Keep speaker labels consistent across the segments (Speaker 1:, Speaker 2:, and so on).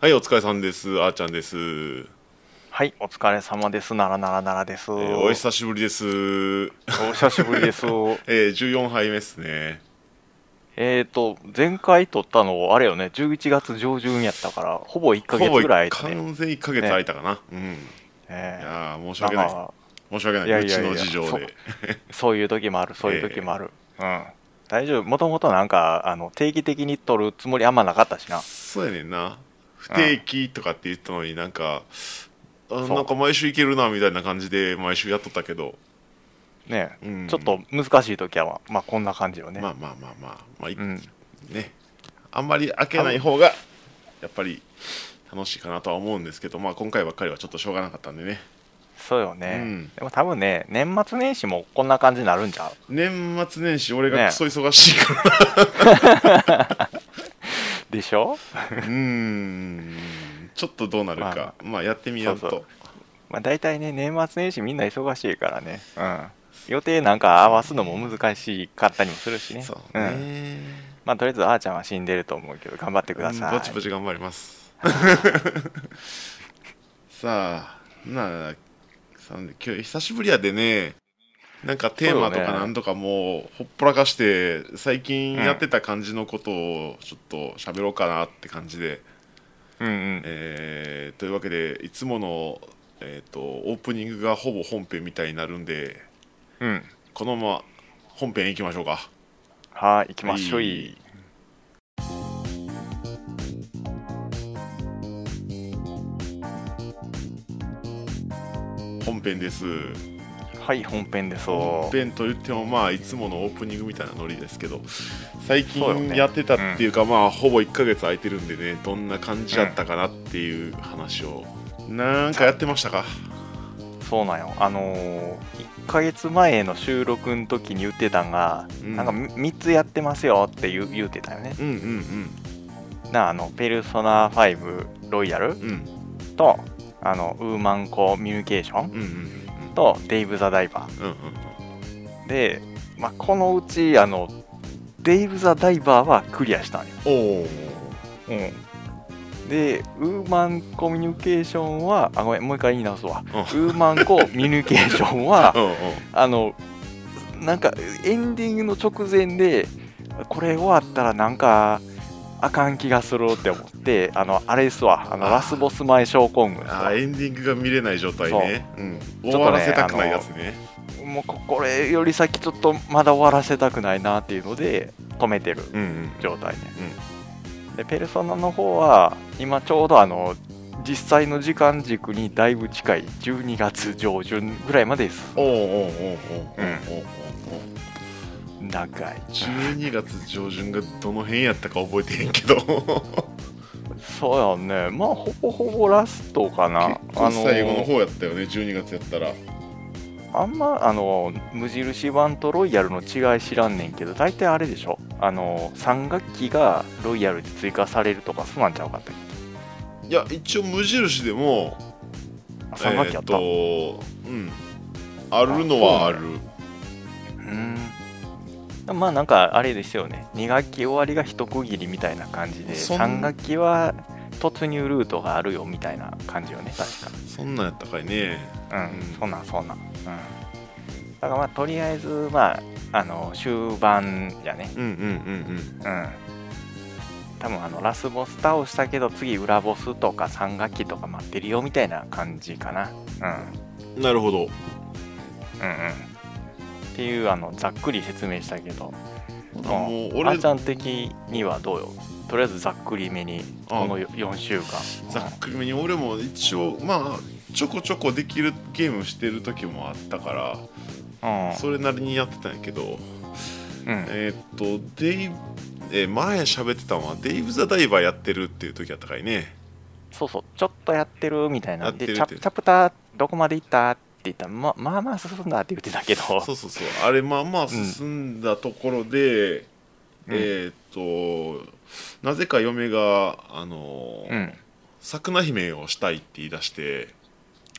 Speaker 1: はい、お疲れさんです。あーちゃんです。えー
Speaker 2: はい、お疲れ様です。ならならならです。
Speaker 1: お久しぶりです。
Speaker 2: お久しぶり です。
Speaker 1: えー、14杯目ですね。
Speaker 2: えっと、前回撮ったの、あれよね、11月上旬やったから、ほぼ1ヶ
Speaker 1: ほ
Speaker 2: 月
Speaker 1: ぼ
Speaker 2: ぐらい
Speaker 1: 完
Speaker 2: 空いてね。
Speaker 1: 全1ヶ月空いたかな。うん。い
Speaker 2: ええ
Speaker 1: やー申し
Speaker 2: ま
Speaker 1: 訳
Speaker 2: あま
Speaker 1: な
Speaker 2: あ
Speaker 1: い。申し訳ない。
Speaker 2: いや
Speaker 1: う
Speaker 2: い
Speaker 1: ち
Speaker 2: やいや
Speaker 1: の事情
Speaker 2: そう
Speaker 1: で。
Speaker 2: そういう時もある、そういう時もある。うん。大丈夫。もともとなんか、あの、定期的に撮るつもりあんまなかったしな。
Speaker 1: そうやねんな。不定期とかって言ったのになんか、あなんか毎週いけるなみたいな感じで毎週やっとったけど、
Speaker 2: ね、
Speaker 1: うん
Speaker 2: ちょっと難しい時は、まあこんな感じよね。
Speaker 1: まあまあまあまあ、まあい
Speaker 2: うん。
Speaker 1: ね、あんまり開けない方がやっぱり楽しいかなとは思うんですけど、まあ、今回ばっかりはちょっとしょうがなかったんでね
Speaker 2: そうよね。
Speaker 1: うん
Speaker 2: でも多分ね、年末年始もこんな感じになるんちゃう
Speaker 1: 年末年始俺
Speaker 2: ね
Speaker 1: がクソ忙しいから、
Speaker 2: でしょ
Speaker 1: うーんちょっとどうなるか、
Speaker 2: ま
Speaker 1: まあやってみようと
Speaker 2: そうそうまあ、大体ね年末年始みんな忙しいからね、うん、予定なんか合わすのも難しかったりもするしね
Speaker 1: そう
Speaker 2: うん
Speaker 1: ね、
Speaker 2: まあ、とりあえずあーちゃんは死んでると思うけど頑張ってください、
Speaker 1: うんぼちぼち頑張ります さあなあさあ今日久しぶりやでねなんかテーマと
Speaker 2: そうよ
Speaker 1: か
Speaker 2: ね
Speaker 1: なんとかもうほっぽらかして最近やってた感じのことをちょっと喋ろうかなって感じで、
Speaker 2: うんうん
Speaker 1: えーというわけでいつもの、えー、とオープニングがほぼ本編みたいになるんで
Speaker 2: うん
Speaker 1: このまま本編いきましょうか。
Speaker 2: はい行きましょう
Speaker 1: はい
Speaker 2: い
Speaker 1: 本編です
Speaker 2: はい本編です
Speaker 1: 本
Speaker 2: お
Speaker 1: 編といってもまあいつものオープニングみたいなノリですけど最近
Speaker 2: そうよね
Speaker 1: やってたっていうかまあほぼ1ヶ月空いてるんでねどんな感じだったかなっていう話をなんかやってましたか
Speaker 2: そうなんよあのー、1ヶ月前の収録の時に言ってたんが、
Speaker 1: うん
Speaker 2: なんか3つやってますよって言う言うてたよね
Speaker 1: うんうん
Speaker 2: なあのペルソナ5ロイヤル
Speaker 1: うんうん
Speaker 2: とあのウーマンコミュニケーション
Speaker 1: うんうん
Speaker 2: とデイブ・ザ・ダイバー
Speaker 1: うんうん
Speaker 2: で、まあ、このうちあのデイブ・ザ・ダイバーはクリアしたんよ、
Speaker 1: おお
Speaker 2: でウーマンコミュニケーションはあごめんもう一回言い直すわ
Speaker 1: う
Speaker 2: ウ
Speaker 1: ん
Speaker 2: ーマンコミュニケーショ ンは
Speaker 1: うんうん
Speaker 2: あのなんかエンディングの直前でこれ終わったらなんかあかん気がするって思ってあのあれですわあの
Speaker 1: あー
Speaker 2: ラスボス前症候群です
Speaker 1: あ
Speaker 2: わ
Speaker 1: ーエンディングが見れない状態ね、うん、
Speaker 2: ち
Speaker 1: 終
Speaker 2: ょ
Speaker 1: わ
Speaker 2: っと
Speaker 1: ら
Speaker 2: ね
Speaker 1: せたくないやつね
Speaker 2: もうここれより先ちょっとまだ終わらせたくないなっていうので止めてる
Speaker 1: うんうん
Speaker 2: 状態ね、でペルソナの方は今ちょうどあの実際の時間軸にだいぶ近い12月上旬ぐらいまでです
Speaker 1: おうおうおうおうおうおうおう
Speaker 2: 長い
Speaker 1: 12月上旬がどの辺やったか覚えてへんけど
Speaker 2: そうやねまあほぼほぼラストかな あの
Speaker 1: 最後の方やったよね12月やったら
Speaker 2: あんまあの無印版とロイヤルの違い知らんねんけど大体あれでしょあの3学期がロイヤルで追加されるとかそうなんちゃうかったっけ
Speaker 1: いや一応無印でも
Speaker 2: あ3学期やった、
Speaker 1: えーっとうんあるのはある
Speaker 2: うんまあなんかあれですよね2学期終わりが一区切りみたいな感じで
Speaker 1: そん
Speaker 2: 3学期は突入ルートがあるよみたいな感じよね確
Speaker 1: そんなんやったかいね
Speaker 2: かうん、
Speaker 1: うん
Speaker 2: そんなんそんなん、うん、だからまあとりあえずまああの終盤やね
Speaker 1: うんうんうん
Speaker 2: うん多分あのラスボス倒したけど次裏ボスとか3学期とか待ってるよみたいな感じかなうん
Speaker 1: うんなるほど
Speaker 2: うんうんっていうあのざっくり説明したけど
Speaker 1: ほな
Speaker 2: あ
Speaker 1: もう
Speaker 2: あ
Speaker 1: 俺
Speaker 2: ーちゃん的にはどうよとりあえずざっくりめに
Speaker 1: あ
Speaker 2: この4週間
Speaker 1: ざっくりめに俺も一応まあちょこちょこできるゲームしてる時もあったから
Speaker 2: うん
Speaker 1: それなりにやってたんやけど
Speaker 2: うん
Speaker 1: えーっとデイブえー前喋ってたのはデイブ・ザ・ダイバーやってるっていう時やったかいね
Speaker 2: そうそうちょっとやってるみたい
Speaker 1: や
Speaker 2: な
Speaker 1: ってる
Speaker 2: でチ
Speaker 1: やっ
Speaker 2: ャ
Speaker 1: てる
Speaker 2: チャプターどこまで行ったって言ったらままあまあ進んだって言ってたけど
Speaker 1: そうそうそうあれまあまあ進んだところで、
Speaker 2: うん
Speaker 1: えーっとなぜか嫁があのー、
Speaker 2: うん
Speaker 1: 桜姫をしたいって言い出して、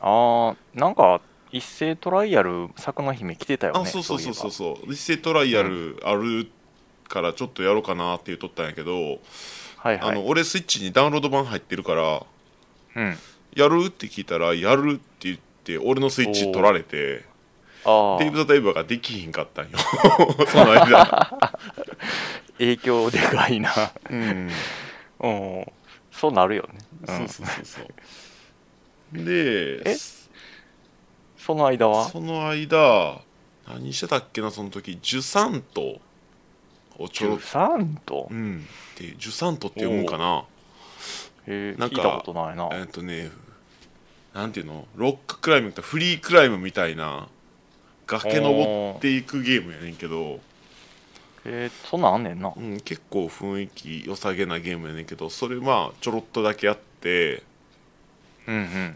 Speaker 2: ああなんか一斉トライアル作の姫来てたよね
Speaker 1: あそうそうそうそう
Speaker 2: い
Speaker 1: そう一斉トライアルあるからちょっとやろうかなって言っとったんやけど、
Speaker 2: えばはい
Speaker 1: あ
Speaker 2: はい
Speaker 1: の俺スイッチにダウンロード版入ってるから
Speaker 2: うん
Speaker 1: やるって聞いたらやるって言って俺のスイッチ取られて
Speaker 2: あ
Speaker 1: テイ
Speaker 2: あ
Speaker 1: ブ・ザ・ダイバーができひんか ったんよその間
Speaker 2: 影響でかいな
Speaker 1: うん
Speaker 2: うんそうなるよね、う、
Speaker 1: そうんそうそうそうで
Speaker 2: えその間は
Speaker 1: その間何してたっけなその時ジュサントをちょろっと、
Speaker 2: 13と
Speaker 1: うん、でジュサントって読むんかな
Speaker 2: えー
Speaker 1: なん
Speaker 2: 聞
Speaker 1: か
Speaker 2: いたことないな
Speaker 1: えっとねなんていうのロッククライムとフリークライムみたいな崖登っていくゲームやねんけど、
Speaker 2: えー、そんなんあんねんな
Speaker 1: うん、結構雰囲気良さげなゲームやねんけどそれまあちょろっとだけやって
Speaker 2: うん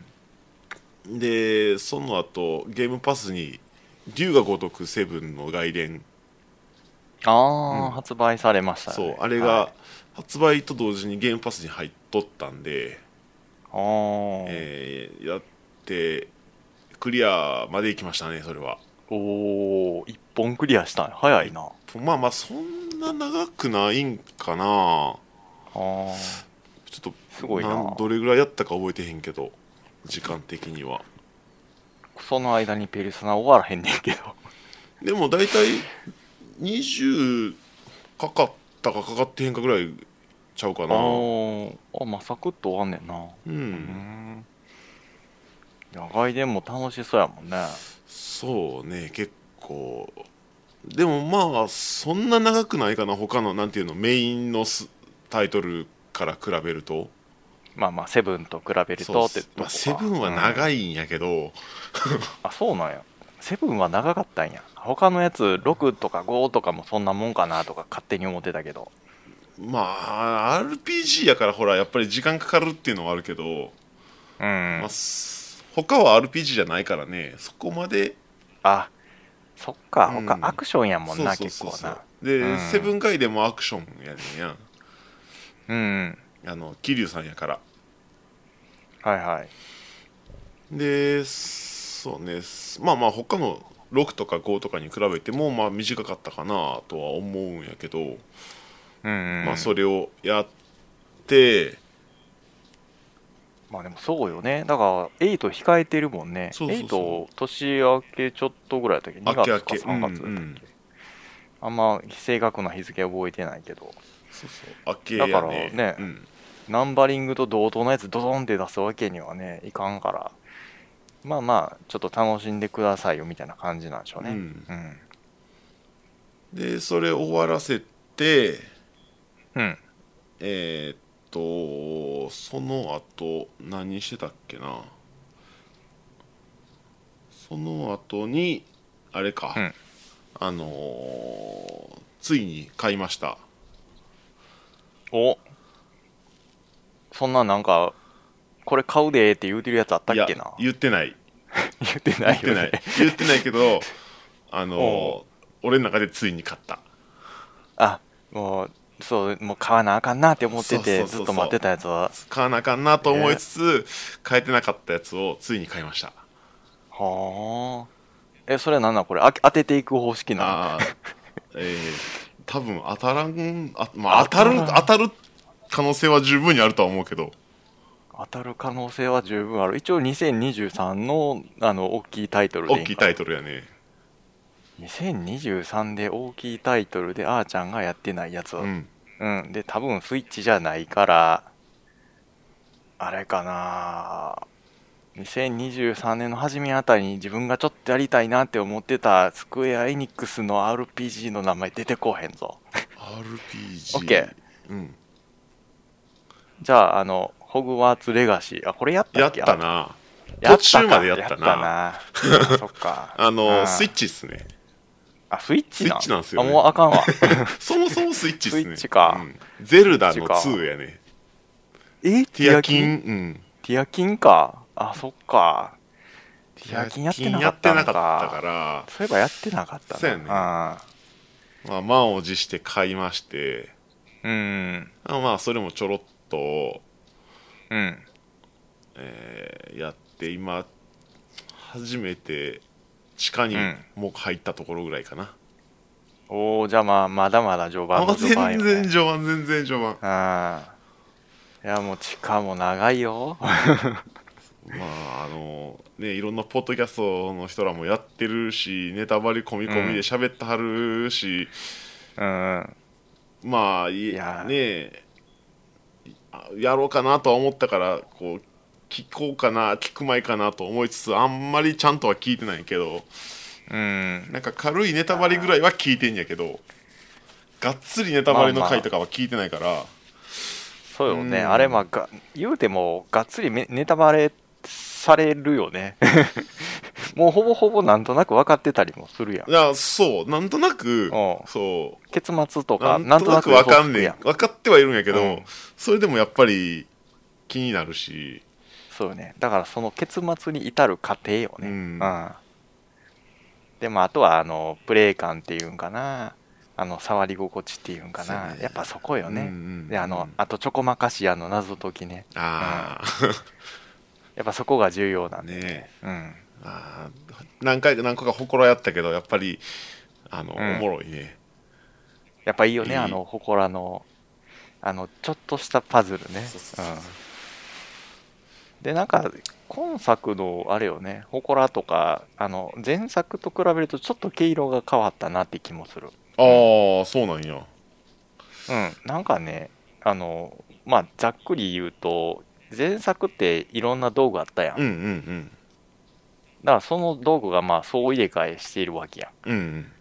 Speaker 2: うん
Speaker 1: でその後ゲームパスに「龍が如くセブンの外伝
Speaker 2: ああ、
Speaker 1: うん
Speaker 2: 発売されましたよ
Speaker 1: そ
Speaker 2: ね
Speaker 1: うあれ
Speaker 2: はい
Speaker 1: が発売と同時にゲームパスに入っとったんで、
Speaker 2: あー、
Speaker 1: えーやってクリアまで行きましたねそれは
Speaker 2: おお一本クリアしたん早いなあ
Speaker 1: まあまあそんな長くないんかな
Speaker 2: ー
Speaker 1: ちょっ
Speaker 2: す
Speaker 1: と
Speaker 2: ごいな
Speaker 1: なんどれぐらいやったか覚えてへんけど時間的には
Speaker 2: その間にペルソナ終わらへんねんけど
Speaker 1: でも大体20かかったかかかってへんかぐらいちゃうか
Speaker 2: あ
Speaker 1: な
Speaker 2: ーあまあサクッと終わんねんな
Speaker 1: う
Speaker 2: うんん野外でも楽しそうやもんね
Speaker 1: そうね結構でもまあそんな長くないかな他のなんていうのメインのスタイトルから比べると
Speaker 2: まあまあセブンと比べる
Speaker 1: そう
Speaker 2: とってとこか
Speaker 1: まあ、セブンは
Speaker 2: うん
Speaker 1: 長いんやけど、
Speaker 2: あそうなんやセブンは長かったんや他のやつ6とか5とかもそんなもんかなとか勝手に思ってたけど
Speaker 1: まあ RPG やからほらやっぱり時間かかるっていうのはあるけど、
Speaker 2: うん、
Speaker 1: まあ、す他は RPG じゃないからねそこまで
Speaker 2: あそっか
Speaker 1: うん
Speaker 2: 他アクションやもん
Speaker 1: そう
Speaker 2: な、
Speaker 1: そう
Speaker 2: 結
Speaker 1: そう
Speaker 2: 構
Speaker 1: そう
Speaker 2: な
Speaker 1: で、
Speaker 2: うん
Speaker 1: セブン回でもアクションやねんや
Speaker 2: うん
Speaker 1: あの桐生さんやから
Speaker 2: はいはい
Speaker 1: でそうねすまあまあ他の6とか5とかに比べてもまあ短かったかなとは思うんやけど、
Speaker 2: うんうん、
Speaker 1: まあそれをやって
Speaker 2: まあでもそうよねだから8控えてるもんね
Speaker 1: そうそうそう
Speaker 2: 8年明けちょっとぐらいだったっけ
Speaker 1: 明
Speaker 2: 2
Speaker 1: け明
Speaker 2: 月
Speaker 1: け
Speaker 2: か3月だったっけ
Speaker 1: うんうん
Speaker 2: あんま正確な日付は覚えてないけど
Speaker 1: そうそう明けや
Speaker 2: だ
Speaker 1: ね
Speaker 2: からね
Speaker 1: うん、
Speaker 2: ナンバリングと同等のやつドドンって出すわけにはねいかんからまあまあちょっと楽しんでくださいよみたいな感じなんでしょ
Speaker 1: う
Speaker 2: うね
Speaker 1: ん
Speaker 2: うん
Speaker 1: でそれ終わらせて
Speaker 2: うん
Speaker 1: えーっとその後何してたっけなその後にあれか、
Speaker 2: うん
Speaker 1: あのーついに買いました
Speaker 2: おそんななんかこれ買うでーって言うてるやつあったっ
Speaker 1: いや
Speaker 2: けな言
Speaker 1: 言ってない
Speaker 2: って
Speaker 1: 言
Speaker 2: ない
Speaker 1: って
Speaker 2: よ
Speaker 1: ない
Speaker 2: ね
Speaker 1: 言ってないけどあ
Speaker 2: お
Speaker 1: の俺の中でついに買った
Speaker 2: あもうそうもう買わなあかんなって思っ
Speaker 1: そ
Speaker 2: てて
Speaker 1: うそうそうそう
Speaker 2: ずっと待ってたやつは
Speaker 1: 買わなあかんなと思いつつ、買えてなかったやつをついに買いました
Speaker 2: はあえそれなんなんこれあ当てていく方式な
Speaker 1: あー えー、多分当たらんあ、まあ、当たる
Speaker 2: 当
Speaker 1: 当たる可能性は十分にあるとは思うけど
Speaker 2: の当たる可能性は十分ある一応2023のあの大きいタイトルでいいん
Speaker 1: 大
Speaker 2: か
Speaker 1: きいタイトルやね
Speaker 2: 2023で大きいタイトルであーちゃんがやってないやつを
Speaker 1: う
Speaker 2: うん、
Speaker 1: ん
Speaker 2: で多分スイッチじゃないからあれかな2023年の初めあたりに自分がちょっとやりたいなって思ってたスクエア・エニックスの RPG の名前出てこうへんぞ
Speaker 1: RPG
Speaker 2: オッケー
Speaker 1: うん、
Speaker 2: じゃああのホグワーツ・レガシーあこれやった
Speaker 1: や
Speaker 2: っ
Speaker 1: っ
Speaker 2: け
Speaker 1: たな
Speaker 2: やっ
Speaker 1: 途中までやったな
Speaker 2: たなあそっか
Speaker 1: あの
Speaker 2: うん
Speaker 1: スイッチっすね
Speaker 2: あスイッチ
Speaker 1: スイ
Speaker 2: な
Speaker 1: ッチなんすよね
Speaker 2: あもうあ かんわ
Speaker 1: そもそもスイッチっすね
Speaker 2: スイッチか
Speaker 1: うん、ゼルダ
Speaker 2: スイ
Speaker 1: の
Speaker 2: ッチか
Speaker 1: 2やね
Speaker 2: え
Speaker 1: ティアキンうん
Speaker 2: ティアキンか。あ、そっか。テ
Speaker 1: テ
Speaker 2: ィアキンや
Speaker 1: や
Speaker 2: っ
Speaker 1: ってて
Speaker 2: な
Speaker 1: な
Speaker 2: か
Speaker 1: かっ
Speaker 2: っ
Speaker 1: たた
Speaker 2: のか
Speaker 1: か
Speaker 2: そういえばやってなかったな。
Speaker 1: そうやねら、まあ、満を持して買いまして、
Speaker 2: うん。
Speaker 1: あまあ、それもちょろっと、
Speaker 2: うん。うん。
Speaker 1: えーやって、今、初めて地下に
Speaker 2: うん
Speaker 1: もう入ったところぐらいかな。
Speaker 2: おー、じゃあまあ、まだまだ序盤
Speaker 1: あ
Speaker 2: の序盤
Speaker 1: 全
Speaker 2: よ、ね。
Speaker 1: 然序盤、全然序盤。
Speaker 2: あいやもう地下も長いよ
Speaker 1: まああのねいろんなポッドキャストの人らもやってるしネタバレ込み込みで喋ってはるし、
Speaker 2: うん
Speaker 1: まあい
Speaker 2: いや
Speaker 1: ねえあやろうかなとは思ったからこう聞こうかな聞くまいかなと思いつつあんまりちゃんとは聞いてないけど
Speaker 2: うん
Speaker 1: なんか軽いネタバレぐらいは聞いてんやけどがっつりネタバレの回とかは聞いてないから、
Speaker 2: そうよ
Speaker 1: う
Speaker 2: ね、
Speaker 1: ん
Speaker 2: あれまあが言うてもがっつりめネタバレされる よねもうほぼほぼなんとなく分かってたりもするやん
Speaker 1: いやそうなんとなく
Speaker 2: おう
Speaker 1: そう
Speaker 2: 結末とか
Speaker 1: なんとなく
Speaker 2: 予
Speaker 1: わ
Speaker 2: 想つくや
Speaker 1: かんねえ分かってはいるんやけど、
Speaker 2: うん
Speaker 1: それでもやっぱり気になるし
Speaker 2: そうよねだからその結末に至る過程よね
Speaker 1: う
Speaker 2: うんん、でもあとはあのプレイ感っていうんかなあの触り心地っていうんか
Speaker 1: そう
Speaker 2: な、
Speaker 1: やね
Speaker 2: やっぱそこよね、
Speaker 1: うんうんうん
Speaker 2: であのあとチョコマカシアの謎解きね
Speaker 1: あ
Speaker 2: やっぱそこが重要な
Speaker 1: あ
Speaker 2: んで、
Speaker 1: ね
Speaker 2: うん
Speaker 1: えあー何回か何個か祠やったけどやっぱりあの、
Speaker 2: うん
Speaker 1: おもろいね
Speaker 2: やっぱいいよね、
Speaker 1: いい
Speaker 2: あの、ほこらの、あの、ちょっとしたパズルね。
Speaker 1: そうそうそう
Speaker 2: うんで、なんか、今作の、あれよね、ほこらとか、あの、前作と比べると、ちょっと毛色が変わったなって気もする。
Speaker 1: ああそうなんや
Speaker 2: うん、なんかね、あの、まあ、ざっくり言うと、前作っていろんな道具あったやん。
Speaker 1: うん
Speaker 2: だ
Speaker 1: うん
Speaker 2: から、その道具が、まあ、総入れ替えしているわけや
Speaker 1: う
Speaker 2: ん。
Speaker 1: んうん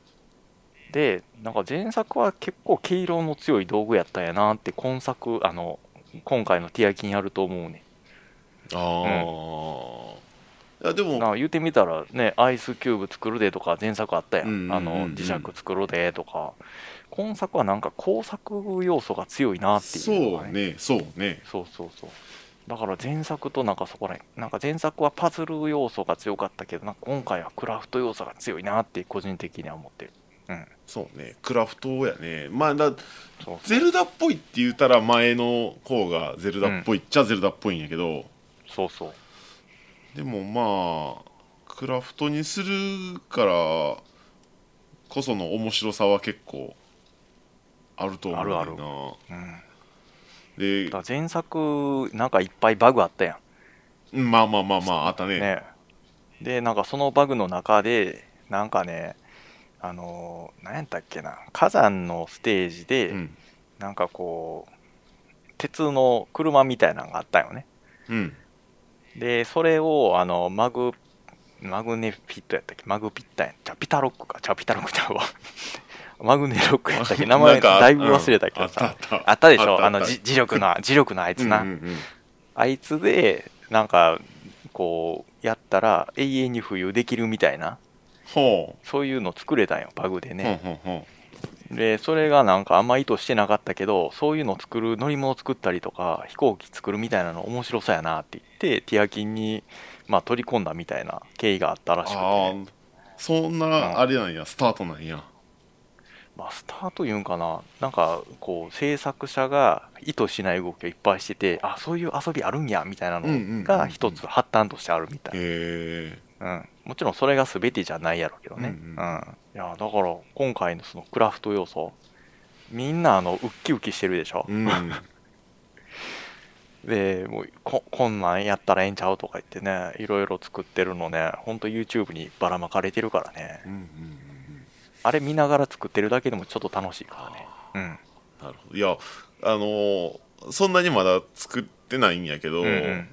Speaker 2: でなんか前作は結構毛色の強い道具やったんやなって今作あの今回のティアキンやると思うね
Speaker 1: ああ、いやでも
Speaker 2: なんか言うてみたらねアイスキューブ作るでとか前作あったやん,、
Speaker 1: うんうんうんうん
Speaker 2: あの磁石作るでとか今作はなんか工作要素が強いなっていうの
Speaker 1: そ
Speaker 2: が
Speaker 1: うねそうね
Speaker 2: そうそうそうだから前作となんかそこらへんなんか前作はパズル要素が強かったけどなんか今回はクラフト要素が強いなって個人的には思ってる
Speaker 1: そうねクラフトやねまあだ
Speaker 2: そう
Speaker 1: ゼルダっぽいって言ったら前の方がゼルダっぽいっちゃゼルダっぽいんやけど、
Speaker 2: そうそう
Speaker 1: でもまあクラフトにするからこその面白さは結構あると思うねんな
Speaker 2: あるあうん
Speaker 1: で
Speaker 2: だから前作なんかいっぱいバグあったやん
Speaker 1: うんまあまあまあまああったね
Speaker 2: ね、でなんかそのバグの中でなんかねあのー何やったっけな火山のステージで、
Speaker 1: うん
Speaker 2: なんかこう鉄の車みたいなのがあったよね
Speaker 1: うん
Speaker 2: でそれをあのマグマグネフィットやったっけマグピッタやんじゃピタロックかじゃピタロックちゃうわ マグネロックやったっけ名
Speaker 1: な
Speaker 2: 前
Speaker 1: んか
Speaker 2: だいぶ忘れたけど
Speaker 1: うんあ
Speaker 2: さ、
Speaker 1: ったあった
Speaker 2: あったでしょ
Speaker 1: った
Speaker 2: あの
Speaker 1: った
Speaker 2: じ磁力 の磁力のあいつな、
Speaker 1: うんうんうん
Speaker 2: あいつで、なんか、こう、やったら永遠に浮遊できるみたいな、
Speaker 1: ほ
Speaker 2: そういうの作れたんよ、バグで
Speaker 1: う、
Speaker 2: ね。
Speaker 1: ほうほうほ
Speaker 2: で、それがなんかあんま意図してなかったけど、そういうの作る、乗り物作ったりとか、飛行機作るみたいなの面白そうやなって言って、ティアキンに、まあ、取り込んだみたいな経緯があったら
Speaker 1: う
Speaker 2: しくて、
Speaker 1: ああそん
Speaker 2: ん
Speaker 1: なあれなんやスタートなんや
Speaker 2: まあ、スターというんかな、なんか、こう、制作者が意図しない動きをいっぱいしてて、あ、そういう遊びあるんや、みたいな
Speaker 1: うんうんうんうん
Speaker 2: のが一つ発端としてあるみたいな。
Speaker 1: へえ
Speaker 2: うん、もちろんそれが全てじゃないやろうけど
Speaker 1: う
Speaker 2: ね、うんん
Speaker 1: うん
Speaker 2: いやだから今回のそのクラフト要素みんなあのウッキウキしてるでしょ、
Speaker 1: うん
Speaker 2: でもうここんなんやったらええんちゃうとか言ってねいろいろ作ってるのねほんと YouTube にばらまかれてるからね
Speaker 1: うんうんうん
Speaker 2: あれ見ながら作ってるだけでもちょっと楽しいからね
Speaker 1: なるほどいやあのーそんなにまだ作ってないんやけど、
Speaker 2: うん、うんうん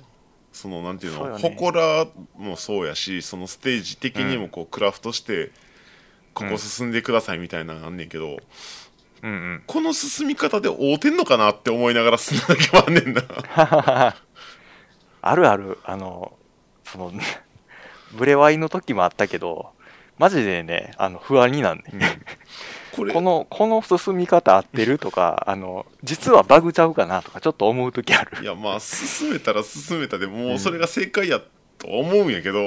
Speaker 1: そのなんていう
Speaker 2: そう
Speaker 1: の
Speaker 2: よね
Speaker 1: 祠もそうやしそのステージ的にもこうクラフトしてここ進んでくださいみたいなのあんねんけど、
Speaker 2: うんうん
Speaker 1: この進み方で合うてんのかなって思いながら進んだ時もあんねんな
Speaker 2: あるある、あの、その、 ブレワイの時もあったけど、マジでね、あの不安になんね、
Speaker 1: これ
Speaker 2: この、この進み方合ってるとか、あの、実はバグちゃうかなとか、ちょっと思う時あ
Speaker 1: い
Speaker 2: る。
Speaker 1: やまあ進めたら進めたでもうそれが正解やと思うんやけど、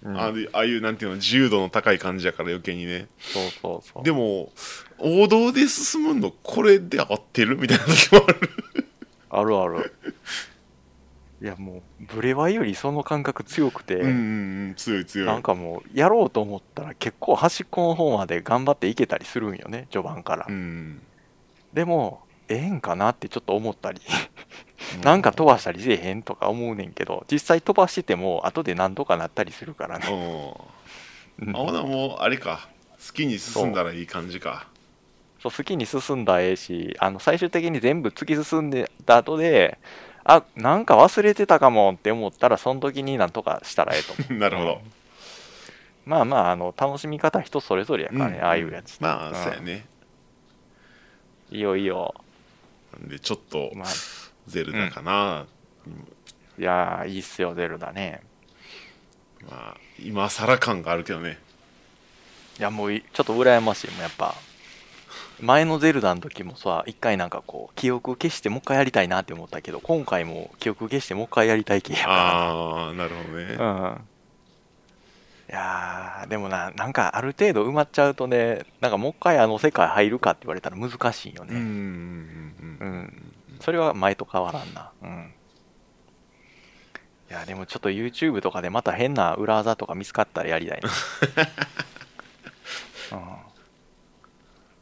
Speaker 2: うん
Speaker 1: あのああいうなんていうの自由度の高い感じやから余計にね
Speaker 2: そうそうそう。
Speaker 1: でも王道で進むのこれで合ってるみたいな時もある
Speaker 2: あるある。いや、もう、ブレワイよりその感覚強くて、
Speaker 1: うんうんうん強い強い
Speaker 2: なんかもう、やろうと思ったら結構端っこの方まで頑張っていけたりするんよね、序盤から。
Speaker 1: うん
Speaker 2: でも、ええんかなってちょっと思ったりなんか飛ばしたりせえへんとか思うねんけど実際飛ばしてても後で何とかなったりするからね
Speaker 1: う
Speaker 2: うん
Speaker 1: んあほなもうあれか好きに進んだらいい感じか
Speaker 2: そう好きに進んだらええしあの最終的に全部突き進んでた後であなんか忘れてたかもって思ったらその時になんとかしたらええと思
Speaker 1: なるほど、
Speaker 2: うまあまああの楽しみ方人それぞれやからね、
Speaker 1: うん
Speaker 2: ああいうやつ
Speaker 1: まあ、
Speaker 2: うん
Speaker 1: そうやね
Speaker 2: いいよいいよ
Speaker 1: なんでちょっと
Speaker 2: まあ
Speaker 1: ゼルダかな、
Speaker 2: いやーいいっすよゼルダね
Speaker 1: まあ今更感があるけどね
Speaker 2: いやもういちょっと羨ましいもんやっぱ前のゼルダの時もさ一回なんかこう記憶消してもう一回やりたいなって思ったけど今回も記憶消してもう一回やりたい系やか
Speaker 1: ああなるほどね、
Speaker 2: らうんいやーでもななんかある程度埋まっちゃうとねなんかもう一回あの世界入るかって言われたら難しいよ
Speaker 1: うんうん
Speaker 2: ね
Speaker 1: う
Speaker 2: うんんそれは前と変わらんなうんいやでもちょっと YouTube とかでまた変な裏技とか見つかったらやりた いな、うん、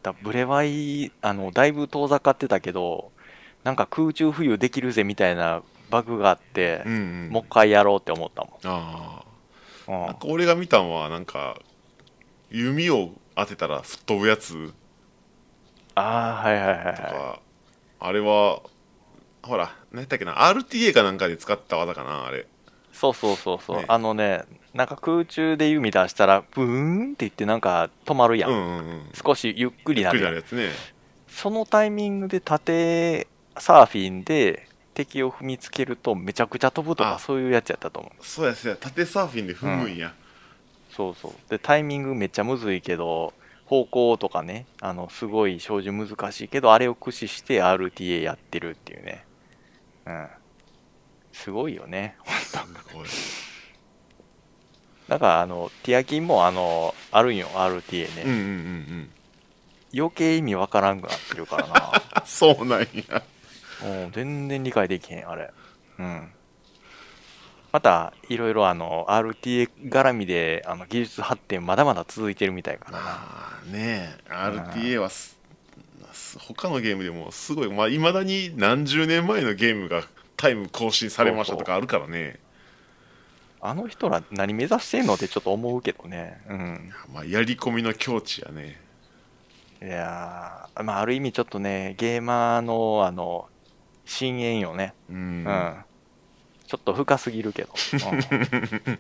Speaker 2: だブレワイあのだいぶ遠ざかってたけどなんか空中浮遊できるぜみたいなバグがあって
Speaker 1: うん、うん
Speaker 2: もう一回やろうって思った
Speaker 1: あ
Speaker 2: も
Speaker 1: あ
Speaker 2: ん、う
Speaker 1: なん
Speaker 2: ん
Speaker 1: か、俺が見たのはなんか弓を当てたら吹っ飛ぶやつ
Speaker 2: ああーはいはいは
Speaker 1: と
Speaker 2: いはい
Speaker 1: か、あれはほら何やったっけな RTA かなんかで使った技かなあれ
Speaker 2: そうそうそうそう、
Speaker 1: ね
Speaker 2: あのねなんか空中で弓出したらブーンって言ってなんか止まるや、
Speaker 1: うんんうんうん
Speaker 2: 少しゆっくりな
Speaker 1: ク
Speaker 2: る
Speaker 1: リ
Speaker 2: や
Speaker 1: なんるやつね
Speaker 2: そのタイミングで縦サーフィンで敵を踏みつけるとめちゃくちゃ飛ぶとか
Speaker 1: あ
Speaker 2: そういうやつやったと思う
Speaker 1: そうやそうや縦サーフィンで踏むんや、
Speaker 2: そうそうでタイミングめっちゃむずいけど方向とかねあのすごい照準難しいけどあれを駆使して RTA やってるっていうねうんすごいよね
Speaker 1: すごい
Speaker 2: だからあのティアキンもあのあるんよ RTA ね、
Speaker 1: うんうんうんうん
Speaker 2: 余計意味わからんくなってるからな
Speaker 1: あそうなんや
Speaker 2: うん、全然理解できへん、あれ。うん。また、いろいろあの、RTA 絡みで、あの、技術発展まだまだ続いてるみたいからな。
Speaker 1: まあね RTA はすす他のゲームでもすごいまあ、未だに何十年前のゲームがタイム更新されましたとかあるからね
Speaker 2: あの人ら何目指してんのってちょっと思うけどね。うん。
Speaker 1: まあ、やり込みの境地やね
Speaker 2: いやー、まあ、ある意味ちょっとね、ゲーマーの、あの、深淵よね。
Speaker 1: う
Speaker 2: うんん。ちょっと深すぎるけ ど。うんい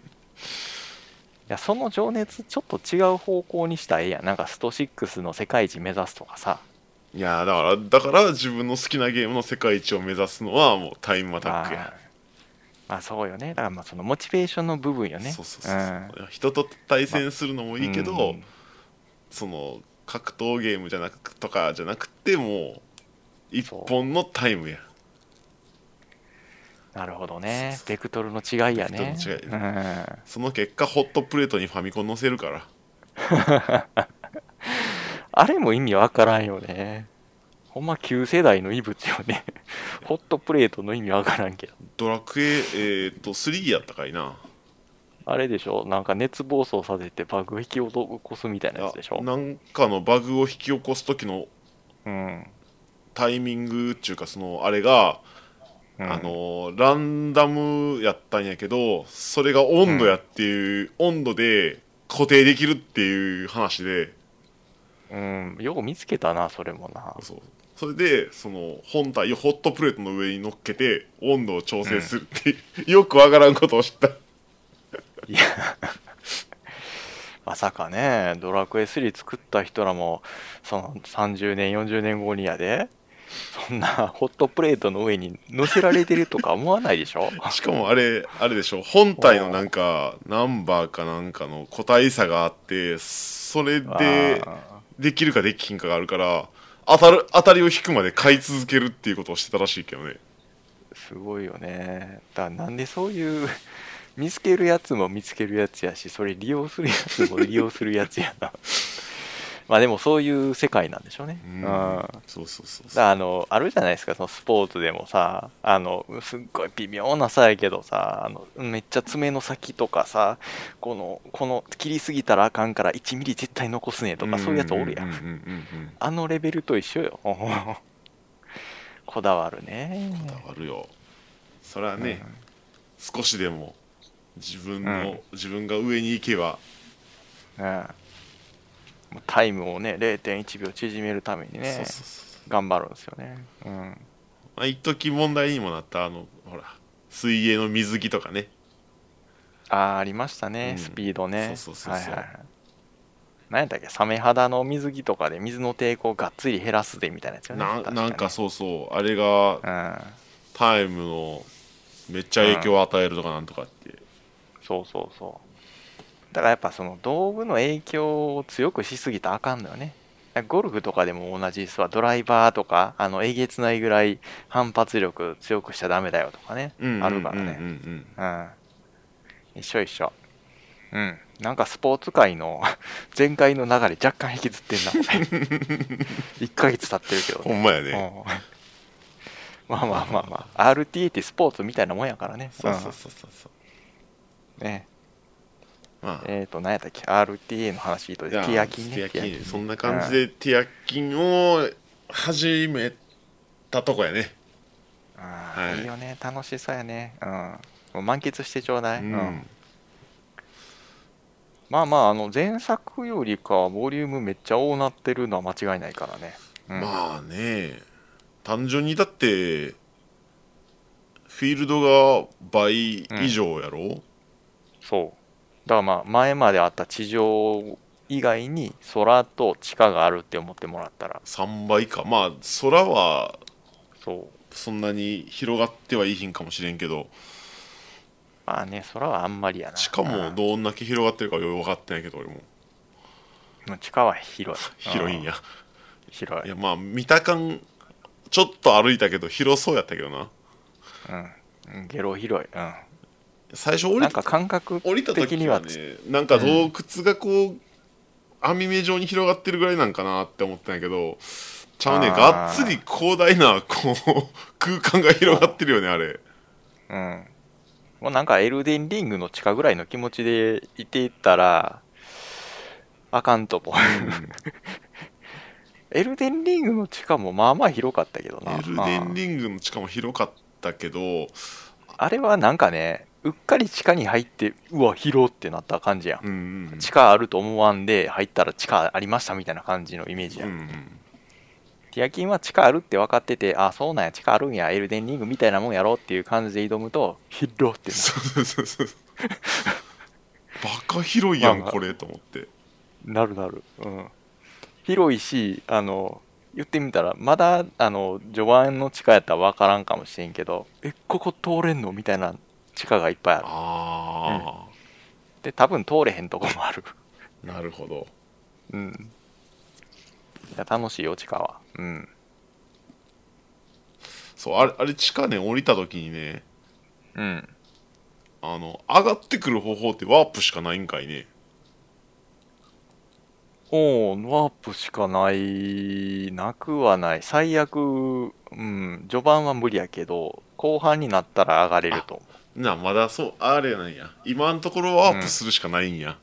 Speaker 2: やその情熱ちょっと違う方向にしたらええやんなんかスト6の世界一目指すとかさ
Speaker 1: いやだからだから自分の好きなゲームの世界一を目指すのはもうタイムアタック
Speaker 2: まあ
Speaker 1: や、
Speaker 2: まあそうよねだからまあそのモチベーションの部分よね
Speaker 1: そうそうそうそう、人と対戦するのも
Speaker 2: うん
Speaker 1: いいけど、
Speaker 2: うん
Speaker 1: その格闘ゲームじゃなくとかじゃなくてもう一本のタイムや
Speaker 2: なるほどねベクトルの違いや
Speaker 1: ベ
Speaker 2: ね
Speaker 1: クトルの
Speaker 2: うん
Speaker 1: その結果ホットプレートにファミコン載せるから
Speaker 2: あれも意味わからんよねほんま旧世代の異物よ ねホットプレートの意味わからんけど
Speaker 1: ドラクエ、えー、と3やったかいな
Speaker 2: あれでしょなんか熱暴走させてバグ引き起こすみたいなやつでしょ
Speaker 1: あなんかのバグを引き起こす時の
Speaker 2: うん
Speaker 1: タイミングっていうかそのあれが、
Speaker 2: うん
Speaker 1: あのランダムやったんやけどそれが温度やっていう、温度で固定できるっていう話で
Speaker 2: うんよう見つけたなそれもな
Speaker 1: そうそれでその本体をホットプレートの上に乗っけて温度を調整するっていう、よくわからんことを知った
Speaker 2: いや、まさかね、ドラクエ3作った人らも、その30年、40年後にやで、そんな ホットプレートの上に乗せられてるとか思わないでしょ
Speaker 1: しかもあれあれでしょ本体のなんかナンバーかなんかの個体差があってそれ で
Speaker 2: あ
Speaker 1: できるかできひんかがあるから当たる当たりを引くまで買い続けるっていうことをしてたらしいけどね
Speaker 2: ーすごいよね。だからなんでそういう、見つけるやつも見つけるやつやし、それ利用するやつも利用するやつや な。まあでもそういう世界なんでしょうね。
Speaker 1: うん
Speaker 2: うん
Speaker 1: そうそうそうそ
Speaker 2: だ
Speaker 1: う
Speaker 2: からあのあるじゃないですかそのスポーツでもさあのすっごい微妙なさやけどさあのめっちゃ爪の先とかさこのこの切りすぎたらあかんから1ミリ絶対残すねとかそういうやつおるやん
Speaker 1: うんうんうんうんうん
Speaker 2: あのレベルと一緒よ こだわるね
Speaker 1: 伝わるよそれはね、少しでも自分の、
Speaker 2: うん
Speaker 1: 自分が上に行けば、
Speaker 2: うんもうタイムをね0.1秒縮めるために
Speaker 1: そうそ
Speaker 2: ね
Speaker 1: うそう
Speaker 2: 頑張るんですよねうん
Speaker 1: まあ一時問題にもなったあのほら水泳の水着とかね
Speaker 2: あーありましたね、
Speaker 1: うん
Speaker 2: スピードね
Speaker 1: そうそうそうそう
Speaker 2: はいはいはい何やったっけサメ肌の水着とかで水の抵抗をがっつり減らすでみたいなやつよね
Speaker 1: な
Speaker 2: 確かね
Speaker 1: なんかそうそうあれが
Speaker 2: うん
Speaker 1: タイムのめっちゃ影響を与えるとかなんとかって、
Speaker 2: そうそうそうだからやっぱその道具の影響を強くしすぎたらあかんのよねだからゴルフとかでも同じですわドライバーとかあのえげつないぐらい反発力強くしちゃダメだよとかね、
Speaker 1: うんうんうんうん
Speaker 2: あるからね
Speaker 1: うん
Speaker 2: うん一緒一緒うんなんかスポーツ界の 前回の流れ若干引きずってんな1 ヶ月経ってるけど
Speaker 1: ほ
Speaker 2: ね、
Speaker 1: んまやね
Speaker 2: うんまあまあまあまあ RTA ってスポーツみたいなもんやからね
Speaker 1: そうそうそうそうそう
Speaker 2: うんね
Speaker 1: まあ
Speaker 2: えっ、と何やったっけ RTA の話と
Speaker 1: じゃあ
Speaker 2: ティアキンね
Speaker 1: ティアキン
Speaker 2: ティアキン
Speaker 1: そんな感じでティアキンを始めたとこやね
Speaker 2: あ
Speaker 1: は
Speaker 2: ー
Speaker 1: い
Speaker 2: いいよね楽しそうやねうんもう満喫してちょうだ
Speaker 1: う
Speaker 2: い、
Speaker 1: ん、
Speaker 2: うんまあまああの前作よりかはボリュームめっちゃ多なってるのは間違いないからね、うん
Speaker 1: まあね単純にだってフィールドが倍以上やろ、
Speaker 2: そうだからまあ前まであった地上以外に空と地下があるって思ってもらったら
Speaker 1: 3倍かまあ空は
Speaker 2: そう
Speaker 1: そんなに広がってはいいひんかもしれんけど
Speaker 2: まあね空はあんまりやな
Speaker 1: 地下
Speaker 2: う
Speaker 1: も
Speaker 2: ん
Speaker 1: どんだけ広がってるかよく分かってないけど俺も
Speaker 2: もう地下は広い
Speaker 1: 広いんや
Speaker 2: うん広
Speaker 1: い
Speaker 2: い、
Speaker 1: やまあ見た感ちょっと歩いたけど広そうやったけどな
Speaker 2: うんうん、ゲロ広い、う
Speaker 1: 最初
Speaker 2: ん、
Speaker 1: 降り
Speaker 2: なんか
Speaker 1: た
Speaker 2: 感覚
Speaker 1: 降りた
Speaker 2: 的
Speaker 1: 時
Speaker 2: に
Speaker 1: には
Speaker 2: は
Speaker 1: ね
Speaker 2: つ
Speaker 1: なんか洞窟がこう網目状に広がってるぐらいなんかなって思ったんやけどちゃうね
Speaker 2: あー
Speaker 1: がっつり広大なこう空間が広がってるよねあれ
Speaker 2: うん、もうなんかエルデンリングの地下ぐらいの気持ちでいていったらあかんと思う エルデンリングの地下もまあまあ広かったけどな
Speaker 1: エルデンリングの地下も広かったけど
Speaker 2: あれはなんかね、うっかり地下に入って、うわ、広ってなった感じやん。
Speaker 1: うんうん
Speaker 2: 地下あると思わんで、入ったら地下ありましたみたいな感じのイメージや。
Speaker 1: うんん
Speaker 2: ティアキンは地下あるって分かってて、あ、そうなんや、地下あるんや、エルデンリングみたいなもんやろっていう感じで挑むと、広ってな
Speaker 1: そうそうそうそうバカ広いやん
Speaker 2: まあまあ
Speaker 1: これと思って
Speaker 2: なるなる。うん。広いし、あの、言ってみたら、まだ、あの、序盤の地下やったら分からんかもしれんけど、え、ここ通れんのみたいな地下がいっぱいある。
Speaker 1: あ
Speaker 2: で、多分通れへんとこもある。
Speaker 1: あなるほど
Speaker 2: うん。いや、楽しいよ、地下は。うん。
Speaker 1: そうあれあれ地下ね降りた時にね
Speaker 2: うん。
Speaker 1: あの上がってくる方法ってワープしかないんかいね
Speaker 2: おーワープしかない、なくはない。最悪、うん、序盤は無理やけど、後半になったら上がれると思
Speaker 1: なまだそうあれなんや今のところワープするしかないんや、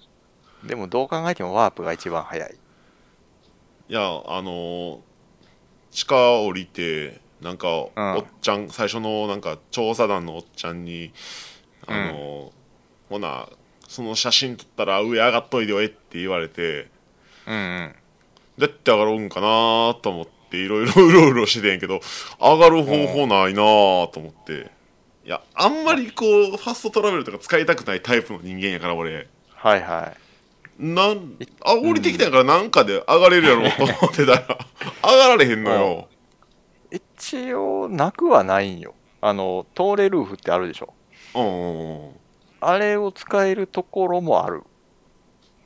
Speaker 2: う。でも、どう考えてもワープが一番早い。
Speaker 1: いやあのー地下降りてなんかお
Speaker 2: うん
Speaker 1: っちゃん最初のなんか調査団のおっちゃんにあのーほなその写真撮ったら上上がっといでよえって言われて
Speaker 2: うんうん。
Speaker 1: どうやって上がろうんかなーと思っていろい ろうろうろしてたんやけど上がる方法ないなーと思っていやあんまりこうファストトラベルとか使いたくないタイプの人間やから俺
Speaker 2: はいはい。
Speaker 1: なんあ降りてきたんやからなんかで上がれ るやろうと思ってたら上がられへんのよ
Speaker 2: 一応、なくはないんよ。あの、通れルーフってあるでしょ。
Speaker 1: うんうんうん
Speaker 2: あれを使えるところもある。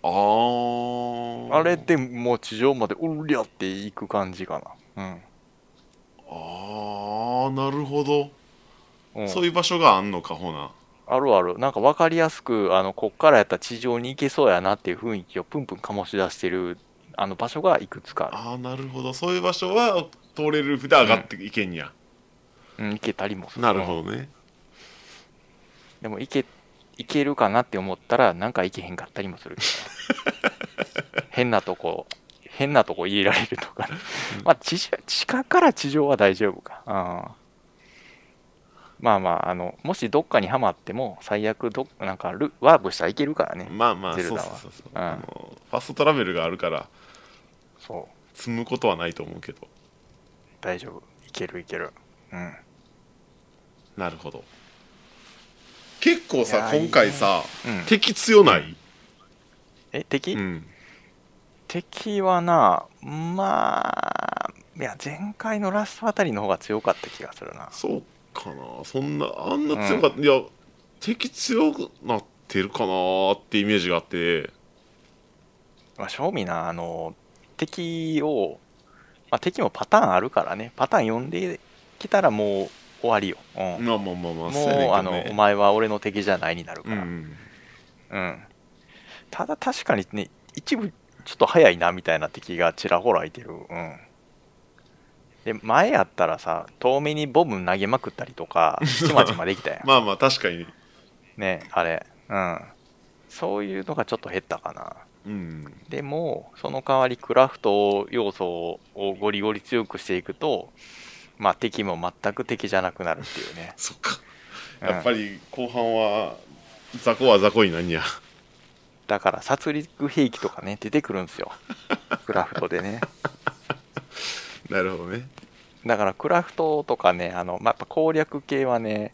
Speaker 1: あー
Speaker 2: あれでもう地上まで、うりゃって行く感じかな。
Speaker 1: ああなるほど、
Speaker 2: うん。うん
Speaker 1: そういう場所があんのかほな
Speaker 2: あるある。なんか分かりやすく、あの、こっからやったら地上に行けそうやなっていう雰囲気をプンプン醸し出してる、あの場所がいくつかあ
Speaker 1: ああなるほどそういう場所は通れるループで上がっていけんや、
Speaker 2: る。うん、行けたりもする。
Speaker 1: なるほどね
Speaker 2: でも行け、行けるかなって思ったら、なんか行けへんかった りもするけど。変なとこ、変なとこ入れられるとかね、まあ地上地下から地上は大丈夫かあまあまああのもしどっかにはまっても最悪どなんかルワープしたらいけるからね
Speaker 1: まあまあそ
Speaker 2: ゼ
Speaker 1: う
Speaker 2: ル
Speaker 1: そ
Speaker 2: ダ
Speaker 1: う
Speaker 2: は
Speaker 1: そうそう
Speaker 2: うん
Speaker 1: あのファストトラベルがあるから
Speaker 2: そう
Speaker 1: 積むことはないと思うけど
Speaker 2: 大丈夫いけるいけるうん
Speaker 1: なるほど結構
Speaker 2: いや
Speaker 1: さ
Speaker 2: ー
Speaker 1: 今回さ
Speaker 2: いいねうん
Speaker 1: 敵強ない
Speaker 2: え敵、
Speaker 1: うん
Speaker 2: 敵はなまあいや前回のラストあたりの方が強かった気がするな
Speaker 1: そうかなそんなあんな強かった、いや敵強くなってるかなってイメージがあって
Speaker 2: まあ、正味なあの敵を、まあ、敵もパターンあるからねパターン読んできたらもう終わりよ、うん
Speaker 1: まあまあまあまあやね
Speaker 2: も
Speaker 1: んけ
Speaker 2: う
Speaker 1: ど
Speaker 2: あのお前は俺の敵じゃないになるか
Speaker 1: う
Speaker 2: ら、うん
Speaker 1: ん
Speaker 2: ただ確かにね一部ちょっと早いなみたいな敵がちらほらいてる、うん、で前やったらさ遠目にボム投げまくったりと かちまちまできたやん
Speaker 1: まあまあ確かに
Speaker 2: ねあれうんそういうのがちょっと減ったかな
Speaker 1: うん
Speaker 2: でもその代わりクラフト要素をゴリゴリ強くしていくとまあ敵も全く敵じゃなくなるっていうね
Speaker 1: そっか
Speaker 2: うん
Speaker 1: やっぱり後半は雑魚は雑魚になんや
Speaker 2: だから殺戮兵器とかね出てくる んですよクラフトでね
Speaker 1: なるほどね
Speaker 2: だからクラフトとかねあの、まあ、やっぱ攻略系はね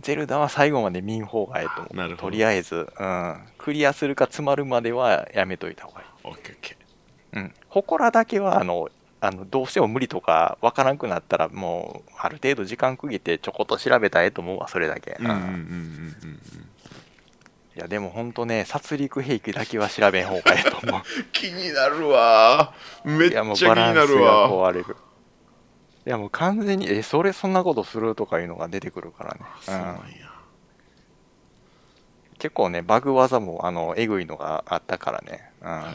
Speaker 2: ゼルダは最後まで見ん方がええと
Speaker 1: なる
Speaker 2: 思う
Speaker 1: ほど
Speaker 2: とりあえず、うん、クリアするか詰まるまではやめといた方がいい
Speaker 1: オッケーオッケ
Speaker 2: うん、祠だけはあのあのどうしても無理とかわからんくなったらもうある程度時間区切ってちょこっと調べたらええと思うわそれだけ、
Speaker 1: ーうんうん
Speaker 2: う
Speaker 1: うん
Speaker 2: ん
Speaker 1: うんうん
Speaker 2: いやでもほんとね殺戮兵器だけは調べん方がええと思う
Speaker 1: 気になるわー めっ
Speaker 2: い
Speaker 1: ち
Speaker 2: やも
Speaker 1: ゃ
Speaker 2: う
Speaker 1: 気に
Speaker 2: バラン
Speaker 1: な
Speaker 2: ス
Speaker 1: る
Speaker 2: が
Speaker 1: わ
Speaker 2: 壊れるいやもう完全にえそれそんなことするとかいうのが出てくるからね、
Speaker 1: そうなんや
Speaker 2: うん結構ねバグ技もあのえぐいのがあったからね、うんだか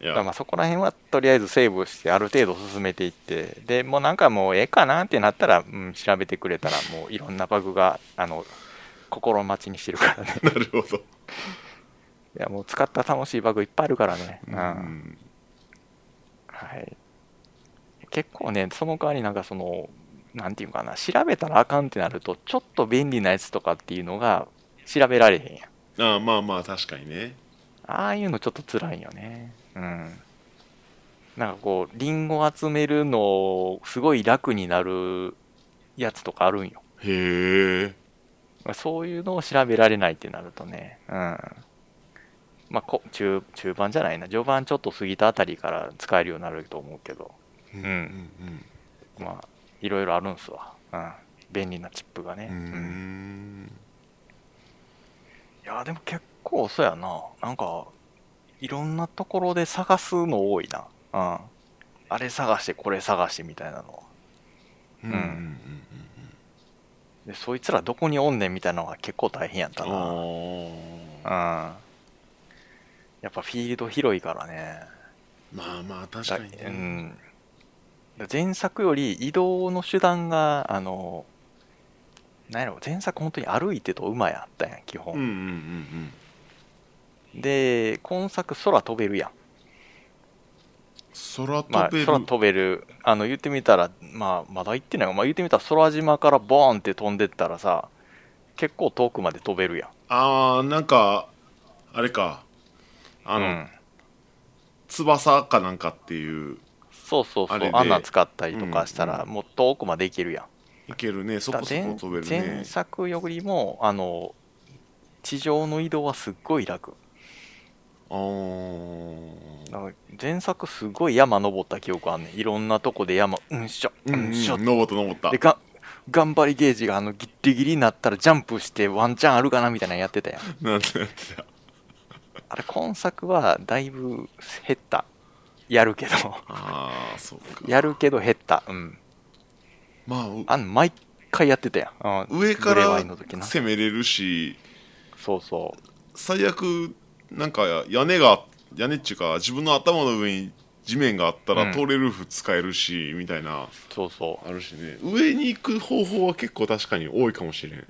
Speaker 1: いや
Speaker 2: らまあそこら辺はとりあえずセーブしてある程度進めていってでもうなんかもうええかなってなったら、うん、調べてくれたらもういろんなバグがあの心待ちにしてるからね
Speaker 1: なるほど
Speaker 2: いやもう使った楽しいバグいっぱいあるからね、うん
Speaker 1: うん
Speaker 2: はい、結構ねその代わりなんかそのなんていうかな調べたらあかんってなるとちょっと便利なやつとかっていうのが調べられへんや
Speaker 1: あ
Speaker 2: ん
Speaker 1: あまあまあ確かにね
Speaker 2: ああいうのちょっと辛いよね。うん。なんかこう、リンゴ集めるの、すごい楽になるやつとかあるんよ。
Speaker 1: へえ
Speaker 2: まあそういうのを調べられないってなるとね。うん。まあ、こ中、中盤じゃないな。序盤ちょっと過ぎたあたりから使えるようになると思うけど。
Speaker 1: うん
Speaker 2: ん
Speaker 1: うん
Speaker 2: まあ、いろいろあるんすわ。うん。便利なチップがね。
Speaker 1: う
Speaker 2: うん
Speaker 1: ん
Speaker 2: いや、でも結構そうやな。なんか、いろんなところで探すの多いな。うん。あれ探して、これ探してみたいなの。
Speaker 1: うんうんうんうん
Speaker 2: で、そいつらどこにおんねんみたいなのが結構大変やったな。うん。
Speaker 1: ああ
Speaker 2: やっぱフィールド広いからね。
Speaker 1: まあまあ確かに
Speaker 2: だ
Speaker 1: ね
Speaker 2: うん。前作より移動の手段が、あの、なんやろ、前作本当に歩いてと馬やったやん、基本。
Speaker 1: うんうんうん
Speaker 2: で、今作空飛べるやん。
Speaker 1: うん空
Speaker 2: ま
Speaker 1: 飛
Speaker 2: あ、
Speaker 1: べる
Speaker 2: 空飛べるあの言ってみたら、まあ、まだ行ってないか、まあ、言ってみたら空島からボーンって飛んでったらさ結構遠くまで飛べるやん
Speaker 1: ああなんかあれかあ
Speaker 2: う
Speaker 1: の
Speaker 2: ん
Speaker 1: 翼かなんかっていう
Speaker 2: そうそうそ
Speaker 1: あ
Speaker 2: う
Speaker 1: れで
Speaker 2: あんなん使ったりとかしたら、
Speaker 1: う
Speaker 2: もう遠くまで行けるやん
Speaker 1: いけるねそこそ
Speaker 2: だ
Speaker 1: こ
Speaker 2: から
Speaker 1: 飛べる
Speaker 2: 前
Speaker 1: ね
Speaker 2: 前作よりもあの地上の移動はすっごい楽
Speaker 1: あー
Speaker 2: なんか前作すごい山登った記憶あんねんいろんなとこで山うんしょ
Speaker 1: う
Speaker 2: うん
Speaker 1: うん
Speaker 2: んしょ、
Speaker 1: 登った登った
Speaker 2: でが頑張りゲージがあのギリギリになったらジャンプしてワンチャンあるかなみたいなのやってたやん
Speaker 1: なんてなってた
Speaker 2: あれ今作はだいぶ減ったやるけど
Speaker 1: ああそうか
Speaker 2: やるけど減ったうん
Speaker 1: まあう
Speaker 2: あの毎回やってたやん、うん、
Speaker 1: 上か
Speaker 2: ブレ
Speaker 1: ら
Speaker 2: ワイの時な
Speaker 1: 攻めれるし
Speaker 2: そうそう
Speaker 1: 最悪なんか屋根が屋根っちゅうか自分の頭の上に地面があった
Speaker 2: う
Speaker 1: ら
Speaker 2: ん
Speaker 1: 通れるフ使えるし、みたいな
Speaker 2: そうそ
Speaker 1: あるしね上に行く方法は結構確かに多いかもしれん
Speaker 2: う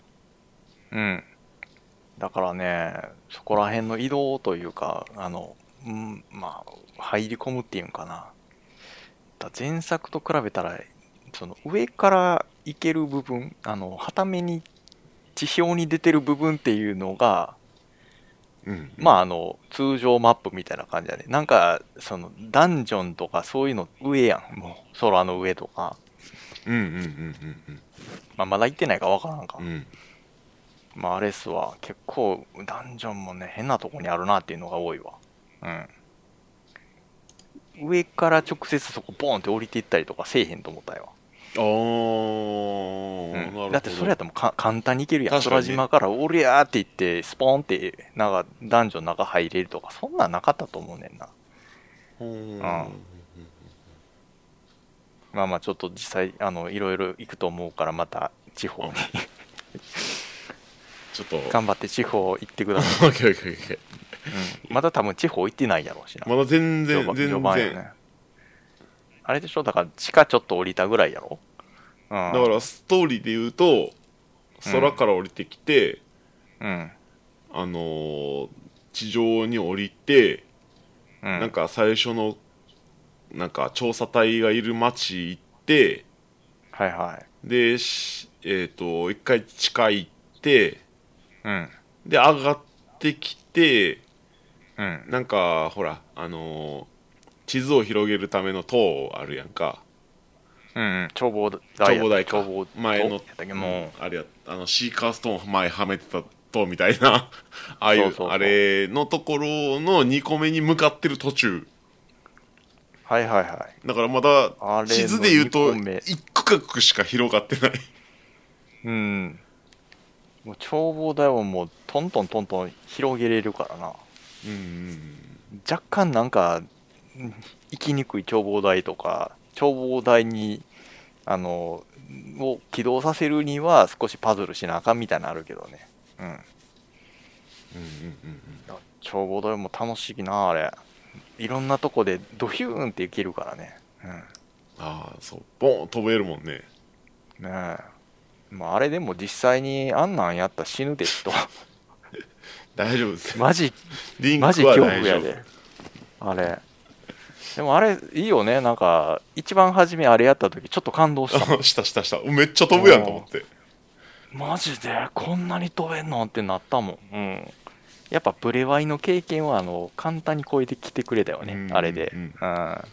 Speaker 2: うんだからねそこら辺の移動というかあの、うん、まあ入り込むっていうんかなった前作と比べたらその上から行ける部分あの旗目に地表に出てる部分っていうのが
Speaker 1: うん、
Speaker 2: まああの通常マップみたいな感じだねなんかそのダンジョンとかそういうの上やんもう空の上とか、
Speaker 1: うんうんうんうん
Speaker 2: まあ、まだ行ってないからわからんか、
Speaker 1: うんうん
Speaker 2: まあ、アレスは結構ダンジョンもね変なとこにあるなっていうのが多いわうん上から直接そこボーンって降りていったりとかせえへんと思ったよ
Speaker 1: あー、
Speaker 2: うん
Speaker 1: なるほど
Speaker 2: だってそれやったらもうか簡単に行けるやん、
Speaker 1: 確かに
Speaker 2: 空
Speaker 1: ね
Speaker 2: 島から「おりゃ!」って言ってスポーンってなんかダンジョンの中入れるとかそんなんなかったと思うねんな
Speaker 1: うん
Speaker 2: まあまあちょっと実際あのいろいろ行くと思うからまた地方 に
Speaker 1: ちょっと
Speaker 2: 頑張って地方行ってくださ
Speaker 1: オッケーオッケーオッケー
Speaker 2: い、 うんまだ多分地方行ってないやろうしな、
Speaker 1: まだ全
Speaker 2: 序
Speaker 1: 然
Speaker 2: 盤序
Speaker 1: 全
Speaker 2: 盤や
Speaker 1: 然、
Speaker 2: ねあれでしょだから地下ちょっと降りたぐらいやろう
Speaker 1: だ
Speaker 2: ん
Speaker 1: からストーリーで言うと空から降りてきて、
Speaker 2: うん
Speaker 1: あのー地上に降りて、
Speaker 2: うん
Speaker 1: なんか最初のなんか調査隊がいる町行って
Speaker 2: はいはい
Speaker 1: でしえっ、と一回地下行って
Speaker 2: うん
Speaker 1: で上がってきて
Speaker 2: うん
Speaker 1: なんかほらあのー地図を広げるための塔あるやんか
Speaker 2: うんうん眺望台
Speaker 1: 消防台か
Speaker 2: 眺望
Speaker 1: 前の
Speaker 2: やったっけもう、
Speaker 1: うんあれやあのシーカーストーン前はめてた塔みたいな ああいう
Speaker 2: そうそうそう
Speaker 1: あれのところの2個目に向かってる途中
Speaker 2: はいはいはい
Speaker 1: だからまだ
Speaker 2: あれの
Speaker 1: 地図で言うと
Speaker 2: 二個目
Speaker 1: 一区画しか広がってない
Speaker 2: うん。もう眺望台はもうトントントントン広げれるからな。
Speaker 1: うんうん
Speaker 2: 若干なんか、うん行きにくい眺望台とか、眺望台に、あの、を起動させるには少しパズルしなあかんみたいなのあるけどね。うん。
Speaker 1: うんうんうん
Speaker 2: 眺望台も楽しいな、あれ。いろんなとこでドヒューンって行けるからね。うん。
Speaker 1: ああそうボーン飛べるもんね
Speaker 2: ねえ。まあ、あれでも実際にあんなんやったら死ぬ でしょ。
Speaker 1: 大丈夫です
Speaker 2: マジ
Speaker 1: リンク
Speaker 2: マ
Speaker 1: は
Speaker 2: ジ恐怖
Speaker 1: 大丈
Speaker 2: やで。あれ。でもあれ、いいよね。なんか、一番初めあれやった時、ちょっと感動したもん。
Speaker 1: 夫したしたしためっちゃ飛ぶやんと思って
Speaker 2: マジでこんなに飛べんのってなったもん。うん。やっぱ、ブレワイの経験は、あの、簡単に超えてきてくれたよ
Speaker 1: う
Speaker 2: ね。
Speaker 1: ん
Speaker 2: あれで。
Speaker 1: う
Speaker 2: うんん。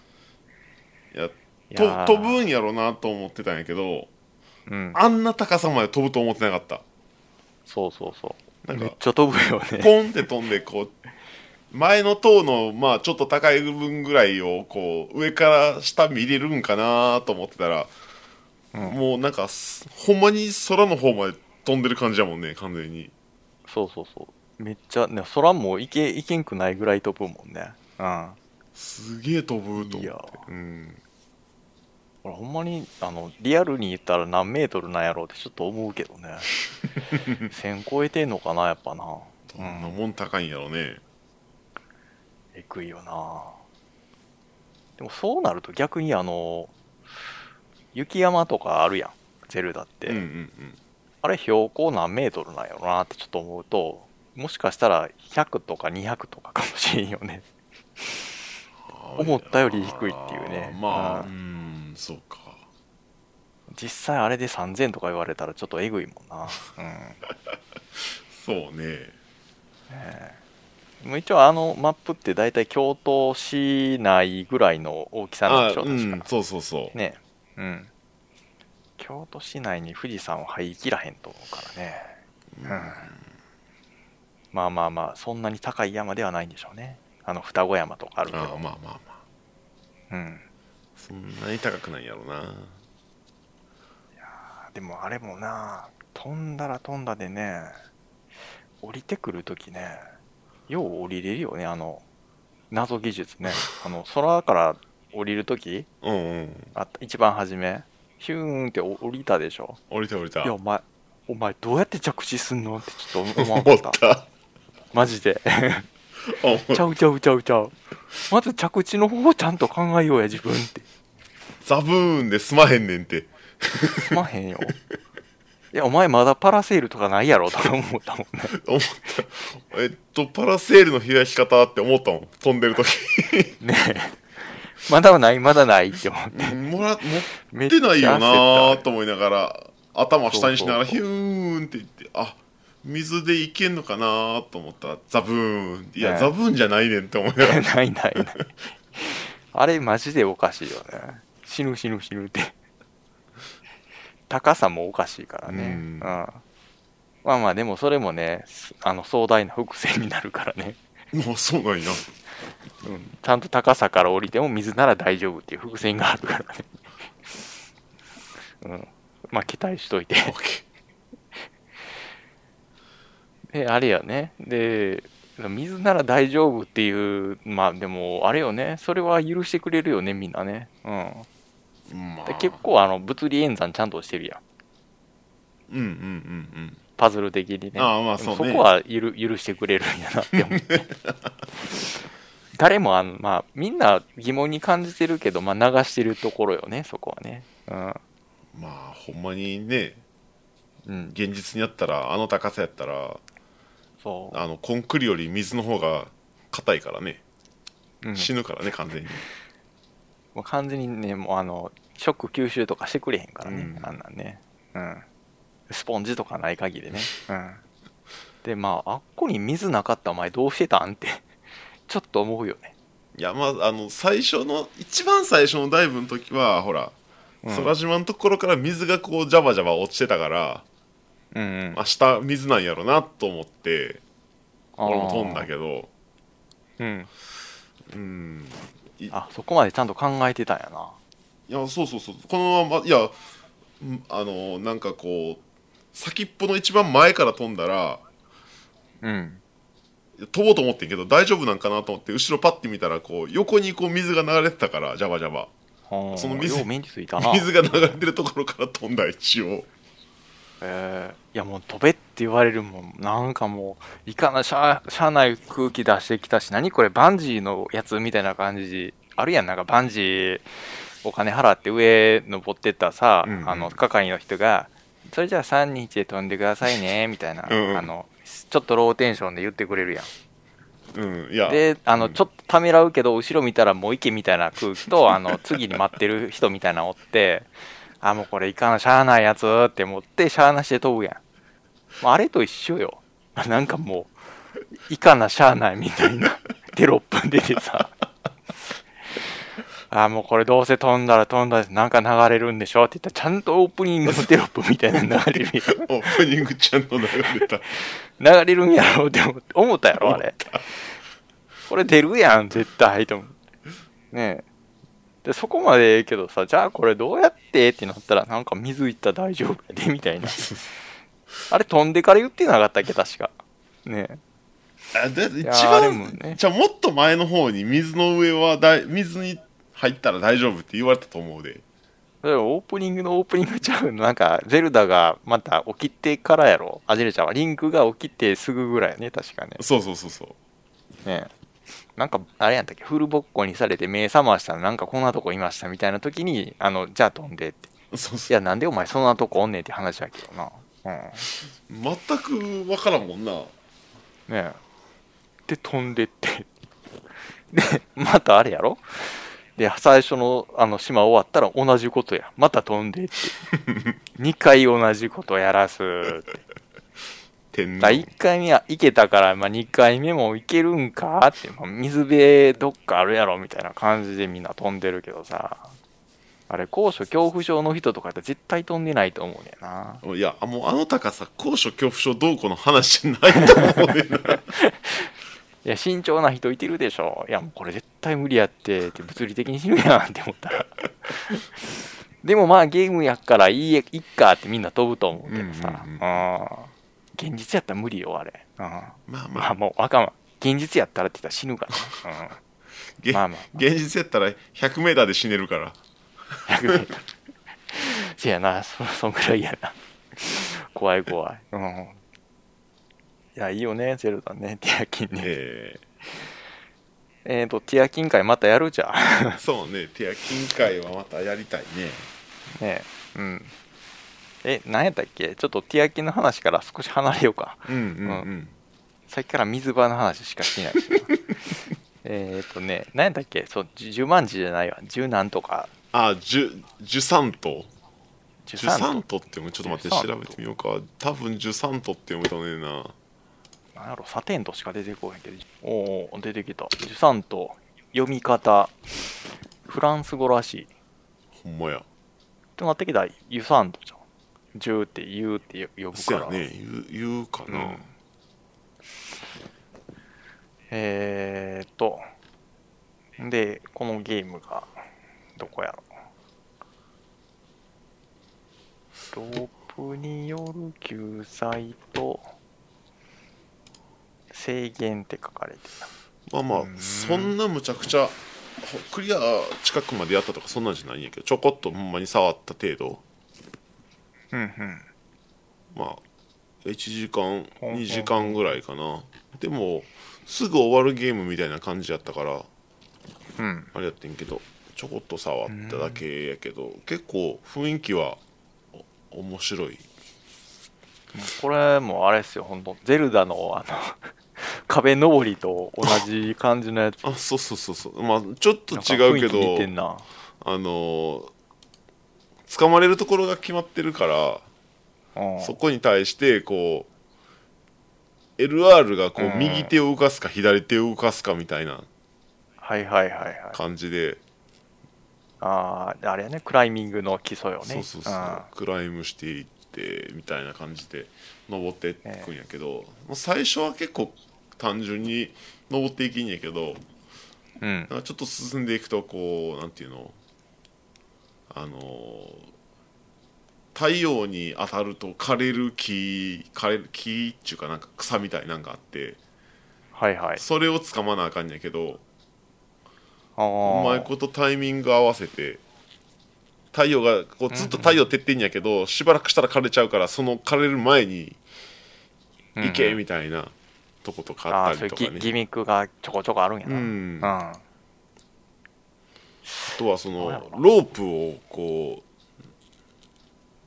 Speaker 1: いや
Speaker 2: いやー
Speaker 1: と飛ぶんやろなと思ってたんやけど
Speaker 2: うん。
Speaker 1: あんな高さまで飛ぶと思ってなかった
Speaker 2: そうそうそう。
Speaker 1: なん
Speaker 2: めっ
Speaker 1: か
Speaker 2: ちゃ飛ぶよね。
Speaker 1: ポンって飛んでこう前の塔のまあちょっと高い部分ぐらいをこう上から下見れるんかなと思ってたら
Speaker 2: うん、
Speaker 1: もうなんかすほんまに空の方まで飛んでる感じやもんね完全に
Speaker 2: そうそうそう。めっちゃ、ね、空も行け、行けんくないぐらい飛ぶもんね。うん。
Speaker 1: すげえ飛ぶと
Speaker 2: い
Speaker 1: 思っ
Speaker 2: や
Speaker 1: てうん
Speaker 2: これほんまにあのリアルに言ったら何メートルなんやろうってちょっと思うけ どね1000超えてんのかなやっぱな
Speaker 1: どんなもん高いんやろうね
Speaker 2: えぐいよなでもそうなると逆にあの雪山とかあるやんゼルダって、
Speaker 1: うんうんうん
Speaker 2: あれ標高何メートルなんやろなってちょっと思うともしかしたら100とか200とかかもしれんよね 思ったより低いっていうね
Speaker 1: あーまあ
Speaker 2: う
Speaker 1: うんそうか
Speaker 2: 実際あれで3000とか言われたらちょっとえぐいもんなうん
Speaker 1: そうね
Speaker 2: もう一応あのマップって大体京都市内ぐらいの大きさなん
Speaker 1: あ
Speaker 2: でしょ
Speaker 1: う
Speaker 2: 確か、
Speaker 1: んそうそうそう
Speaker 2: ねうん京都市内に富士山を入りきらへんと思うからね
Speaker 1: うん
Speaker 2: まあまあまあそんなに高い山ではないんでしょうねあの双子山とかあるけ
Speaker 1: あー
Speaker 2: ど
Speaker 1: まあまあまあ
Speaker 2: うん
Speaker 1: そんなに高くないんやろうな
Speaker 2: でもあれもな飛んだら飛んだでね降りてくるときねよう降りれるよねあの謎技術ねあの空から降りるとき
Speaker 1: うんうん
Speaker 2: あった一番初めヒューンって降りたでしょ
Speaker 1: 降りた降りた
Speaker 2: いやお前お前どうやって着地すんのってちょっと思わんか
Speaker 1: 思っ
Speaker 2: った
Speaker 1: た
Speaker 2: マジで
Speaker 1: 思っ
Speaker 2: ちゃ
Speaker 1: た
Speaker 2: うちゃうちゃうちゃうまず着地の方法ちゃんと考えようや自分って
Speaker 1: ザブーンで済まへんねんって
Speaker 2: すまへんよいやお前まだパラセールとかないやろとか思ったもんね
Speaker 1: 思 ったえっとパラセールの開き方って思ったもん飛んでる時
Speaker 2: ねえまだないまだないって思って
Speaker 1: もら持っ
Speaker 2: めっちゃ
Speaker 1: てないよ
Speaker 2: 焦
Speaker 1: な
Speaker 2: っ
Speaker 1: ーと思いながら頭下にしながら
Speaker 2: そ
Speaker 1: ヒ
Speaker 2: う
Speaker 1: ューンって言ってあ水でいけんのかなーと思ったらザブーンっていや、
Speaker 2: ね
Speaker 1: ザブーンじゃないねんって思いながら
Speaker 2: たないないないあれマジでおかしいよね死ぬ死ぬ死ぬって高さもおかしいからね
Speaker 1: う
Speaker 2: うんん、まあまあでもそれもねすあの壮大な伏線になるからね、
Speaker 1: もうそうなんや
Speaker 2: うん、ちゃんと高さから降りても水なら大丈夫っていう伏線があるからねうんまあ期待しといて
Speaker 1: オッケ
Speaker 2: であれやねで水なら大丈夫っていうまあでもあれよねそれは許してくれるよねみんなねう
Speaker 1: ーま
Speaker 2: ん
Speaker 1: あ
Speaker 2: で結構あの物理演算ちゃんとしてるやん
Speaker 1: うんうんうん
Speaker 2: パズル的にね
Speaker 1: ああまあそうね
Speaker 2: でもこはゆる許してくれるんやなって 思って誰もあのまあみんな疑問に感じてるけどまあ流してるところよねそこはね
Speaker 1: うんまあほんまにね
Speaker 2: うん、うん、
Speaker 1: 現実にあったらあの高さやったら
Speaker 2: そ
Speaker 1: あのコンクリより水の方が硬いからね
Speaker 2: う、うん
Speaker 1: 死ぬからね完全に
Speaker 2: もう完全にね、もうあの、ショック吸収とかしてくれへんからね、
Speaker 1: うん
Speaker 2: あんなんね。うん。スポンジとかない限りね。うん。で、まあ、あっこに水なかったお前どうしてたんって、ちょっと思うよね。
Speaker 1: いやまああの最初の一番最初のダイブの時はほら
Speaker 2: うん
Speaker 1: 空島のところから水がこうジャバジャバ落ちてたから、
Speaker 2: うん、うん。
Speaker 1: 明日水なんやろなと思って俺も飛んだ
Speaker 2: ど。
Speaker 1: けど
Speaker 2: うん。
Speaker 1: うん
Speaker 2: あ、そこまでちゃんと考えてたんやな。
Speaker 1: いやそうそうそうこのままいやうんあのなんかこう先っぽの一番前から飛んだら
Speaker 2: うん。
Speaker 1: 飛ぼうと思ってんけど大丈夫なんかなと思って後ろパッて見たらこう横にこう水が流れてたからジャバジャバそ
Speaker 2: そ
Speaker 1: の
Speaker 2: の
Speaker 1: 水
Speaker 2: 水。よう目についたな。
Speaker 1: 水が流れてるところから飛んだ一応
Speaker 2: えーいやもう飛べって言われるもんなんかもういかな車車内空気出してきたし何これバンジーのやつみたいな感じあるやんなんかバンジーお金払って上登ってったさ、
Speaker 1: うんうん
Speaker 2: あの係の人が「それじゃあ3日で飛んでくださいね」みたいな
Speaker 1: うんうん
Speaker 2: あのちょっとローテンションで言ってくれるやん
Speaker 1: うんいや
Speaker 2: であ
Speaker 1: う
Speaker 2: の
Speaker 1: ん
Speaker 2: ちょっとためらうけど後ろ見たらもう行けみたいな空 気とあの次に待ってる人みたいなのおってあもうこれいかなしゃあないやつって思ってしゃあなしで飛ぶやんもうあれと一緒よ なんかもういかなしゃあないみたい なテロップ出てさあもうこれどうせ飛んだら飛んだらなんか流れるんでしょって言ったらちゃんとオープニングのテロップみたいなの流れるやん
Speaker 1: オープニングちゃんと流れた
Speaker 2: 流れるんやろうって思って思ったやろあれこれ出るやん絶対と思うねえでそこまでええけどさじゃあこれどうやってってなったらなんか水いったら大丈夫やでみたいなあれ飛んでから言ってなかったっけ確かねえ
Speaker 1: あだって一
Speaker 2: やーで
Speaker 1: 番
Speaker 2: もね
Speaker 1: じゃあもっと前の方に水の上はだい水に入ったら大丈夫って言われたと思うで
Speaker 2: それオープニングのオープニングちゃうのなんかゼルダがまた起きてからやろあゼルちゃんはリンクが起きてすぐぐらいやね確かね
Speaker 1: そうそうそうそう
Speaker 2: ねなんかあれやったっけフルボッコにされて目覚ましたらなんかこんなとこいましたみたいな時にあのじゃあ飛んでって
Speaker 1: そう
Speaker 2: い
Speaker 1: そう
Speaker 2: やなんでお前そんなとこおんねんって話やけどなうんね
Speaker 1: 全く分からんもんな
Speaker 2: えで飛んでってでまたあれやろで最初のあの島終わったら同じことやまた飛んでって2回同じことやらすって
Speaker 1: 天
Speaker 2: だ1回目は行けたから、まあ、2回目も行けるんかって、まあ、水辺どっかあるやろみたいな感じでみんな飛んでるけどさあれ高所恐怖症の人とかって絶対飛んでないと思うねんない
Speaker 1: やもうあの高さ高所恐怖症どうこうの話じゃないと思うねんな
Speaker 2: いや慎重な人いてるでしょいやもうこれ絶対無理やってって物理的に死ぬやんって思ったら でもまあゲームやからいいやいっかってみんな飛ぶと思うけどさ、
Speaker 1: うんうんうん
Speaker 2: あー現実やったら無理よあれ、うん
Speaker 1: まあま
Speaker 2: まあ
Speaker 1: あ
Speaker 2: もうあかんわ現実やったらって言ったら死ぬか らね、うん
Speaker 1: げ
Speaker 2: まあまあ
Speaker 1: 現実やったら 100m で死ねるから
Speaker 2: 100 せやな、そ、そんくらいやな。怖い怖い。うん。いや、いいよね、ゼルダね、ティアキンね。
Speaker 1: え
Speaker 2: えーと、ティアキン会またやるじゃん。
Speaker 1: え そうね手や金塊はまたやりたいね
Speaker 2: ねえ、うん。え、なんやったっけちょっとティアキンの話から少し離れようか。
Speaker 1: うんうんうん
Speaker 2: さっきから水場の話しかしてないけど。えーっとね、何やったっけそう、じゅ十万字じゃないわ。十何とか。
Speaker 1: あジュサント
Speaker 2: 十
Speaker 1: ジュサ
Speaker 2: 三
Speaker 1: ント
Speaker 2: と。
Speaker 1: って読むちょっと待って
Speaker 2: ジュサント
Speaker 1: 調べてみようか多分ジュサントって読めたねえな
Speaker 2: なんやろ、サテンとしか出てこへんけど。おお、出てきた。十三と、読み方、フランス語らしい。
Speaker 1: ほんまや
Speaker 2: となってきたら、ユサントじゃん。ジューって言うって呼ぶ
Speaker 1: せ
Speaker 2: か
Speaker 1: や
Speaker 2: ら。
Speaker 1: ね言う言うかな、
Speaker 2: うんえーっと、で、このゲームが、どこやろ。ロープによる救済と、制限って書かれて
Speaker 1: まあまあ
Speaker 2: うん
Speaker 1: そんなむちゃくちゃほクリア近くまでやったとかそんなんじゃないんやけどちょこっとほんまに触った程度
Speaker 2: た。うんうん。
Speaker 1: まあ1時間
Speaker 2: ほんほん
Speaker 1: 2時間ぐらいかなでもすぐ終わるゲームみたいな感じやったから
Speaker 2: うん。
Speaker 1: あれやってんけどちょこっと触っただけやけど結構雰囲気はお面白い
Speaker 2: もうこれもあれですよ、ほんと、ゼルダの、 あの、壁登りと同じ感じのやつ。
Speaker 1: あそうそうそうそうまあちょっと
Speaker 2: なんか
Speaker 1: 違うけ
Speaker 2: 雰囲気似
Speaker 1: ど
Speaker 2: てんな。
Speaker 1: あのー捕まれるところが決まってるから
Speaker 2: うん
Speaker 1: そこに対してこう LR がこ
Speaker 2: う
Speaker 1: うん右手を動かすか左手を動かすかみたいな
Speaker 2: はいはいはいはい。
Speaker 1: 感じで、
Speaker 2: ああ、あれやね、クライミングの基礎よね。
Speaker 1: そうそうそう
Speaker 2: あ
Speaker 1: クライムしていってみたいな感じで登っていくんやけど、もう最初は結構単純に登っていきんやけど
Speaker 2: ーうん。
Speaker 1: なんかちょっと進んでいくとこうなんていうのあのー太陽に当たると枯れる木枯れる木っていうかなんか草みたいなんかあって
Speaker 2: はいはい。
Speaker 1: それをつかまなあかんやけど
Speaker 2: ああ。
Speaker 1: うまいことタイミング合わせて太陽がこうずっと太陽照ってんやけどしばらくしたら枯れちゃうからその枯れる前に
Speaker 2: うん
Speaker 1: 行けみたいなとことか
Speaker 2: あ
Speaker 1: あ
Speaker 2: あ、
Speaker 1: っ
Speaker 2: そ
Speaker 1: た
Speaker 2: うい
Speaker 1: り
Speaker 2: う
Speaker 1: とか
Speaker 2: ギギ
Speaker 1: ね
Speaker 2: ミックがちょこちょこあるんや
Speaker 1: う
Speaker 2: な。うん。
Speaker 1: んあ
Speaker 2: あ
Speaker 1: とはそのロープをこ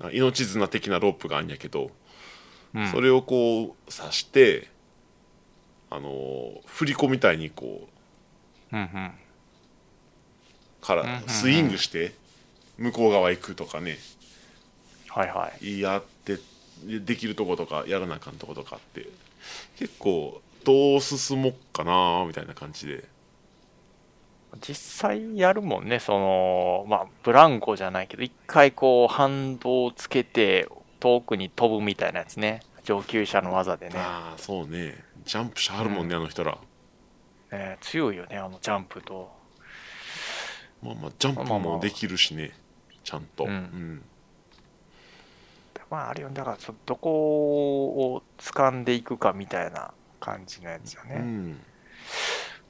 Speaker 1: うな命綱的なロープがあんやけど
Speaker 2: うん
Speaker 1: それをこう刺してあのー振り子みたいにこう
Speaker 2: うんうん。
Speaker 1: か
Speaker 2: うんうん
Speaker 1: ら
Speaker 2: うん
Speaker 1: スイングして向こう側行くとかね
Speaker 2: はいはい。
Speaker 1: やってできるとことかやらなあかんとことかあって結構どう進もっかなみたいな感じで
Speaker 2: 実際やるもんね、その、まあ、ブランコじゃないけど、一回こう、反動をつけて、遠くに飛ぶみたいなやつね。上級者の技でね。
Speaker 1: ああそうねジャンプしはるもんね、あの人ら
Speaker 2: ね強いよね、あのジャンプと。
Speaker 1: まあまあジャンプ
Speaker 2: まあま
Speaker 1: も
Speaker 2: あ
Speaker 1: できるしねちゃんと、
Speaker 2: うん
Speaker 1: うん
Speaker 2: まあ、あれよね、だからそ、どこを掴んでいくかみたいな感じのやつよね。
Speaker 1: うん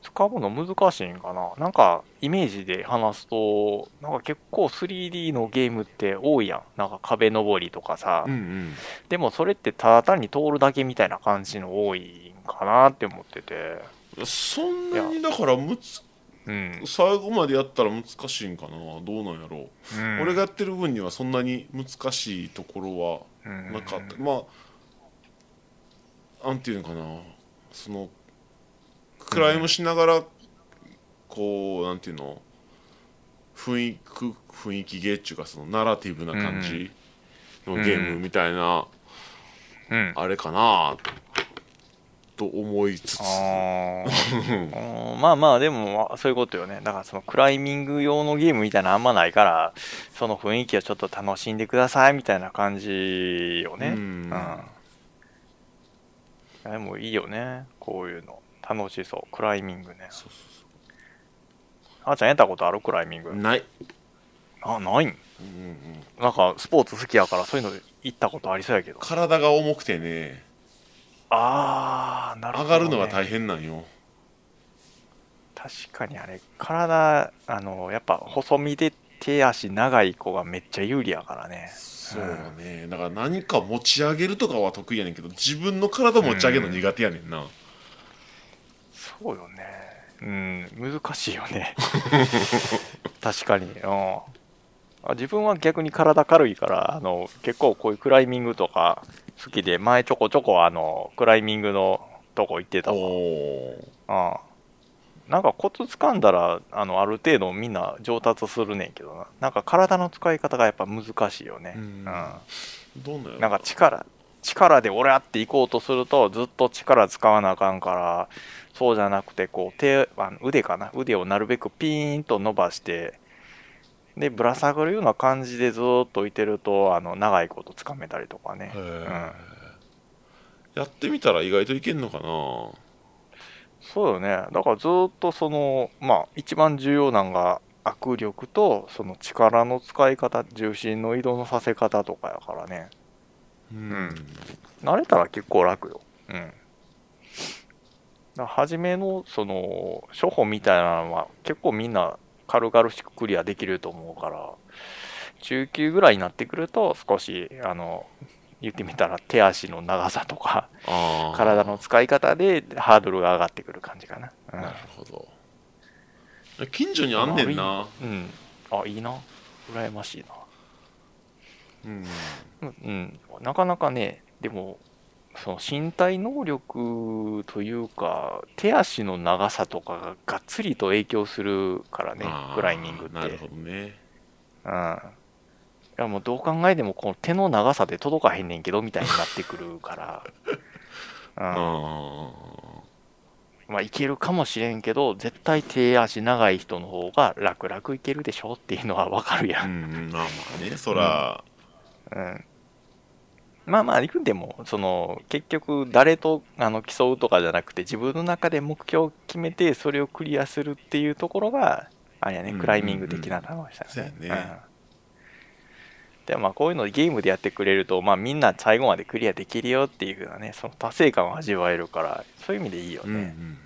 Speaker 2: 使うの難しいんかななんかイメージで話すとなんか結構 3D のゲームって多いやんなんか壁登りとかさ、
Speaker 1: うんうん
Speaker 2: でもそれってただ単に通るだけみたいな感じの多いんかなって思ってて
Speaker 1: そんなにだからむつ
Speaker 2: うん、
Speaker 1: 最後までやったら難しいんかなどうなんやろう、俺がやってる分にはそんなに難しいところはな
Speaker 2: なん
Speaker 1: かあったまあなんていうのかなそのクライムしながら、こうなんていうの雰囲気雰囲気ゲーっていうかそのナラティブな感じのゲームみたいな、
Speaker 2: うん
Speaker 1: あれかなと思いつつ
Speaker 2: あーうんまあまあでもそういうことよねだからそのクライミング用のゲームみたいなのあんまないからその雰囲気をちょっと楽しんでくださいみたいな感じよね
Speaker 1: うん
Speaker 2: うん、でもいいよねこういうの楽しそうクライミングね
Speaker 1: そうそうそ
Speaker 2: あーちゃんやったことあるクライミン
Speaker 1: う
Speaker 2: グ
Speaker 1: ない、
Speaker 2: あないん
Speaker 1: うんうん、
Speaker 2: なんかスポーツ好きやからそういうの行ったことありそうやけど
Speaker 1: 体が重くてね
Speaker 2: ああなるほ
Speaker 1: 上
Speaker 2: ど、
Speaker 1: がるのが大変なんよ
Speaker 2: 確かにあれ体あのやっぱ細身で手足長い子がめっちゃ有利やからね
Speaker 1: そうだね、だから何か持ち上げるとかは得意やねんけど自分の体持ち上げるの苦手やねんな、
Speaker 2: そうよねうん難しい よね確かにうんあ自分は逆に体軽いからあの結構こういうクライミングとか好きで前ちょこちょこあのクライミングのとこ行ってたわ
Speaker 1: おー
Speaker 2: あなんかコツ掴んだらあのある程度みんな上達するねんけどななんか体の使い方がやっぱ難しいよね
Speaker 1: うん
Speaker 2: うん
Speaker 1: どんなや
Speaker 2: なんか力力で俺あっていこうとするとずっと力使わなあかんからそうじゃなくてこう手あの腕かな腕をなるべくピーンと伸ばしてでぶら下がるような感じでずーっと置いてるとあの長いことつかめたりとかね、
Speaker 1: へ
Speaker 2: うん
Speaker 1: ー、やってみたら意外といけんのかな
Speaker 2: そうよねだからずーっとそのまあ一番重要なのが握力とその力の使い方重心の移動のさせ方とかやからね
Speaker 1: うん
Speaker 2: 慣れたら結構楽よ。うん。だから初めの、その、処方みたいなのは結構みんな軽々しくクリアできると思うから、中級ぐらいになってくると少し、あの、言ってみたら手足の長さとか、
Speaker 1: ああ
Speaker 2: 体の使い方でハードルが上がってくる感じかな。うん
Speaker 1: なるほど近所にあんねんな、
Speaker 2: うん。あ、いいな。羨ましいな。
Speaker 1: うん、
Speaker 2: うん、なかなかね、でも、その身体能力というか、手足の長さとかががっつりと影響するからね
Speaker 1: あ、ー
Speaker 2: クライミングって。
Speaker 1: なるほどね
Speaker 2: うんいやもうどう考えてもこの手の長さで届かへんねんけどみたいになってくる から、うん
Speaker 1: あ
Speaker 2: まあ、いけるかもしれんけど絶対手足長い人の方が楽々いけるでしょっていうのはわかるや
Speaker 1: あ
Speaker 2: ん
Speaker 1: う、んまあまあねそら、
Speaker 2: うんまあまあ、行くんでも、その、結局、誰とあの競うとかじゃなくて、自分の中で目標を決めて、それをクリアするっていうところが、あれやね、
Speaker 1: うん
Speaker 2: クライミング的な楽しさ
Speaker 1: そうやね
Speaker 2: うんでもまあ、こういうのゲームでやってくれると、まあ、みんな最後までクリアできるよっていうふうなね、その達成感を味わえるから、そういう意味でいいよ
Speaker 1: うんう
Speaker 2: ね。
Speaker 1: ん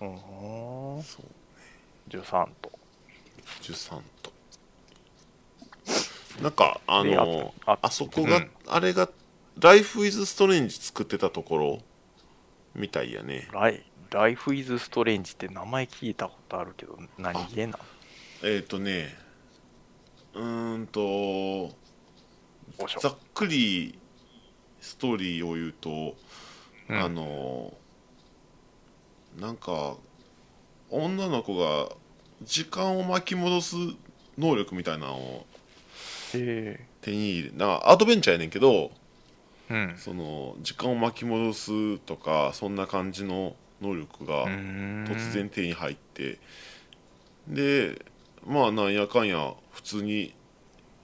Speaker 2: うん。うん。
Speaker 1: そう
Speaker 2: 13と。
Speaker 1: 13となんかあ
Speaker 2: で
Speaker 1: の
Speaker 2: あ
Speaker 1: あそこが、
Speaker 2: うん
Speaker 1: あれが「ライフイズストレンジ作ってたところみたいやね
Speaker 2: ライライフイズストレンジって名前聞いたことあるけど何気な
Speaker 1: えっ、ー、とねうーんと
Speaker 2: おしょ
Speaker 1: ざっくりストーリーを言うと、
Speaker 2: うん
Speaker 1: あのなんか女の子が時間を巻き戻す能力みたいなのを
Speaker 2: へ
Speaker 1: 手に入れなんかアドベンチャーやねんけど
Speaker 2: えうん
Speaker 1: その時間を巻き戻すとかそんな感じの能力が突
Speaker 2: 突
Speaker 1: 然手に入って、でまあなんやかんや普通に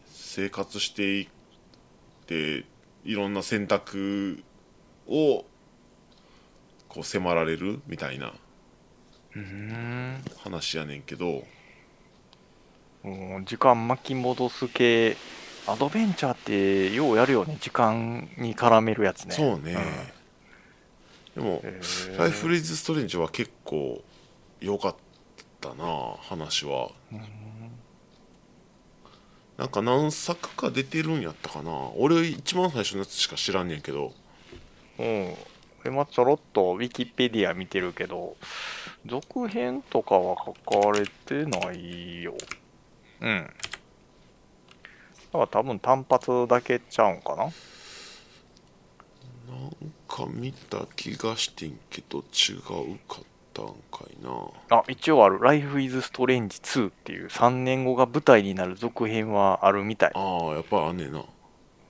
Speaker 1: 生活していっていろんな選択をこう迫られるみたいな
Speaker 2: うん
Speaker 1: 話やねんけど
Speaker 2: もう時間巻き戻す系アドベンチャーってようやるよね時間に絡めるやつね
Speaker 1: そうね、でも
Speaker 2: へ
Speaker 1: 「
Speaker 2: ー
Speaker 1: ライフ・リーズ・ストレンジ」は結構良かったな話は
Speaker 2: うん
Speaker 1: なんか何作か出てるんやったかな俺一番最初のやつしか知らんねんけど
Speaker 2: うん俺もちょろっとウィキペディア見てるけど続編とかは書かれてないようんだから多分単発だけちゃうんかな
Speaker 1: なんか見た気がしてんけど違うかったんかいな
Speaker 2: あ、一応ある。Life is Strange 2っていう3年後が舞台になる続編はあるみたい。
Speaker 1: ああやっぱあんねんな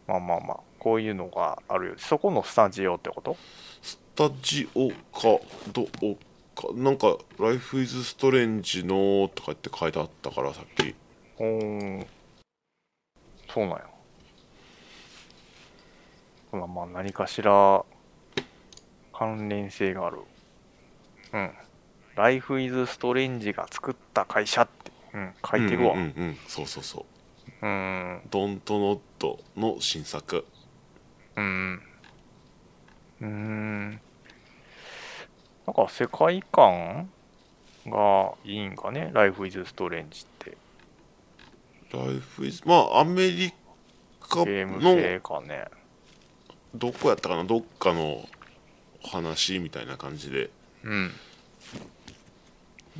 Speaker 2: まあまあまあ、こういうのがあるよ。そこのスタジオってこと
Speaker 1: スタジオかどうかなんか「ライフ・イズ・ストレンジの」とかって書いてあったからさっき
Speaker 2: うーん。そうなんや。まあまあ、何かしら関連性がある。うん。Life is Strange が作った会社って、うん、書いてるわ。う
Speaker 1: うんうんんうん、うんそうそうそう
Speaker 2: うん
Speaker 1: 「ドント・ノット」の新作
Speaker 2: うん。うーん。なんか世界観がいいんかね、Life is Strange って。
Speaker 1: 「ライフ・イズ」まあアメリカ
Speaker 2: ゲーム性
Speaker 1: の
Speaker 2: かね。
Speaker 1: どこやったかなどっかの話みたいな感じで
Speaker 2: うん。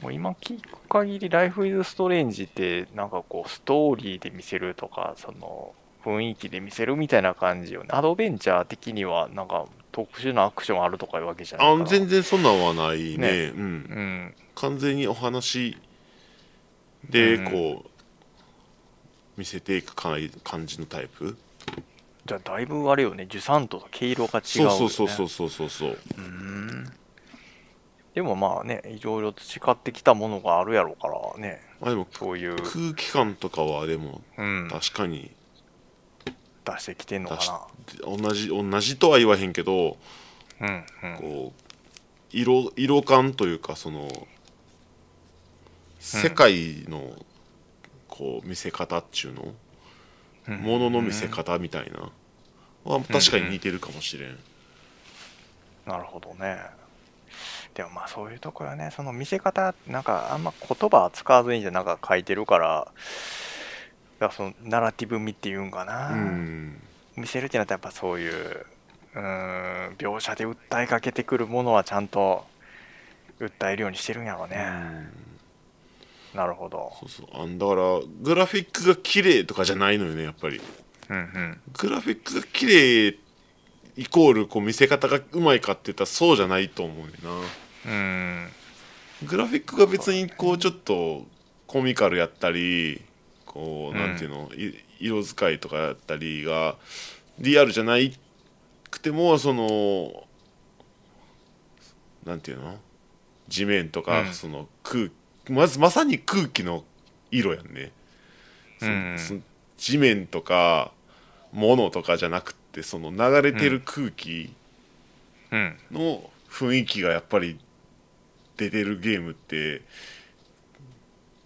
Speaker 2: もう今聞く限り、Life is Strange って、なんかこう、ストーリーで見せるとか、その、雰囲気で見せるみたいな感じよね。アドベンチャー的には、なんか、特殊なアクションあるとかいうわけじゃない
Speaker 1: あ
Speaker 2: から
Speaker 1: 全然そんなんはないね
Speaker 2: ね
Speaker 1: うん、
Speaker 2: うん
Speaker 1: 完全にお話で
Speaker 2: うん
Speaker 1: こう、見せていくかい感じのタイプ
Speaker 2: じゃあだいぶあれよね受産と毛色が違う
Speaker 1: そ
Speaker 2: よ、
Speaker 1: う
Speaker 2: ね、
Speaker 1: そうそうそうそうそうそう
Speaker 2: うんでもまあねいろいろ培ってきたものがあるやろうからね
Speaker 1: あでも
Speaker 2: そういう、
Speaker 1: 空気感とかはでも
Speaker 2: うん、
Speaker 1: 確かに
Speaker 2: 出してきてんの
Speaker 1: 出し
Speaker 2: か
Speaker 1: 同じ同じとは言わへんけど
Speaker 2: なうんうん
Speaker 1: こう色色感というかその世界の、こう見せ方っちゅうの
Speaker 2: うん
Speaker 1: ものの見せ方みたいなは確かに似てるかもしれん、
Speaker 2: なるほどねでもまあそういうところはねその見せ方なんかあんま言葉使わずにじゃなんか書いてるからだからそのナラティブ味っていうんかな、
Speaker 1: うん
Speaker 2: 見せるってなったらやっぱそういううーん描写で訴えかけてくるものはちゃんと訴えるようにしてるんやろう
Speaker 1: う
Speaker 2: ね、
Speaker 1: ん
Speaker 2: なるほど
Speaker 1: そうそうあんだからグラフィックが綺麗とかじゃないのよねやっぱり
Speaker 2: うんうん
Speaker 1: グラフィックが綺麗イコールこう見せ方がうまいかって言ったらそうじゃないと思うねんな
Speaker 2: うん
Speaker 1: グラフィックが別にこうちょっとコミカルやったりこう
Speaker 2: うん
Speaker 1: なんていうの、い色使いとかやったりがリアルじゃないくてもそのなんていうの地面とか、
Speaker 2: うん
Speaker 1: その空まずまさに空気の色やんね、そ
Speaker 2: うん
Speaker 1: そ地面とか物とかじゃなくってその流れてる空気、
Speaker 2: うん
Speaker 1: の雰囲気がやっぱり出てるゲームって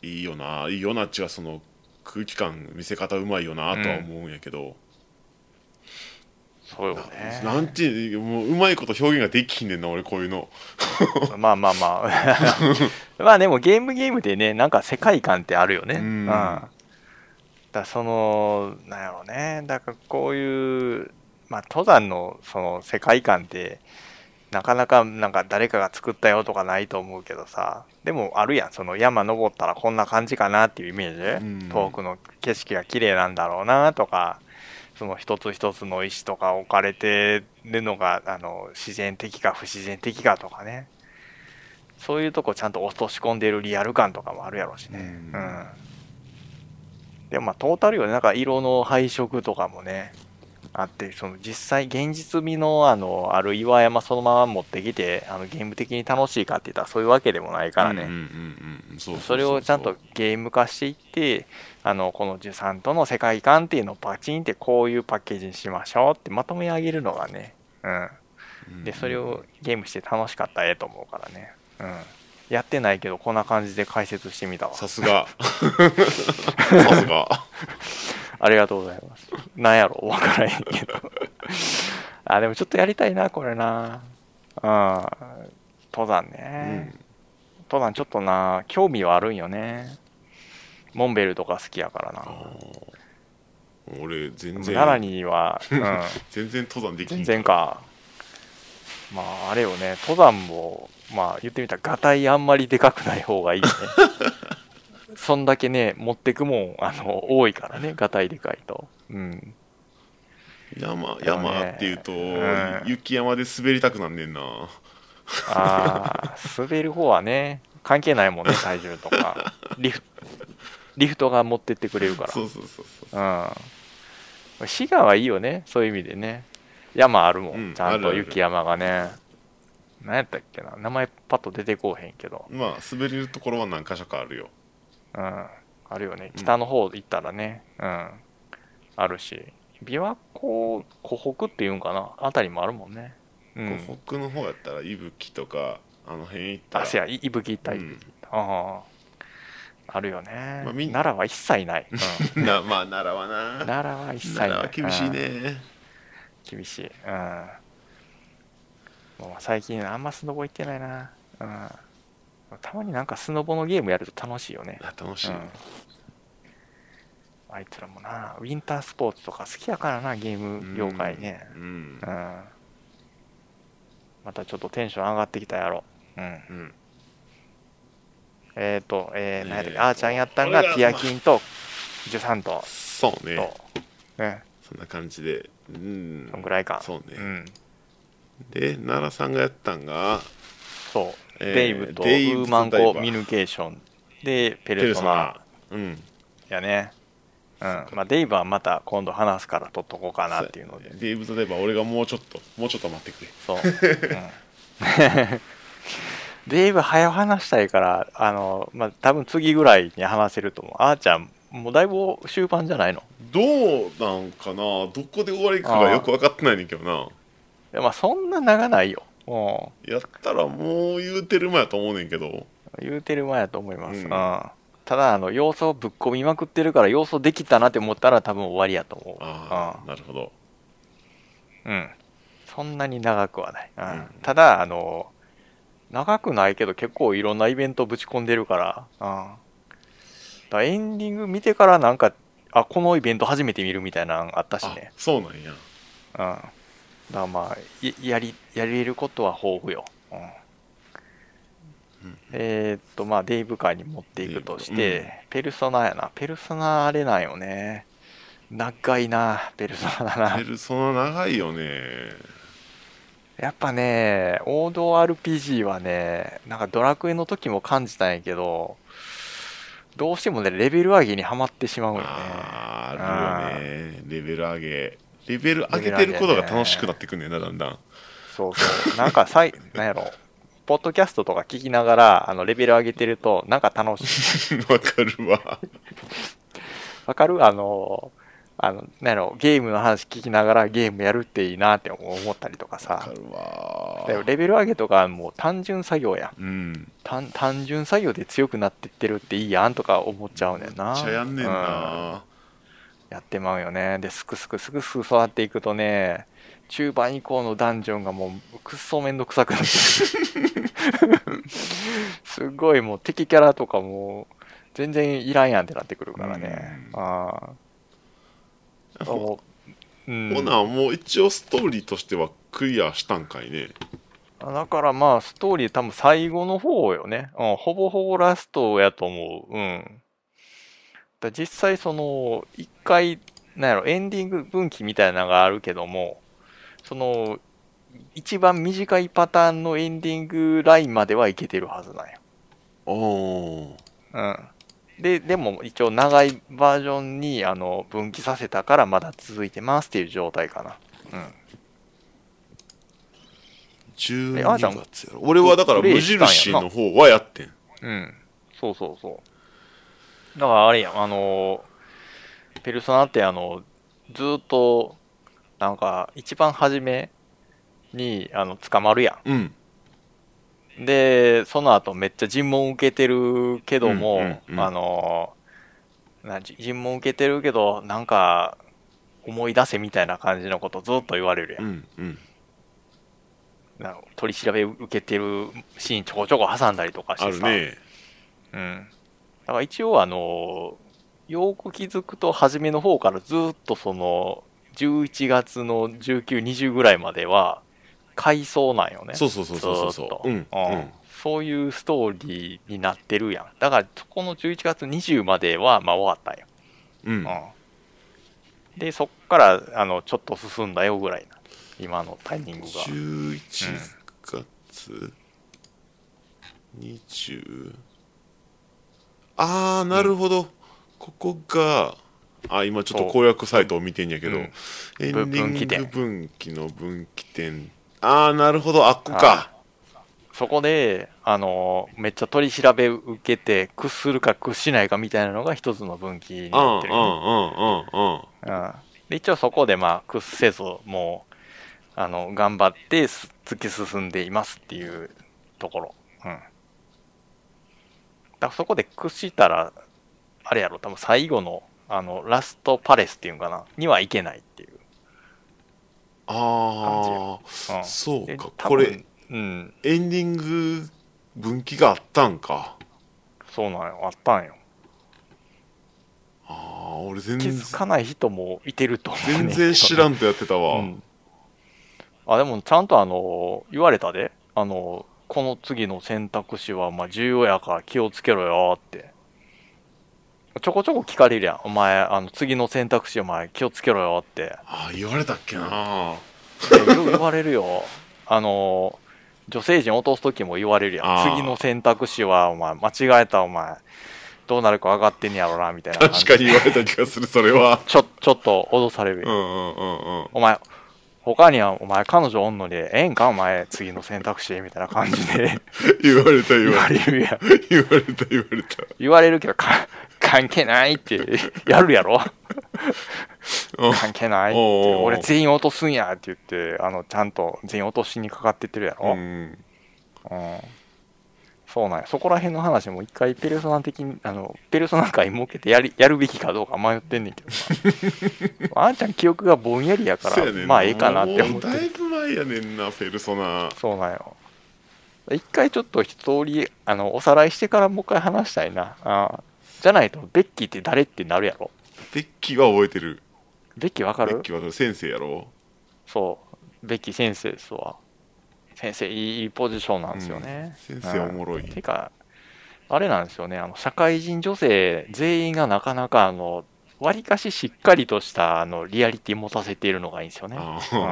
Speaker 1: いいよないいよなっちはその空気感見せ方うまいよなとは思うんやけど、
Speaker 2: そうよね
Speaker 1: なんていうもううまいこと表現ができひんねんな俺こういうの
Speaker 2: まあまあまあ まあでもゲームゲームでねなんか世界観ってあるよね
Speaker 1: う
Speaker 2: うんんだからそのなんやろうねだからこういう、まあ、登山のその世界観ってなかなかなんか誰かが作ったよとかないと思うけどさでもあるやんその山登ったらこんな感じかなっていうイメージ、
Speaker 1: うん
Speaker 2: 遠くの景色が綺麗なんだろうなとかその一つ一つの石とか置かれてるのがあの自然的か不自然的かとかねそういうとこちゃんと落とし込んでるリアル感とかもあるやろうしね
Speaker 1: う
Speaker 2: うんん、でもまあトータルよりなんか色の配色とかもねあってその実際現実味のあのある岩山そのまま持ってきてあのゲーム的に楽しいかって言ったらそういうわけでもないからね、
Speaker 1: うんうんうんそうううう
Speaker 2: それをちゃんとゲーム化していってあのこのジュさんとの世界観っていうのをパチンってこういうパッケージにしましょうってまとめ上げるのがね、うん、でそれをゲームして楽しかったらええと思うからね、うん、やってないけどこんな感じで解説してみたわ
Speaker 1: さす がさすが
Speaker 2: ありがとうございますなんやろわからへんけ どあでもちょっとやりたいなこれなうん登山ね、登山ちょっとな興味はあるんよねモンベルとか好きやからな
Speaker 1: あー俺全然
Speaker 2: 奈良には、う
Speaker 1: 全然登山で
Speaker 2: ん、
Speaker 1: きん
Speaker 2: 全然か。まあ、あれよね、登山も、まあ、言ってみたら、がたいあんまりでかくない方がいいね。そんだけね、持ってくもん、あの、多いからね、がたいでかいと。うん。
Speaker 1: 山
Speaker 2: でもね
Speaker 1: 山っていうと、
Speaker 2: うん
Speaker 1: 雪山で滑りたくなんねんな
Speaker 2: ああ、滑る方はね、関係ないもんね、体重とか。リフリフトが持ってってくれるから。
Speaker 1: そうそうそうそう
Speaker 2: うん。滋賀はいいよね、そういう意味でね。山あるもん、
Speaker 1: うん
Speaker 2: ちゃ
Speaker 1: あ
Speaker 2: ん
Speaker 1: るあ
Speaker 2: と
Speaker 1: る
Speaker 2: 雪山がね。何やったっけな、名前パッと出てこうへんけど。
Speaker 1: まあ滑れるところは何箇所かあるよ
Speaker 2: うん。あるよね、北の方行ったらね、うん。あるし。琵琶湖、湖北っていうんかな、あたりもあるもんね。うん。
Speaker 1: 北の方やったら伊吹とかあの辺行ったら
Speaker 2: あ、せや、い伊吹行った、
Speaker 1: う
Speaker 2: り
Speaker 1: ん
Speaker 2: ああ。あるよね、
Speaker 1: まあみん
Speaker 2: 奈良は一切ない。うん
Speaker 1: なまあ奈良はな
Speaker 2: 奈良は一切ない。
Speaker 1: 奈良は厳しいね
Speaker 2: 厳しい。うん。もう最近あんまスノボ行ってないな。うん。たまになんかスノボのゲームやると楽しいよね。
Speaker 1: あ楽しい、
Speaker 2: うんあいつらもな、ウィンタースポーツとか好きやからな、ゲーム業界ね。
Speaker 1: うん
Speaker 2: うん。またちょっとテンション上がってきたやろ。うん。
Speaker 1: うん
Speaker 2: えっ、ー、と、えー、何や
Speaker 1: え
Speaker 2: ったっ
Speaker 1: ー
Speaker 2: け、
Speaker 1: と
Speaker 2: あーちゃんやったんが
Speaker 1: これが
Speaker 2: ティアキンとジュサンと、
Speaker 1: そうね
Speaker 2: と、ね、
Speaker 1: そんな感じでうん
Speaker 2: そんぐらいか。
Speaker 1: そうね
Speaker 2: うん。
Speaker 1: で奈良さんがやったんが
Speaker 2: そう、
Speaker 1: えー
Speaker 2: デイブとウ
Speaker 1: デイブ
Speaker 2: ー
Speaker 1: と
Speaker 2: マン
Speaker 1: ダイバ
Speaker 2: コ
Speaker 1: ー
Speaker 2: ミュニケーションでペ
Speaker 1: ペ
Speaker 2: ル
Speaker 1: ル
Speaker 2: ソ
Speaker 1: ソ
Speaker 2: ナ
Speaker 1: ナうん
Speaker 2: やねうんまあ、デイブはまた今度話すから取っとこうかなっていうので
Speaker 1: デイブ・ザ・デイバー俺がもうちょっともうちょっと待ってくれ
Speaker 2: そう、うん、 デイブ早く話したいからあのまあ多分次ぐらいに話せると思うあーちゃんもうだいぶ終盤じゃないの
Speaker 1: どうなんかなどこで終わりかがよく分かってないねんけどない
Speaker 2: やまあそんな長ないようん
Speaker 1: やったらもう言うてる前やと思うねんけど
Speaker 2: 言うてる前やと思います、
Speaker 1: うん
Speaker 2: うんただあの要素をぶっ込みまくってるから要素できたなって思ったら多分終わりやと思う
Speaker 1: ああなるほど
Speaker 2: うんうんそんなに長くはない、うん
Speaker 1: うん
Speaker 2: ただあの長くないけど結構いろんなイベントぶち込んでるから,、うん、だからエンディング見てからなんかあこのイベント初めて見るみたいなのあったし
Speaker 1: あ
Speaker 2: ね、
Speaker 1: そうなんや
Speaker 2: うん、だからまあいやりやれることは豊富よ、うん
Speaker 1: うん
Speaker 2: えーっとまあデイブ会に持っていくとして、
Speaker 1: うん
Speaker 2: ペルソナやなペルソナあれなんよね長いなペルソナだな
Speaker 1: ペルソナ長いよね
Speaker 2: やっぱね王道 RPG はねなんかドラクエの時も感じたんやけどどうしてもねレベル上げにはまってしまうんよね
Speaker 1: あーあるよねレベル上げレベル上げてることが楽しくなってくんねんなだん だん
Speaker 2: そうそう。なんかさい、 なんやろ。ポッドキャストとか聞きながら、あの、レベル上げてると、なんか楽しい。
Speaker 1: わかるわ
Speaker 2: わかるあの、あの、なんやろ、ゲームの話聞きながらゲームやるっていいなって思ったりとか
Speaker 1: わか
Speaker 2: さ。
Speaker 1: るわ
Speaker 2: だよレベル上げとかはもう単純作業やん
Speaker 1: うんめっ
Speaker 2: 単。単純作業で強くなってってるっていいやんとか思っちゃうねんな。
Speaker 1: ちゃやんねん
Speaker 2: うん
Speaker 1: な
Speaker 2: やってまうよね。で、すくすくすくすく育っていくとね、中盤以降のダンジョンがもうくっそめんどくさくな ってくるすごいもう敵キャラとかもう全然いらんやんってなってくるからね。
Speaker 1: う
Speaker 2: ああ。
Speaker 1: ほ
Speaker 2: もう、うん
Speaker 1: ほなもう一応ストーリーとしてはクリアしたんかいね
Speaker 2: だからまあ、ストーリー多分最後の方よね。うん、ほぼほぼラストやと思う。うん。だ実際その、一回、なんやろ、エンディング分岐みたいなのがあるけども、その、一番短いパターンのエンディングラインまではいけてるはずなんよ。
Speaker 1: おお
Speaker 2: うん。で、でも一応長いバージョンに、あの、分岐させたからまだ続いてますっていう状態かな。うん。えあーちゃん
Speaker 1: 12月やろ俺はだから無印の方はやってん
Speaker 2: うん。そうそうそう。だからあれやん、あのー、ペルソナってあの、ずーっと、なんか、一番初めに、あの、捕まるや
Speaker 1: うん
Speaker 2: ん。で、その後めっちゃ尋問受けてるけど
Speaker 1: う
Speaker 2: も、
Speaker 1: んうんうん
Speaker 2: あのーな、じ尋問受けてるけど、なんか、思い出せみたいな感じのことずっと言われるやん
Speaker 1: う。んうん
Speaker 2: なんか取り調べ受けてるシーンちょこちょこ挟んだりとかして
Speaker 1: あ
Speaker 2: さ。
Speaker 1: るね
Speaker 2: うん。だから一応あの、よく気づくと初めの方からずっとその、11月の19、20ぐらいまでは、回想なんよね。
Speaker 1: そうそうそうそう
Speaker 2: ずーっ
Speaker 1: そ
Speaker 2: と
Speaker 1: ううんうん
Speaker 2: うんそういうストーリーになってるやん。だからそこの11月20までは、まあ終わったんよ。
Speaker 1: うん
Speaker 2: うん。で、そっから、あの、ちょっと進んだよぐらいな。今のタイミングが。
Speaker 1: 11月20ああなるほどここがあ今ちょっと公約サイトを見てんやけど
Speaker 2: うん
Speaker 1: エンデ
Speaker 2: 分
Speaker 1: ィ
Speaker 2: 岐
Speaker 1: ン
Speaker 2: 点
Speaker 1: グ分岐の分岐点ああなるほどあっこ
Speaker 2: は
Speaker 1: か
Speaker 2: そこで、あの、めっちゃ取り調べ受けて、屈するか屈しないかみたいなのが一つの分岐に
Speaker 1: うんうんうん
Speaker 2: なってるよね、
Speaker 1: うんうん
Speaker 2: うんで一応そこで、まあ、屈せず、もう、あの、頑張ってす突き進んでいますっていうところ。うん。だからそこで屈したら、あれやろ、多分最後の、あの、ラストパレスっていうんかな、にはいけないっていう。
Speaker 1: あ
Speaker 2: う
Speaker 1: あ
Speaker 2: ん
Speaker 1: そ
Speaker 2: で
Speaker 1: うか
Speaker 2: 多分
Speaker 1: これ
Speaker 2: うん、
Speaker 1: エンディング分岐があったんか
Speaker 2: そうなんよ、あったんよ。
Speaker 1: ああ俺全
Speaker 2: 気
Speaker 1: 然
Speaker 2: づかない人もいてると思う、ね
Speaker 1: 全
Speaker 2: んけど。
Speaker 1: 然知らんとやってたわ、
Speaker 2: うんあでもちゃんとあの言われたであのこの次の選択肢はまあ重要やから気をつけろよってちょこちょこ聞かれるやんお前あの次の選択肢お前気をつけろよって
Speaker 1: ああ言われたっけな
Speaker 2: よく言われるよあの女性陣落とす時も言われるや
Speaker 1: あ
Speaker 2: ん
Speaker 1: ー
Speaker 2: 次の選択肢はお前間違えたお前どうなるか分かってんやろなみたいな感じ
Speaker 1: 確かに言われた気がする、それは。
Speaker 2: ちょちょっと脅される
Speaker 1: うんうんうんうん。
Speaker 2: お前他にはお前彼女おんのにええんかお前次の選択肢みたいな感じで
Speaker 1: 言われた言
Speaker 2: 言
Speaker 1: わ
Speaker 2: わ
Speaker 1: れ
Speaker 2: れ
Speaker 1: た。
Speaker 2: るやん
Speaker 1: 言われた言われた。
Speaker 2: 言われるけどか関係ないってやるやろ
Speaker 1: うん
Speaker 2: 関係ないって
Speaker 1: おうおうおう
Speaker 2: 俺全員落とすんやって言ってあのちゃんと全員落としにかかってってるやろ、
Speaker 1: うん
Speaker 2: うんそうなんやそこら辺の話も一回ペルソナ的にあのペルソナ界設けてやりやるべきかどうか迷ってんねんけ どなあんちゃん記憶がぼんやりやか
Speaker 1: そう
Speaker 2: ら
Speaker 1: やねん
Speaker 2: まあええかなって思って
Speaker 1: もうだ
Speaker 2: る
Speaker 1: いぶ前やねんなペルソナ
Speaker 2: そうなんよ一回ちょっと一通りあのおさらいしてからもう一回話したいなあじゃないとベッキーって誰ってなるやろ
Speaker 1: ベッキーは覚えてる
Speaker 2: ベッキーわか
Speaker 1: ベ
Speaker 2: る
Speaker 1: ッキーは先生やろ
Speaker 2: そう、ベッキー先生ですわ。先生、いいいいポジションなんですよね。
Speaker 1: うん先生おもろい
Speaker 2: うんてか、あれなんですよね、あの社会人女性全員がなかなか、あの、わりかししっかりとしたあのリアリティ持たせているのがいいんですよね。
Speaker 1: あ
Speaker 2: うん
Speaker 1: あ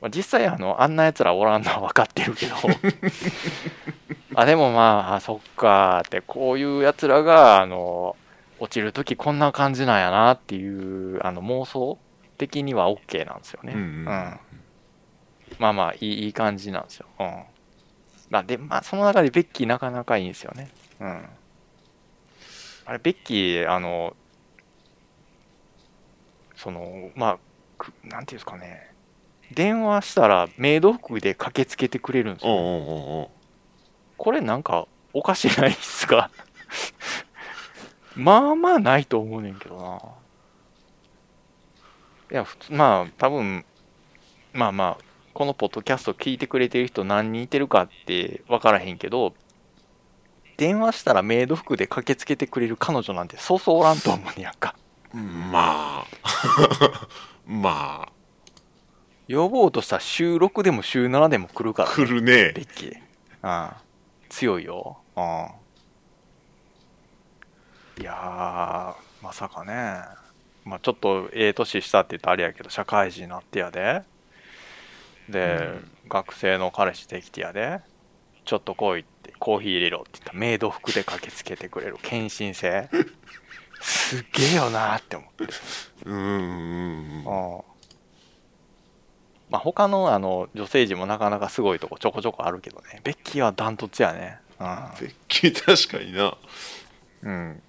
Speaker 2: まあ実際あの、あんなやつらおらんのは分かってるけ ど、あでもまあ、あそっかーって、こういうやつらがあの落ちるときこんな感じなんやなっていうあの妄想的には OK なんですよね。
Speaker 1: うんうん
Speaker 2: まあまあいい、いい感じなんですよ。うん、なんで、まあ、その中でベッキーなかなかいいんですよね。うん、あれ、ベッキー、あの、その、まあ、くなんていうんですかね、電話したらメイド服で駆けつけてくれるんです
Speaker 1: うん
Speaker 2: よ。
Speaker 1: うんうんうん
Speaker 2: これなんかおかしないっすか まあまあないと思うねんけどな。いや、普通、まあ多分、まあまあ、このポッドキャスト聞いてくれてる人何人いてるかって分からへんけど、電話したらメイド服で駆けつけてくれる彼女なんてそうそうおらんと思うねやんか。
Speaker 1: まあ ま
Speaker 2: 呼ぼうとしたら週6でも週7でも来るか
Speaker 1: あ
Speaker 2: ら、
Speaker 1: 来るね
Speaker 2: ベッキー。うん。強いよ。うん。いやー、まさかね。まあちょっとええ年したって言ったらあれやけど、社会人になってやで。で、学生の彼氏できてやで。ちょっと来いって、コーヒー入れろって言ったらメイド服で駆けつけてくれる献身 性。すげえよなーって思って。
Speaker 1: うんうんうん
Speaker 2: まあ、他のあの女性陣もなかなかすごいとこちょこちょこあるけどねベッキーはダントツやね
Speaker 1: ベッキー確かにな
Speaker 2: うん、うん、だ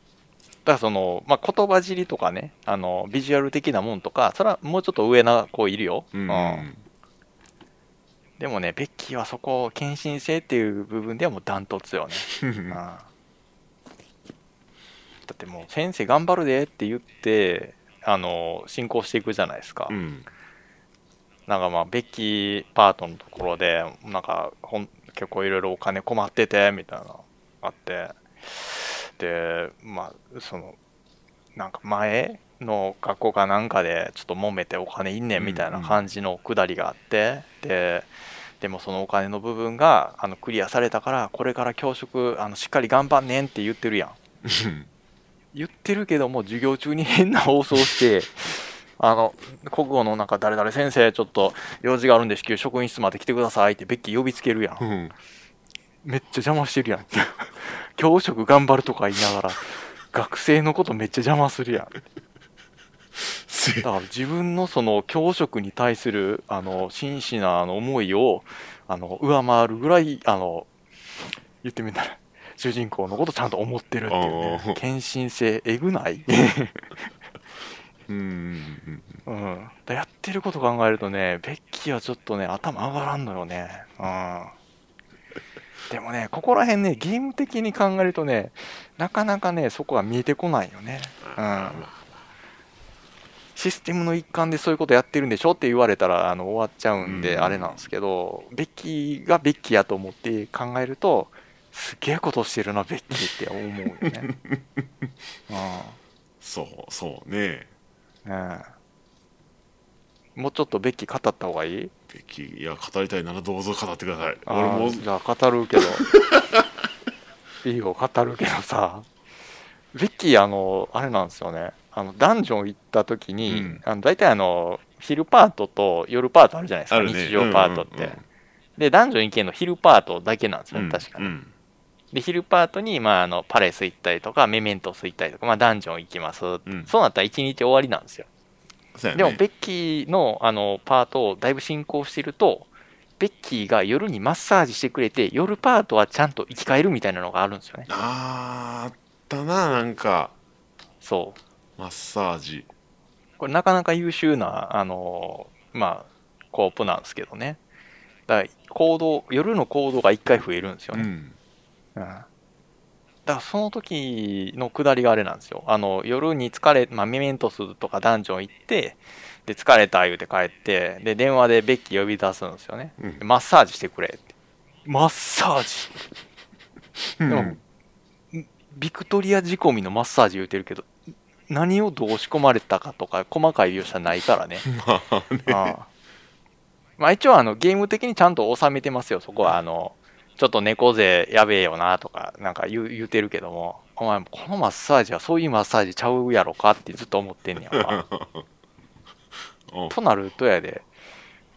Speaker 2: からその、まあ、言葉尻とかねあのビジュアル的なもんとかそれはもうちょっと上な子いるよ、
Speaker 1: うん
Speaker 2: でもねベッキーはそこ献身性っていう部分ではもうダントツよねうん
Speaker 1: う
Speaker 2: だってもう先生頑張るでって言ってあの進行していくじゃないですか、
Speaker 1: ん
Speaker 2: なんかまあ、ベッキーパートのところで、なんかほん結構いろいろお金困ってて、みたいなのあって、で、まあ、その、なんか前の学校かなんかで、ちょっと揉めてお金いんねんみたいな感じのくだりがあって、で、でもそのお金の部分があのクリアされたから、これから教職あのしっかり頑張んねんって言ってるやん。言ってるけども授業中に変な放送 してあの国語のなんか誰々先生ちょっと用事があるんで至急職員室まで来てくださいってベッキー呼びつけるやん
Speaker 1: うん
Speaker 2: めっちゃ邪魔してるやん 教職頑張るとか言いながら学生のことめっちゃ邪魔するやん
Speaker 1: せ
Speaker 2: だから自分のその教職に対するあの真摯なあの思いをあの上回るぐらいあの言ってみたら主人公のことちゃんと思ってるっていう
Speaker 1: あ
Speaker 2: ね
Speaker 1: ー
Speaker 2: 献身性えぐない
Speaker 1: うんうん
Speaker 2: うん、だやってること考えるとね、ベッキーはちょっとね、頭上がらんのよね。うん、でもね、ここら辺ね、ゲーム的に考えるとね、なかなかね、そこは見えてこないよね。うん、システムの一環でそういうことやってるんでしょって言われたらあの終わっちゃうんで、
Speaker 1: うん
Speaker 2: あれなんですけど、ベッキーがベッキーやと思って考えると、すげえことしてるな、ベッキーって思うよね。うん
Speaker 1: そうそうね
Speaker 2: ねえもうちょっとベッキー語った方がいい
Speaker 1: ベッキーいや語りたいならどうぞ語ってください
Speaker 2: あ
Speaker 1: 俺
Speaker 2: ー
Speaker 1: も
Speaker 2: じゃあ語 るけどいいよ語るけどさベッキーあのあれなんですよねあのダンジョン行った時に、
Speaker 1: うん
Speaker 2: あの大体あの昼パートと夜パートあるじゃないです
Speaker 1: あ
Speaker 2: か、
Speaker 1: るね
Speaker 2: 日常パートって、
Speaker 1: うんうんうん
Speaker 2: で男女意見の昼パートだけなんですよ、
Speaker 1: うん
Speaker 2: 確かに、
Speaker 1: うん
Speaker 2: で昼パートに、まあ、あのパレス行ったりとかメメントス行ったりとか、まあ、ダンジョン行きます、
Speaker 1: ん
Speaker 2: そうなったら1日終わりなんですよ
Speaker 1: そうや
Speaker 2: でも
Speaker 1: ね
Speaker 2: ベッキーのあのパートをだいぶ進行してるとベッキーが夜にマッサージしてくれて夜パートはちゃんと生き返るみたいなのがあるんですよね
Speaker 1: あーあったななんか
Speaker 2: そう
Speaker 1: マッサージ
Speaker 2: これなかなか優秀な、あのーまあ、コープなんですけどね。だから行動、夜の行動が一回増えるんですよ
Speaker 1: う
Speaker 2: ね。
Speaker 1: ん
Speaker 2: うん。だからその時の下りがあれなんですよ。あの、夜に疲れ、まあ、メメントスとかダンジョン行って、で、疲れた言うて帰って、で、電話でベッキー呼び出すんですよね。
Speaker 1: うん
Speaker 2: でマッサージしてくれって。マッサージ
Speaker 1: う
Speaker 2: でも
Speaker 1: ん
Speaker 2: ビクトリア仕込みのマッサージ言うてるけど、何をどう仕込まれたかとか、細かい描写ないからね。
Speaker 1: まあね
Speaker 2: ああまあ一応あのゲーム的にちゃんと収めてますよ、そこは。あの、ちょっと猫背やべえよなとか、なんか言う言うてるけども、お前、このマッサージはそういうマッサージちゃうやろかってずっと思ってんねやんか
Speaker 1: うん
Speaker 2: となるとやで、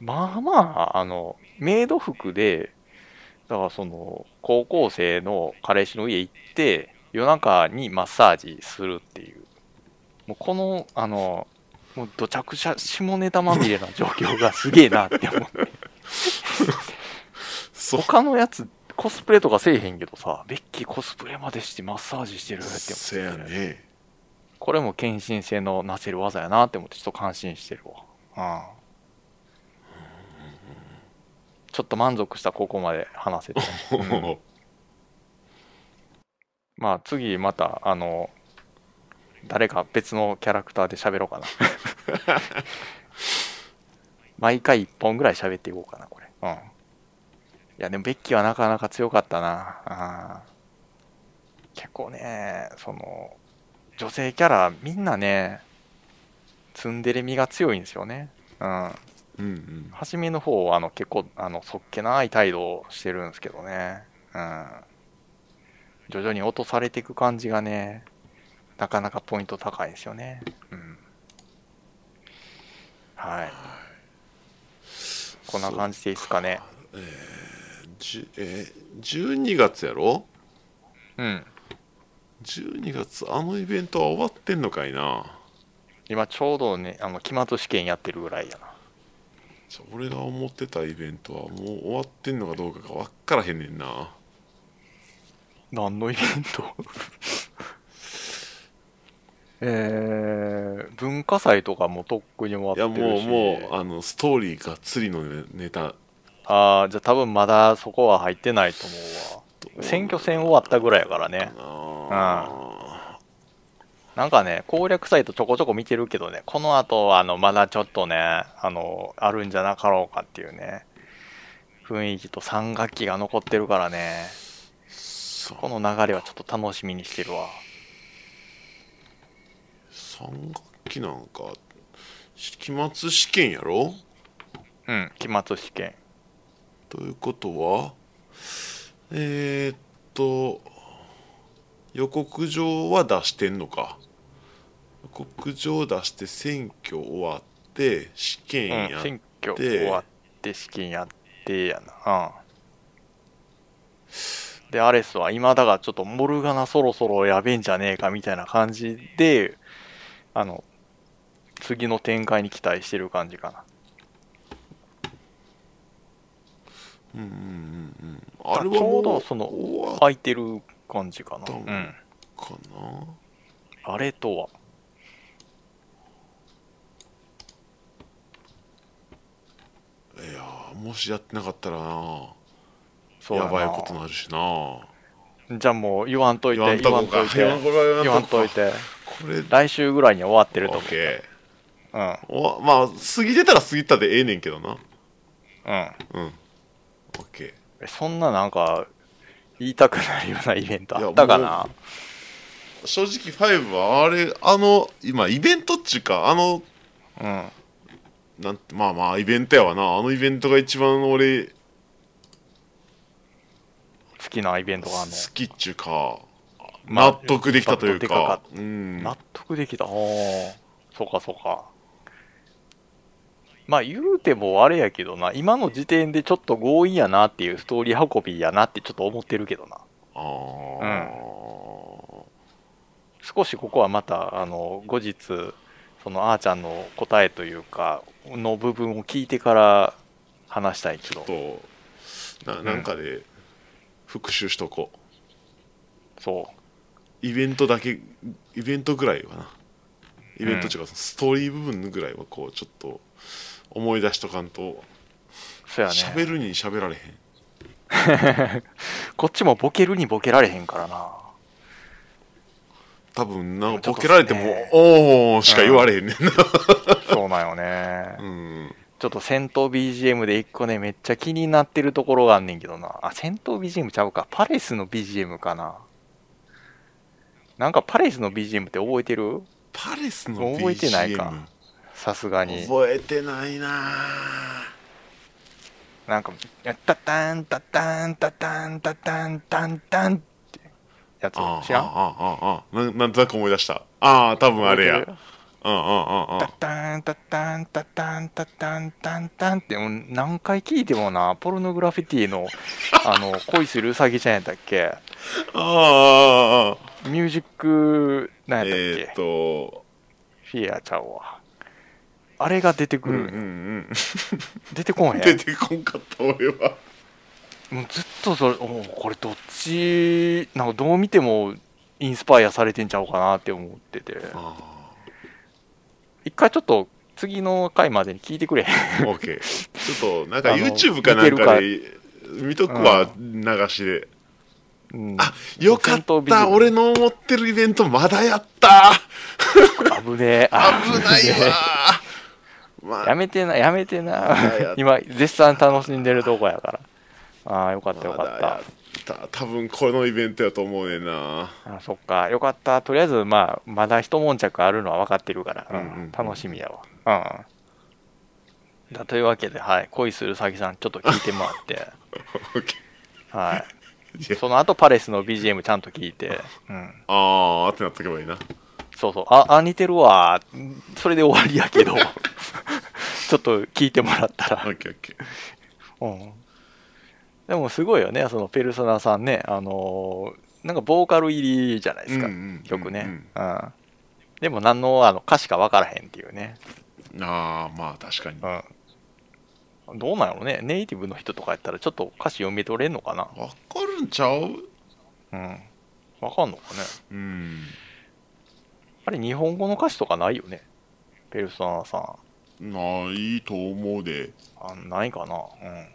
Speaker 2: まあまあ、あの、メイド服で、だからその、高校生の彼氏の家行って、夜中にマッサージするっていう。もうこの、あの、もう土着者、下ネタまみれな状況がすげえなって思う。
Speaker 1: そう
Speaker 2: 他のやつ、コスプレとかせえへんけどさ、ベッキーコスプレまでしてマッサージしてるって思って。
Speaker 1: せやね
Speaker 2: これも献身性のなせる技やなって思ってちょっと感心してるわ。うん。ちょっと満足したここまで話せ て。うんまあ次また、あの、誰か別のキャラクターで喋ろうかな。毎回1本ぐらい喋っていこうかな、これ。うん。いや、でもベッキーはなかなか強かったな。あー結構ね、その、女性キャラみんなね、ツンデレ味が強いんですよね。うん。
Speaker 1: うんうん
Speaker 2: 初めの方はあの結構あのそっけない態度をしてるんですけどね、うん、徐々に落とされていく感じがねなかなかポイント高いですよね、うん、はいこんな感じでいいですかね
Speaker 1: じえー12月やろ
Speaker 2: うん
Speaker 1: 12月あのイベントは終わってんのかいな
Speaker 2: 今ちょうどねあの期末試験やってるぐらいやな
Speaker 1: じゃあ俺が思ってたイベントはもう終わってんのかどうかが分からへんねんな
Speaker 2: 何のイベン トえー、文化祭とかもとっくに
Speaker 1: い
Speaker 2: 終
Speaker 1: や
Speaker 2: わってる
Speaker 1: もう
Speaker 2: し
Speaker 1: もうあのストーリーがっつりのねネタ
Speaker 2: ああ、じゃあ多分まだそこは入ってないと思うわ。選挙戦終わったぐらいやからね。
Speaker 1: あ
Speaker 2: なんかね、攻略サイトちょこちょこ見てるけどね、この後、あの、まだちょっとね、あの、あるんじゃなかろうかっていうね、雰囲気と3学期が残ってるからね、
Speaker 1: さ
Speaker 2: この流れはちょっと楽しみにしてるわ。
Speaker 1: 3学期なんか期末試験やろ
Speaker 2: うん、期末試験。
Speaker 1: ということはえー、っと予告状は出してんのか予告状出して選挙終わって試
Speaker 2: うん
Speaker 1: 験や、、
Speaker 2: 選挙終わって試験やってやな。うん。で、アレスは今だがちょっとモルガナそろそろやべえんじゃねえかみたいな感じで、あの、次の展開に期待してる感じかな。
Speaker 1: うんうんうんうんあれは
Speaker 2: ちょう
Speaker 1: も
Speaker 2: ど
Speaker 1: う
Speaker 2: その
Speaker 1: 終わっ
Speaker 2: 空いてる感じかな。
Speaker 1: どう
Speaker 2: うん。
Speaker 1: かな
Speaker 2: あれとは。
Speaker 1: いやーもしやってなかったらな
Speaker 2: そう
Speaker 1: や
Speaker 2: な
Speaker 1: ばいことになるしな
Speaker 2: じゃあもう言わんとい
Speaker 1: 言
Speaker 2: て、
Speaker 1: わんと
Speaker 2: 言
Speaker 1: こか
Speaker 2: わんといて。
Speaker 1: これは
Speaker 2: 言わん
Speaker 1: こと
Speaker 2: いて。
Speaker 1: これ
Speaker 2: 来週ぐらいには終わってると
Speaker 1: オ
Speaker 2: 思
Speaker 1: ッケ
Speaker 2: う。うん。
Speaker 1: ーおまあ過ぎてたら過ぎたでええねんけどな
Speaker 2: うん。
Speaker 1: うんオッケー
Speaker 2: そんななんか、言いたくなるようなイベントあったか
Speaker 1: いや
Speaker 2: な
Speaker 1: 正直5はあれあの今イベントっちゅうかあの
Speaker 2: うん。
Speaker 1: なんてまあまあイベントやわなあのイベントが一番俺
Speaker 2: 好きなイベント
Speaker 1: 好
Speaker 2: があるの。
Speaker 1: きっちゅうか
Speaker 2: まあ
Speaker 1: 納得できたというか,、
Speaker 2: 納得で
Speaker 1: うん
Speaker 2: 納得できた。おーそうかそうか。まあ言うてもあれやけどな、今の時点でちょっと強引やなっていうストーリー運びやなってちょっと思ってるけどな。
Speaker 1: ああ、
Speaker 2: 少しここはまた、あの、後日、そのあーちゃんの答えというか、の部分を聞いてから話したいけど、
Speaker 1: とな
Speaker 2: うん
Speaker 1: なんかで復習しとこう、
Speaker 2: そ
Speaker 1: イベントだけイベントぐらいはなイベント違う、ストーリー部分ぐらいはこうちょっと思い出しとかんと
Speaker 2: う。そうやね。
Speaker 1: 喋るに喋られへん
Speaker 2: こっちもボケるにボケられへんからな。
Speaker 1: 多分な
Speaker 2: も
Speaker 1: ん
Speaker 2: うちょ
Speaker 1: かボ
Speaker 2: っ
Speaker 1: ケ
Speaker 2: と
Speaker 1: られても
Speaker 2: ね
Speaker 1: 「おー」しか言われへんねんな
Speaker 2: そうなんよね。
Speaker 1: うん
Speaker 2: ちょっと戦闘 BGM で一個ね、めっちゃ気になってるところがあんねんけどな。あ、戦闘 BGM ちゃうか。パレスの BGM かな。なんかパレスの BGM って覚えてる
Speaker 1: パレスの BGM
Speaker 2: 覚えてないかさすがに。
Speaker 1: 覚えてないな
Speaker 2: なんか、タタンタタンタタンタタンタンタンってやつ
Speaker 1: あー
Speaker 2: 知ら
Speaker 1: あ
Speaker 2: ん
Speaker 1: ーあーあーあーななんとなく思い出したああ多分あれやうんうん うんう
Speaker 2: 覚えてる
Speaker 1: ん
Speaker 2: タタンタタンタタンタタンタンタンってもう何回聞いてもな、ポルノグラフィティのあの恋するウサギちゃんやったっ
Speaker 1: あ
Speaker 2: け
Speaker 1: ーあーあー
Speaker 2: ミュージックなんやったっけ、
Speaker 1: えーっと
Speaker 2: フィアちゃうわ。あれが出てく
Speaker 1: うんう
Speaker 2: る。
Speaker 1: んうん
Speaker 2: 出てこんへん。
Speaker 1: 出てこんかった俺は
Speaker 2: もうずっとそれ、もうこれどっち、なんかどう見てもインスパイアされてんちゃうかなって思ってて。
Speaker 1: あ
Speaker 2: 一回ちょっと次の回までに聞いてくれ。
Speaker 1: ー OK ちょっとなんか
Speaker 2: あの
Speaker 1: YouTube かなんかで見とくわ流しで
Speaker 2: うん、
Speaker 1: よかっ
Speaker 2: 戦闘ビデ
Speaker 1: た
Speaker 2: オ
Speaker 1: 俺の思ってるイベントまだやった
Speaker 2: 危ね
Speaker 1: 危ない
Speaker 2: え。
Speaker 1: わーまあ
Speaker 2: やめてな、やめて
Speaker 1: だや
Speaker 2: な。今、絶賛楽しんでるとこやから。ああ、よかったよ
Speaker 1: まだ
Speaker 2: か
Speaker 1: や
Speaker 2: っ
Speaker 1: った多分このイベントやと思うねんな
Speaker 2: た。あそっか、よかった。とりあえず、まあ、まだ一悶着あるのは分かってるから、うん
Speaker 1: うんうん
Speaker 2: 楽しみやわ。うん。だというわけで、はい、恋するうさぎさん、ちょっと聞いてもら って、はい
Speaker 1: や
Speaker 2: い。その後、パレスの BGM ちゃんと聞いて、うん。
Speaker 1: あーってなっとけばいいな
Speaker 2: そうそう、あ、あ、似てるわ。んそれで終わりやけ ど、ちょっと聞いてもらったら。
Speaker 1: OKOK
Speaker 2: うん、でもすごいよね、そのペルソナさんね、あのーなんかボーカル入りじゃないですか、
Speaker 1: うんうんうんうん
Speaker 2: 曲ね。うんでも何のあの歌詞か分からへんっていうね、
Speaker 1: ああまあ確かに
Speaker 2: うん、どうなんやろね、ネイティブの人とかやったら、ちょっと歌詞読み取れんのかな、
Speaker 1: わかるんちゃう
Speaker 2: うん、分かんのかね、
Speaker 1: うん
Speaker 2: あれ、日本語の歌詞とかないよね、ペルソナさん。
Speaker 1: ないと思うで
Speaker 2: あないかな、うん、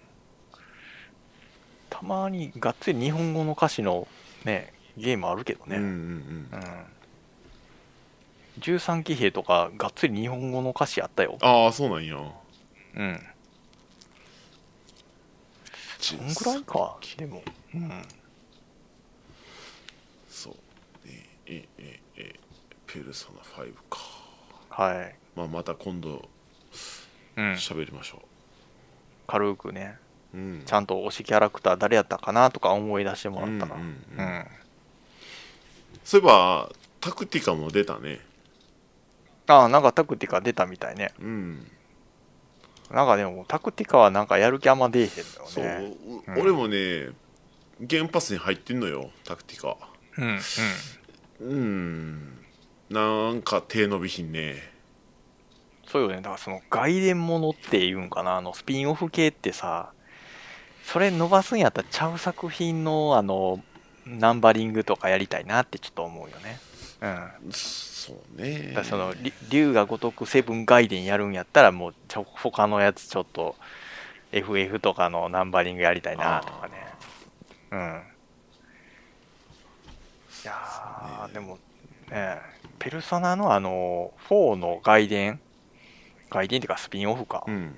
Speaker 2: たまにがっつり日本語の歌詞のねゲームあるけどね、
Speaker 1: うんうん
Speaker 2: う
Speaker 1: うん
Speaker 2: ん、13騎兵とかがっつり日本語の歌詞あったよ、
Speaker 1: ああそうなんや
Speaker 2: うん、
Speaker 1: そ
Speaker 2: そんぐらいかでも、うん、
Speaker 1: そうええええペルソナ5か
Speaker 2: はい、
Speaker 1: まあまた今度
Speaker 2: うん、
Speaker 1: 喋りましょ
Speaker 2: 軽くね
Speaker 1: ううん
Speaker 2: ちゃんと推しキャラクター誰やったかなとか思い出してもらったな
Speaker 1: うう
Speaker 2: うんん、
Speaker 1: んうんそういえばタクティカも出たね
Speaker 2: ああなんかタクティカ出たみたいね
Speaker 1: うん
Speaker 2: なんかでもタクティカはなんかやる気あんま出えへんのよね
Speaker 1: そう、
Speaker 2: うん
Speaker 1: 俺もね原発に入ってんのよタクティカ
Speaker 2: うんう
Speaker 1: う
Speaker 2: ん
Speaker 1: んなんか手伸びひんね
Speaker 2: そうよね、だからその外伝ものっていうんかな、あのスピンオフ系ってさ、それ伸ばすんやったらちゃう作品のあのナンバリングとかやりたいなってちょっと思うよね。うん、だか
Speaker 1: そうね
Speaker 2: らそのり竜が如くセブン外伝やるんやったらもうちょ他のやつちょっと FF とかのナンバリングやりたいなとかね。うん。いやー、でもね、ペルソナのあの4の外伝、外伝っていうかスピンオフか。
Speaker 1: うん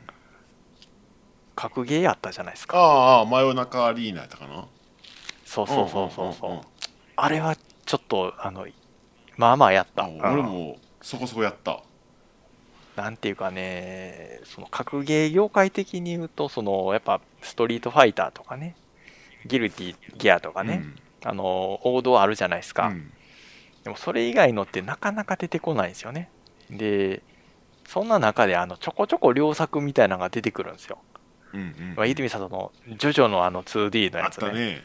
Speaker 2: 格ゲーやったじゃないですか
Speaker 1: ああ真夜中アリーナやったかな
Speaker 2: そうそうそうそうそう,、
Speaker 1: んんん
Speaker 2: あれはちょっとあのまあまあやった
Speaker 1: あ俺もそこそこやった
Speaker 2: なんていうかねその格ゲー業界的に言うとそのやっぱストリートファイターとかねギルティギアとかね、あの王道あるじゃないです
Speaker 1: う
Speaker 2: か、
Speaker 1: んうん
Speaker 2: でもそれ以外のってなかなか出てこないんですよねでそんな中で、あの、ちょこちょこ良作みたいなのが出てくるんですよ。
Speaker 1: うんうん
Speaker 2: まあ、伊みさんの、ジョジョのあの 2D の
Speaker 1: あ
Speaker 2: や
Speaker 1: っ
Speaker 2: つ
Speaker 1: た
Speaker 2: ね。
Speaker 1: ね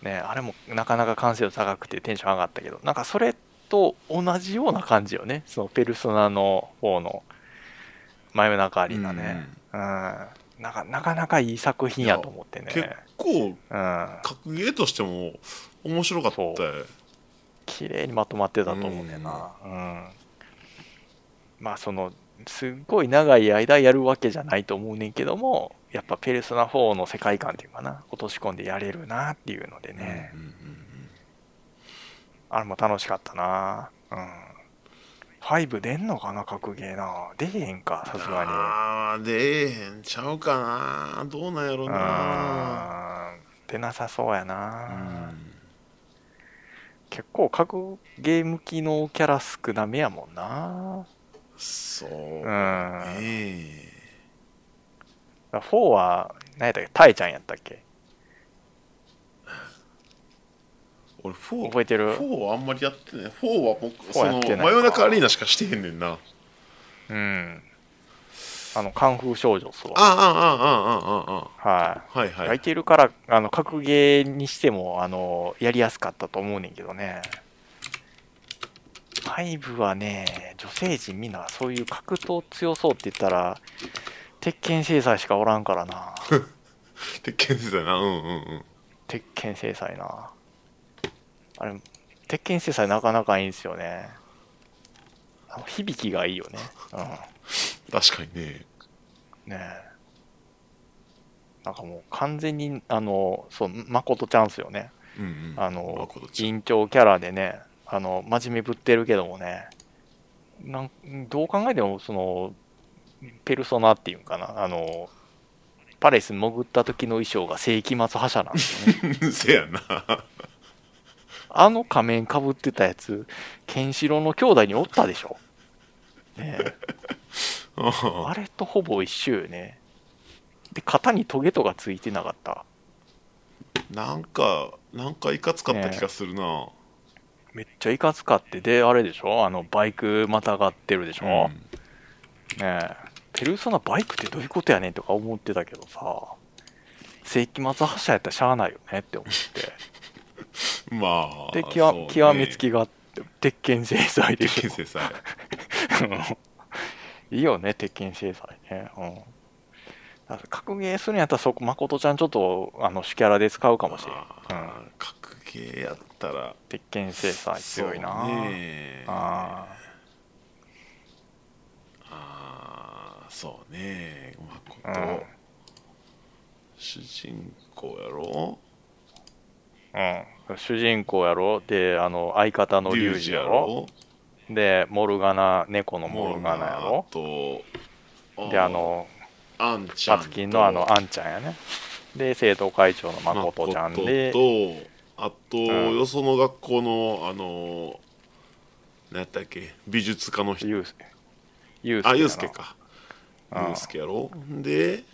Speaker 2: ねあれもなかなか完成度高くてテンション上がったけど、なんかそれと同じような感じよね。その、ペルソナの方の、真夜中アリーナね。うん。なかなかなかいい作品やと思ってね。
Speaker 1: 結構
Speaker 2: うん。
Speaker 1: 格ゲーとしても面白かったよ
Speaker 2: 綺麗にまとまってたと思うねんな、うんまあそのすっごい長い間やるわけじゃないと思うねんけどもやっぱ「ペルソナ4」の世界観っていうかな落とし込んでやれるなっていうのでね、
Speaker 1: うんうん
Speaker 2: あれも楽しかったなうん5出んのかな格ゲーな出えへんかさすがに
Speaker 1: あー出えへんちゃうかなどうなんやろうな
Speaker 2: うん出なさそうやな、
Speaker 1: うん
Speaker 2: 結構格ゲー向きのキャラ少なめやもんな
Speaker 1: そう
Speaker 2: うん
Speaker 1: ね
Speaker 2: だから4は何やったっけタイちゃんやったっけ
Speaker 1: 俺4
Speaker 2: 覚えてる
Speaker 1: 4はあんまりやってない4はもう
Speaker 2: 4
Speaker 1: そ
Speaker 2: や
Speaker 1: の
Speaker 2: ってないか
Speaker 1: 真夜中アリーナしかしてへんねんな
Speaker 2: うんあのカンフー少女っす
Speaker 1: あ
Speaker 2: わ
Speaker 1: あああああああ
Speaker 2: は、
Speaker 1: はいはいい、
Speaker 2: 空いてるからあの格ゲーにしてもあのやりやすかったと思うねんけどね5はね女性陣みんなそういう格闘強そうって言ったら鉄拳制裁しかおらんからな
Speaker 1: 鉄拳世代なうんうんうん
Speaker 2: 鉄拳制裁なあれ鉄拳制裁なかなかいいんですよねあの響きがいいよねうん
Speaker 1: 確かにね
Speaker 2: ねえなんかもう完全にあのそう誠ちゃんっすよね
Speaker 1: うんうん
Speaker 2: あの
Speaker 1: 誠ちゃん
Speaker 2: 院長キャラでねあの真面目ぶってるけどもねなんどう考えてもそのペルソナっていうんかなあのパレスに潜った時の衣装が世紀末覇者なんですよね
Speaker 1: せやな
Speaker 2: あの仮面かぶってたやつケンシロウの兄弟におったでしょ、ねえ、
Speaker 1: あ
Speaker 2: あれとほぼ一緒よねで肩にトゲとかついてなかった
Speaker 1: なんかなんかいかつかった気がするな、
Speaker 2: めっちゃいかつかってであれでしょあのバイクまたがってるでしょ、ね
Speaker 1: うん
Speaker 2: えペルソナバイクってどういうことやねんとか思ってたけどさ世紀末覇者やったらしゃあないよねって思 っ
Speaker 1: まあ
Speaker 2: てで極,、極め つ
Speaker 1: き
Speaker 2: きが鉄拳制裁で
Speaker 1: 鉄
Speaker 2: し
Speaker 1: 拳
Speaker 2: ょ
Speaker 1: 制裁
Speaker 2: いいよね鉄拳制裁ねうんだから格ゲーするんやったらそこ誠ちゃんちょっとあの主キャラで使うかもしれん、うん、
Speaker 1: あー格ゲーやったら
Speaker 2: 鉄拳制裁強いな、
Speaker 1: そうね
Speaker 2: あー
Speaker 1: あーそうねまこと、
Speaker 2: うん
Speaker 1: 主人公やろ
Speaker 2: うん、主人公やろであの相方のリュウジやろでモルガナ猫のモルガナやろ
Speaker 1: モルガナと
Speaker 2: であの
Speaker 1: アンちゃん
Speaker 2: パ
Speaker 1: と
Speaker 2: ツキンのあのあんちゃんやねで生徒会長の誠ちゃんで
Speaker 1: 誠とあと、
Speaker 2: うん
Speaker 1: よその学校のあの何やったっけ美術家の人
Speaker 2: ユウスユウス
Speaker 1: あ
Speaker 2: ケやな
Speaker 1: ユウスケか
Speaker 2: うん
Speaker 1: ユウスケやろで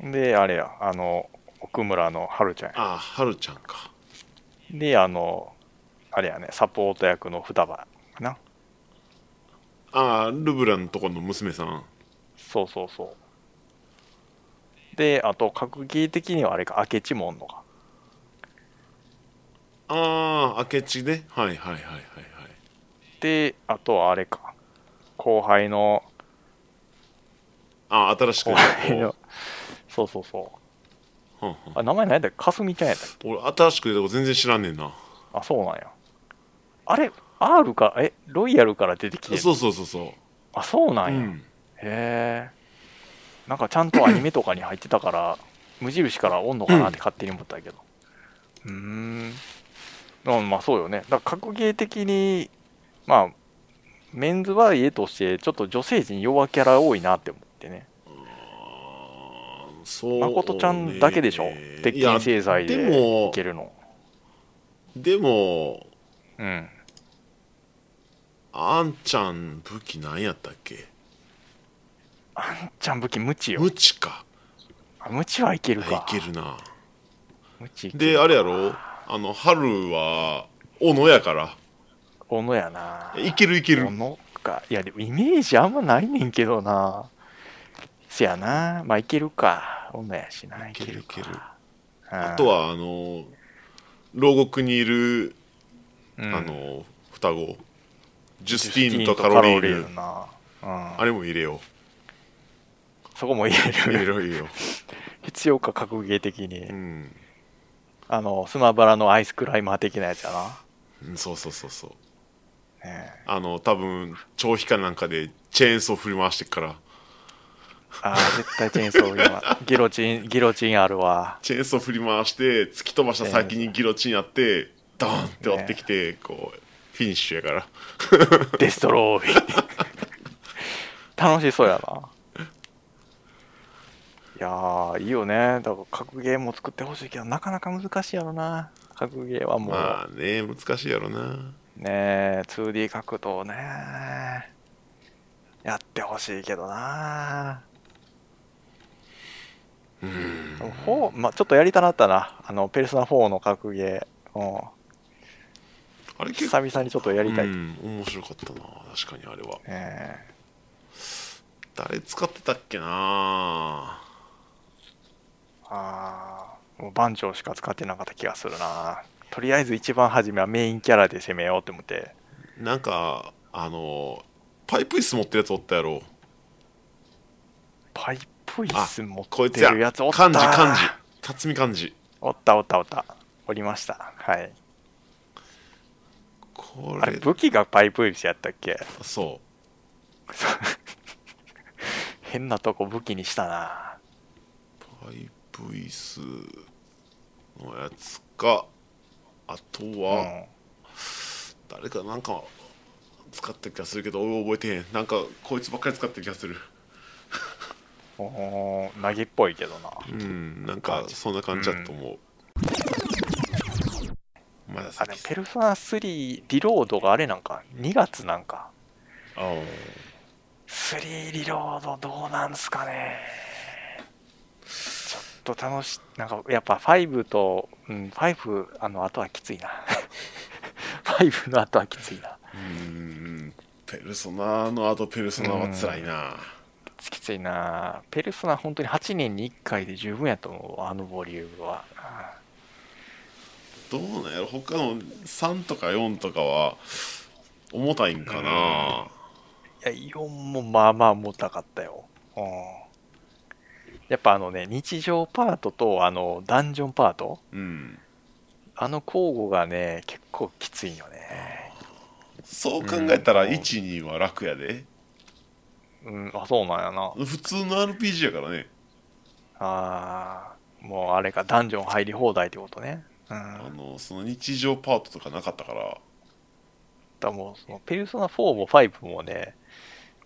Speaker 2: であれやあの奥村の春ちゃんや
Speaker 1: あはるちゃんか
Speaker 2: であのあれやねサポート役の双葉かな
Speaker 1: あルブランのとこの娘さん
Speaker 2: そうそうそうであと格ゲー的にはあれか明智門のか
Speaker 1: ああ明智ねはいはいはいはいはい
Speaker 2: であとはあれか後輩の
Speaker 1: あ新しく
Speaker 2: 後
Speaker 1: ね
Speaker 2: 輩
Speaker 1: こ
Speaker 2: の そうそうそう
Speaker 1: ううんうん
Speaker 2: あ名前何やったっけかすみちゃんやったっけ
Speaker 1: 俺新しく出た子全然知らんねんな
Speaker 2: あそうなんやあれ R かえロイヤルから出てきてる
Speaker 1: そうそうそうそ
Speaker 2: あそうな
Speaker 1: ううんん
Speaker 2: や、へえなんかちゃんとアニメとかに入ってたから 無印からおんのかなって勝手に思ったけどうーんあまあそうよねだから格ゲー的にまあメンズは家としてちょっと女性陣弱キャラ多いなって思ってね
Speaker 1: そうね
Speaker 2: 誠ちゃんだけでしょ鉄
Speaker 1: いや
Speaker 2: 拳制裁でい
Speaker 1: も
Speaker 2: けるの
Speaker 1: でも
Speaker 2: うん
Speaker 1: あんちゃん武器何やったっけ
Speaker 2: あんちゃん武器無知よ
Speaker 1: 無知か
Speaker 2: あ無知はいける
Speaker 1: い
Speaker 2: か
Speaker 1: けるな
Speaker 2: 無知いける
Speaker 1: であれやろあの春は斧やから
Speaker 2: 小野やない
Speaker 1: けるいける
Speaker 2: 小野か。いや、でもイメージあんまないねんけどな。せやな。まあ、いけるか。女やしな。い
Speaker 1: いけ
Speaker 2: け
Speaker 1: る
Speaker 2: るか。
Speaker 1: いける
Speaker 2: あ
Speaker 1: あと、はあの牢獄にいる、
Speaker 2: うん
Speaker 1: あ、の双子ジュ
Speaker 2: ジ
Speaker 1: ス
Speaker 2: ュ
Speaker 1: テ
Speaker 2: ステ
Speaker 1: ィ
Speaker 2: ィ
Speaker 1: ー
Speaker 2: ー
Speaker 1: ン
Speaker 2: ン
Speaker 1: と
Speaker 2: と
Speaker 1: カ
Speaker 2: カ
Speaker 1: ロ
Speaker 2: ロ
Speaker 1: リ
Speaker 2: リ
Speaker 1: ー
Speaker 2: ー
Speaker 1: ヌ
Speaker 2: ヌな。うん
Speaker 1: あれも入れよ
Speaker 2: そこも言え
Speaker 1: う入
Speaker 2: る
Speaker 1: れろ入れよ
Speaker 2: 必要か、格ゲー的に。
Speaker 1: う、うん、
Speaker 2: あの、スマブラのアイスクライマー的なやつやな。
Speaker 1: うんそうそうそうそう
Speaker 2: ねえ、
Speaker 1: あの多分長飛かなんかでチェーンソー振り回してっから
Speaker 2: ああ、絶対チェーンソー今。 ギロチン、ギロチンあるわ。
Speaker 1: チェーンソー振り回して突き飛ばした先にギロチンやってドーンって割ってきて、こうフィニッシュやから
Speaker 2: デストローイ 楽しそうやないやーいいよねだから格ゲーも作ってほしいけどなかなか難しいやろな格ゲーはもう、
Speaker 1: まあね難しいやろな
Speaker 2: ねえ 2D 格闘ねやってほしいけどなほうまあちょっとやりたなったなあのペルソナ4の格ゲーうん
Speaker 1: あれ結構
Speaker 2: 久々にちょっとやりたい、
Speaker 1: うん、面白かったな確かにあれは
Speaker 2: ええ
Speaker 1: 誰使ってたっけな
Speaker 2: ああ、もう番長しか使ってなかった気がするな。とりあえず一番初めはメインキャラで攻めようと思って。
Speaker 1: なんかあのパイプ椅子持ってるやつおったやろ
Speaker 2: パイプ椅子持
Speaker 1: こい
Speaker 2: っ
Speaker 1: つ
Speaker 2: て
Speaker 1: や
Speaker 2: るやつおった。
Speaker 1: 漢字漢字辰巳漢字
Speaker 2: おったおったおった。おりました。はい。
Speaker 1: こ
Speaker 2: あ
Speaker 1: れ
Speaker 2: れ、武器がパイプ椅子やったっけ
Speaker 1: そ
Speaker 2: 変なとこ武器にしたな。
Speaker 1: うパイプ椅子のやつかあと
Speaker 2: う
Speaker 1: は、
Speaker 2: ん。
Speaker 1: 誰かなんか使った気がするけど俺覚えてへんなんかこいつばっかり使った気がする
Speaker 2: おー投げっぽいけどな。
Speaker 1: うんなんかそんな感じだと思う、まだ
Speaker 2: あ、で
Speaker 1: 先
Speaker 2: もペルソナ3リロードがあれなんか、2月なんか。
Speaker 1: あー
Speaker 2: 3リロードどうなんすかねちょっと楽しなんかやっぱ5と、うん、5あの後はきついな 5の後はきついな
Speaker 1: うんペルソナのあとペルソナは辛いな
Speaker 2: きついなペルソナ本当に8年に1回で十分やと思うあのボリュームは
Speaker 1: どうなんやろ他の3とか4とかは重たいんかない
Speaker 2: や4もまあまあ重たかったよ、うん、やっぱあのね日常パートとあのダンジョンパート
Speaker 1: うん
Speaker 2: あの交互がね結構きついよね
Speaker 1: そう考えたら
Speaker 2: うん
Speaker 1: 12は楽やで
Speaker 2: うん、あ、そうなんやな。
Speaker 1: 普通の RPG やからね
Speaker 2: ああ、もうあれか、ダンジョン入り放題ってことね。うん。
Speaker 1: あ
Speaker 2: だ
Speaker 1: のその日常パートとかなかったから
Speaker 2: からもうその、ペルソナ4も5もね、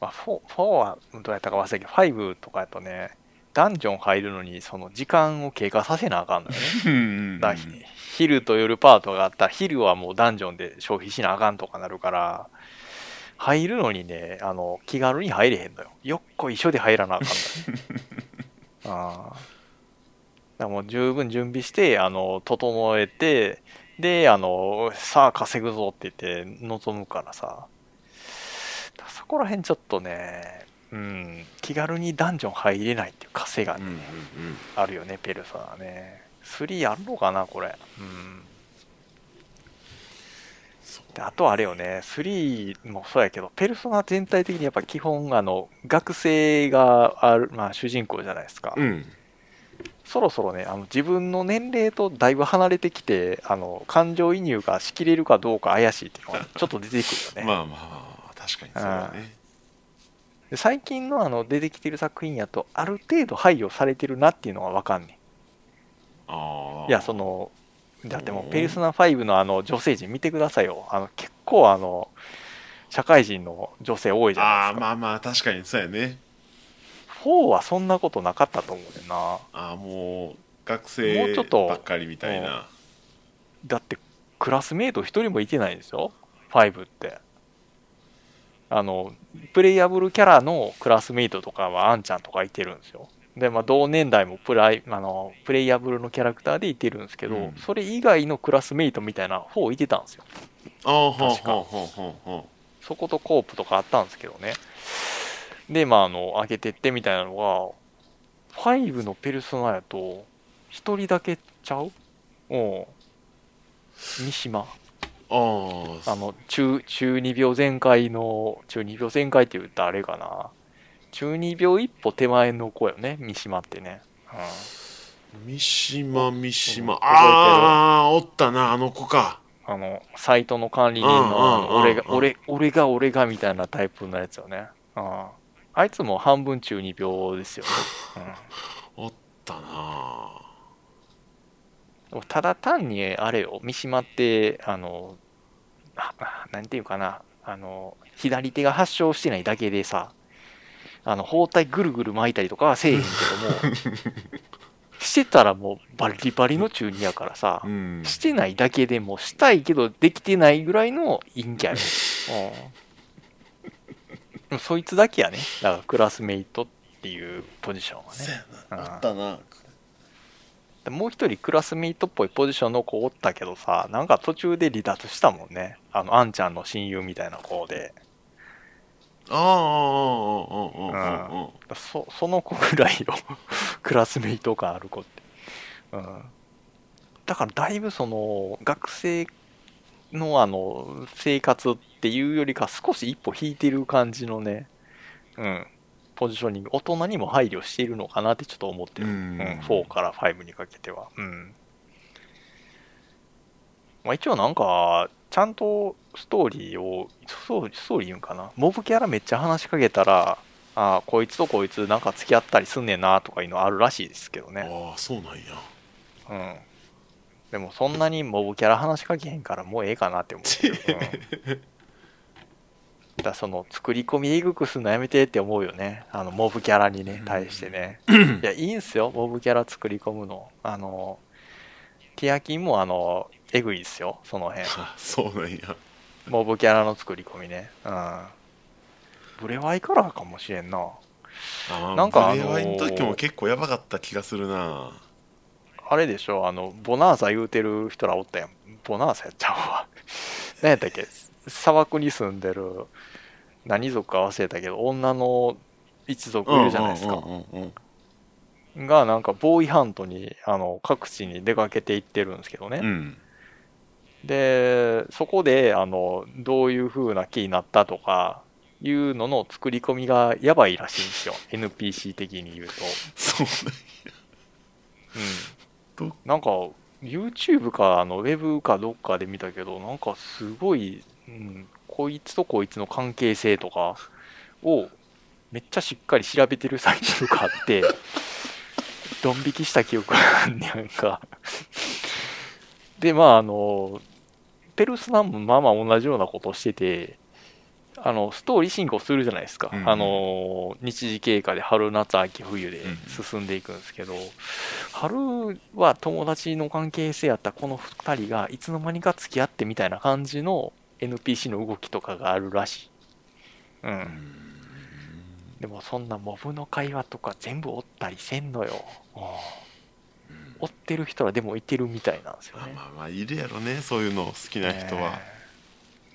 Speaker 2: まあ、4, 4はどうやったか忘れたけど、5とかやとね、ダンジョン入るのに、その時間を経過させなあかんのよね。
Speaker 1: うん
Speaker 2: だからひ昼と夜パートがあったら、昼はもうダンジョンで消費しなあかんとかなるから、入るのにね、あの、気軽に入れへんのよ。よっこいしょで入らなあかんのよ。ああ。だからもう十分準備して、あの、整えて、で、あの、さあ稼ぐぞって言って望むからさ。だからそこら辺ちょっとね、うん、気軽にダンジョン入れないっていう稼が
Speaker 1: う
Speaker 2: ね、
Speaker 1: んうんうん
Speaker 2: あるよね、ペルソナね。3あるのかな、これ。うん。
Speaker 1: そう
Speaker 2: であとはあれよね、3もそうやけど、ペルソナ全体的にやっぱ基本、あの、学生がある、まあ、主人公じゃないですか。
Speaker 1: うん
Speaker 2: そろそろね、あの、自分の年齢とだいぶ離れてきて、あの、感情移入がしきれるかどうか怪しいっていうの がちょっと出てくるよね。
Speaker 1: まあまあ確かにそうだね
Speaker 2: で最近のあの、出てきてる作品やと、ある程度配慮されてるなっていうのがわかんねん。
Speaker 1: ああ
Speaker 2: いや、その、だっても
Speaker 1: うん
Speaker 2: う、ペルソナ5のあの女性陣見てくださいよ。あの結構、あの、社会人の女性多いじゃな
Speaker 1: あ
Speaker 2: い
Speaker 1: あ
Speaker 2: ですか。
Speaker 1: まあまあ確かにそうやね
Speaker 2: 4はそんなことなかったと思うよな。
Speaker 1: ああもう学
Speaker 2: もう
Speaker 1: 生
Speaker 2: ちょっと
Speaker 1: ばっかりみたいな
Speaker 2: だって、クラスメート一人もいてないんですよ、5って。あの、プレイアブルキャラのクラスメイトとかは、あんちゃんとかいてるんですよ。で、まあ、同年代もプライあのプレイアブルのキャラクターでいてるんですけど、
Speaker 1: うん
Speaker 2: それ以外のクラスメイトみたいな方いてたんですよ。
Speaker 1: ああはあは
Speaker 2: 確か
Speaker 1: あはあはあは
Speaker 2: そことコープとかあったんですけどね。で、まあ、あの、上げてってみたいなのが、5のペルソナやと、一人だけちゃううん。三島。
Speaker 1: ああ
Speaker 2: あの、中、中二病全開の、中二病全開って言うとあれかな。中二病一歩手前の子よね、三島ってね。
Speaker 1: 三島三島
Speaker 2: うん
Speaker 1: ああおったなあの子か
Speaker 2: うん。あの、サイトの管理人の、あの
Speaker 1: うんうんうん
Speaker 2: 俺が、
Speaker 1: うん
Speaker 2: 俺、俺が、俺がみたいなタイプのやつよね。うん。あいつも半分中二病ですよね。うん。
Speaker 1: おったな
Speaker 2: ただ単にあれよ三島ってあのああなんていうかなあの左手が発症してないだけでさあの包帯ぐるぐる巻いたりとかはせえへんけど もしてたらもうバリバリの中二やからさ
Speaker 1: うん
Speaker 2: してないだけでもしたいけどできてないぐらいの陰キャ やね、うん、そいつだけやねだからクラスメイトっていうポジションはね
Speaker 1: そやな
Speaker 2: う
Speaker 1: んあったな
Speaker 2: でもう一人クラスメイトっぽいポジションの子おったけどさなんか途中で離脱したもんねあのあんちゃんの親友みたいな子で
Speaker 1: ああああああああああ
Speaker 2: そその子ぐらいの クラスメイト感ある子って、うん、だからだいぶその学生のあの生活っていうよりか少し一歩引いてる感じのね、うん、ポジショニング大人にも配慮しているのかなってちょっと思ってる
Speaker 1: うん
Speaker 2: うん、4から5にかけては。うん。まあ一応なんか、ちゃんとストーリーを、ストーリーストーリー言うんかな。モブキャラめっちゃ話しかけたら、ああ、こいつとこいつなんか付き合ったりすんねんなとかいうのあるらしいですけどね。
Speaker 1: ああそうなんや
Speaker 2: うん。でもそんなにモブキャラ話しかけへんからもうええかなって思ってる。うん、だからその作り込みえぐくするのやめてって思うよね。あのモブキャラにね、対してね。いや、いいんすよ、モブキャラ作り込むの。あの、ティアキンもあの、えぐいっすよ、その 辺。
Speaker 1: あ そうなんや
Speaker 2: モブキャラの作り込みね。うん。ブレワイカラーかもしれんな。
Speaker 1: あ
Speaker 2: なんかあのー
Speaker 1: ワイの時も結構やばかった気がするな
Speaker 2: あれでしょ、あの、ボナーサ言うてる人らおったやん。ボナーサやっちゃうわ。 何やったっけ砂漠に住んでる、何族か忘れたけど、女の一族いるじゃないですか
Speaker 1: う。んうんうんうん
Speaker 2: が、なんか、ボーイハントに、あの、各地に出かけていってるんですけどね。
Speaker 1: うん
Speaker 2: で、そこで、あの、どういう風な木になったとか、いうのの作り込みがやばいらしいんですよ。NPC 的に言うと。
Speaker 1: そう
Speaker 2: うん
Speaker 1: ど。
Speaker 2: なんか、YouTube か、あの、Web かどっかで見たけど、なんかすごい、うん、こいつとこいつの関係性とかを、めっちゃしっかり調べてるサイトとかあって、 ドン引きした記憶があんねやんか。で、まあ、あの、ペルソナもまあまあ同じようなことをしてて、あの、ストーリー進行するじゃないですか。
Speaker 1: うんうん
Speaker 2: あの、日時経過で春、夏、秋、冬で
Speaker 1: うんうん
Speaker 2: 進んでいくんですけど、春は友達の関係性やったこの2人がいつの間にか付き合ってみたいな感じの NPC の動きとかがあるらしい。う。
Speaker 1: なんん
Speaker 2: でもそんなモブの会話とか全部追ったりせんのよ。
Speaker 1: うん
Speaker 2: 追ってる人はでもいてるみたいなんですよ
Speaker 1: まあ
Speaker 2: ね。
Speaker 1: まあまあいるやろねそういうの好きな人は、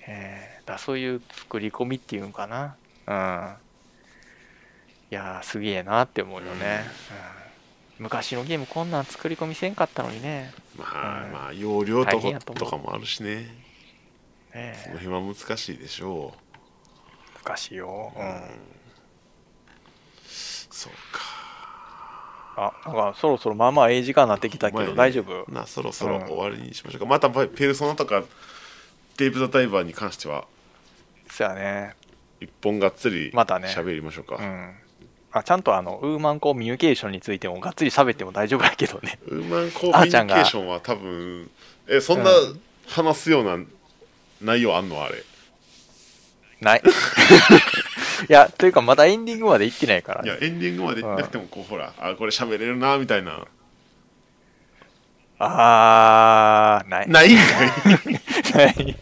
Speaker 2: えー。えーだからそういう作り込みっていうのかな。うん。いやー、すげえなって思うよね、うん昔のゲームこんなん作り込みせんかったのにね。
Speaker 1: まあ
Speaker 2: うん
Speaker 1: まあ容量と
Speaker 2: 大変や
Speaker 1: か
Speaker 2: と思う
Speaker 1: とかもあるしね
Speaker 2: ね
Speaker 1: その辺は難しいでしょ
Speaker 2: 昔よ。
Speaker 1: う、
Speaker 2: うん。
Speaker 1: そうか
Speaker 2: あ、なんかそろそろまあまあええ時間になってきたけ
Speaker 1: ほんまや
Speaker 2: ど
Speaker 1: ね
Speaker 2: 大丈夫
Speaker 1: なそろそろ
Speaker 2: うん
Speaker 1: 終わりにしましょうか、またペルソナとかデーブ・ザ・ダイバーに関しては
Speaker 2: そうやね。
Speaker 1: 一本がっつり
Speaker 2: またね
Speaker 1: 喋りましょうか、
Speaker 2: うん。あ、ちゃんとあの、ウーマンコミュニケーションについてもがっつり喋っても大丈夫やけ どね。
Speaker 1: ウーマンコミ
Speaker 2: あ
Speaker 1: ュ
Speaker 2: ー
Speaker 1: ニ
Speaker 2: ち
Speaker 1: ケ
Speaker 2: ゃんが
Speaker 1: ーションは多分えそんな
Speaker 2: う
Speaker 1: 話すような内容あんのあれ
Speaker 2: ない。 いや、というかまだエンディングまで行ってないから
Speaker 1: いや
Speaker 2: ね。
Speaker 1: エンディングまでいってなくてもこうほらあこれ喋れるなみたいな
Speaker 2: あー、ない。
Speaker 1: ないんかい
Speaker 2: ない。い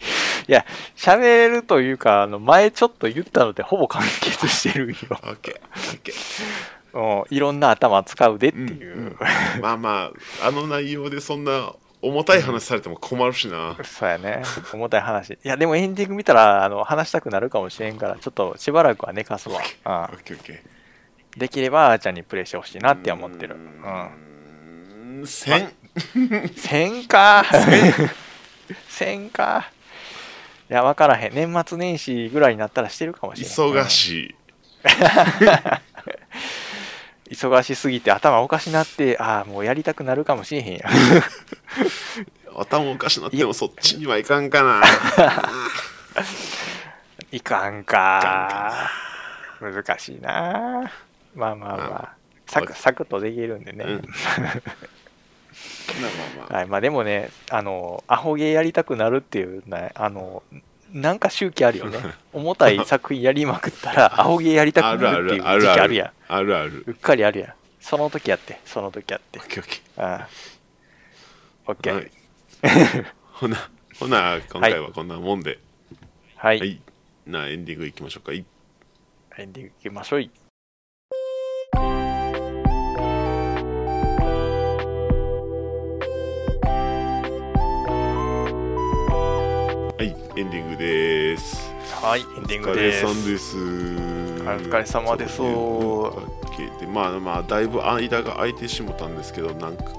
Speaker 2: や、喋れるというか、あの、前ちょっと言ったのでほぼ完結して るよ。
Speaker 1: オッケーオッケー
Speaker 2: うんいろんな頭使うでっていう。
Speaker 1: うんまあまああの内容でそんな重たい話されても困るしな
Speaker 2: そうやね。重たい話。いや、でもエンディング見たら、あの、話したくなるかもしれんから、ちょっとしばらくは寝かすわ。
Speaker 1: オ
Speaker 2: う
Speaker 1: ッケーオッケー
Speaker 2: ん。できれば、あーちゃんにプレイしてほしいなって思ってる。う。
Speaker 1: うんーん千
Speaker 2: せんか。せんか。いや、わからへん。年末年始ぐらいになったらしてるかもしれん。
Speaker 1: 忙しい
Speaker 2: うん忙しすぎて頭おかしなって、ああ、もうやりたくなるかもしれへんや。
Speaker 1: 頭おかしなってもそっちにはいか んかない
Speaker 2: かんか。難しいな。まあまあまあ。サクサクッとできるんでね。
Speaker 1: うんまあまあまあ
Speaker 2: はい、まあでもね、あの、アホゲーやりたくなるっていうね、あの、なんか周期ある よね。重たい作品やりまくったら、アホゲーやりた
Speaker 1: あ
Speaker 2: く
Speaker 1: る
Speaker 2: な
Speaker 1: あ
Speaker 2: るってい
Speaker 1: る
Speaker 2: う
Speaker 1: あ
Speaker 2: 時期
Speaker 1: るあ
Speaker 2: あるやん
Speaker 1: る。あるある
Speaker 2: うっかりあるやん。その時やって、その時やって
Speaker 1: オ。ッケーオッケ
Speaker 2: ああ。
Speaker 1: ー
Speaker 2: OK。
Speaker 1: は
Speaker 2: はいい。
Speaker 1: ほなほな今回はこんなもんではい、なエンディングいきましょうかい
Speaker 2: エンディングいきましょうい。
Speaker 1: はいエンディングです
Speaker 2: はい、エンディングです。
Speaker 1: お疲れさんです
Speaker 2: はいお疲れ様です
Speaker 1: オッケーでまあまあだいぶ間が空いてしもたんですけどなんかか
Speaker 2: う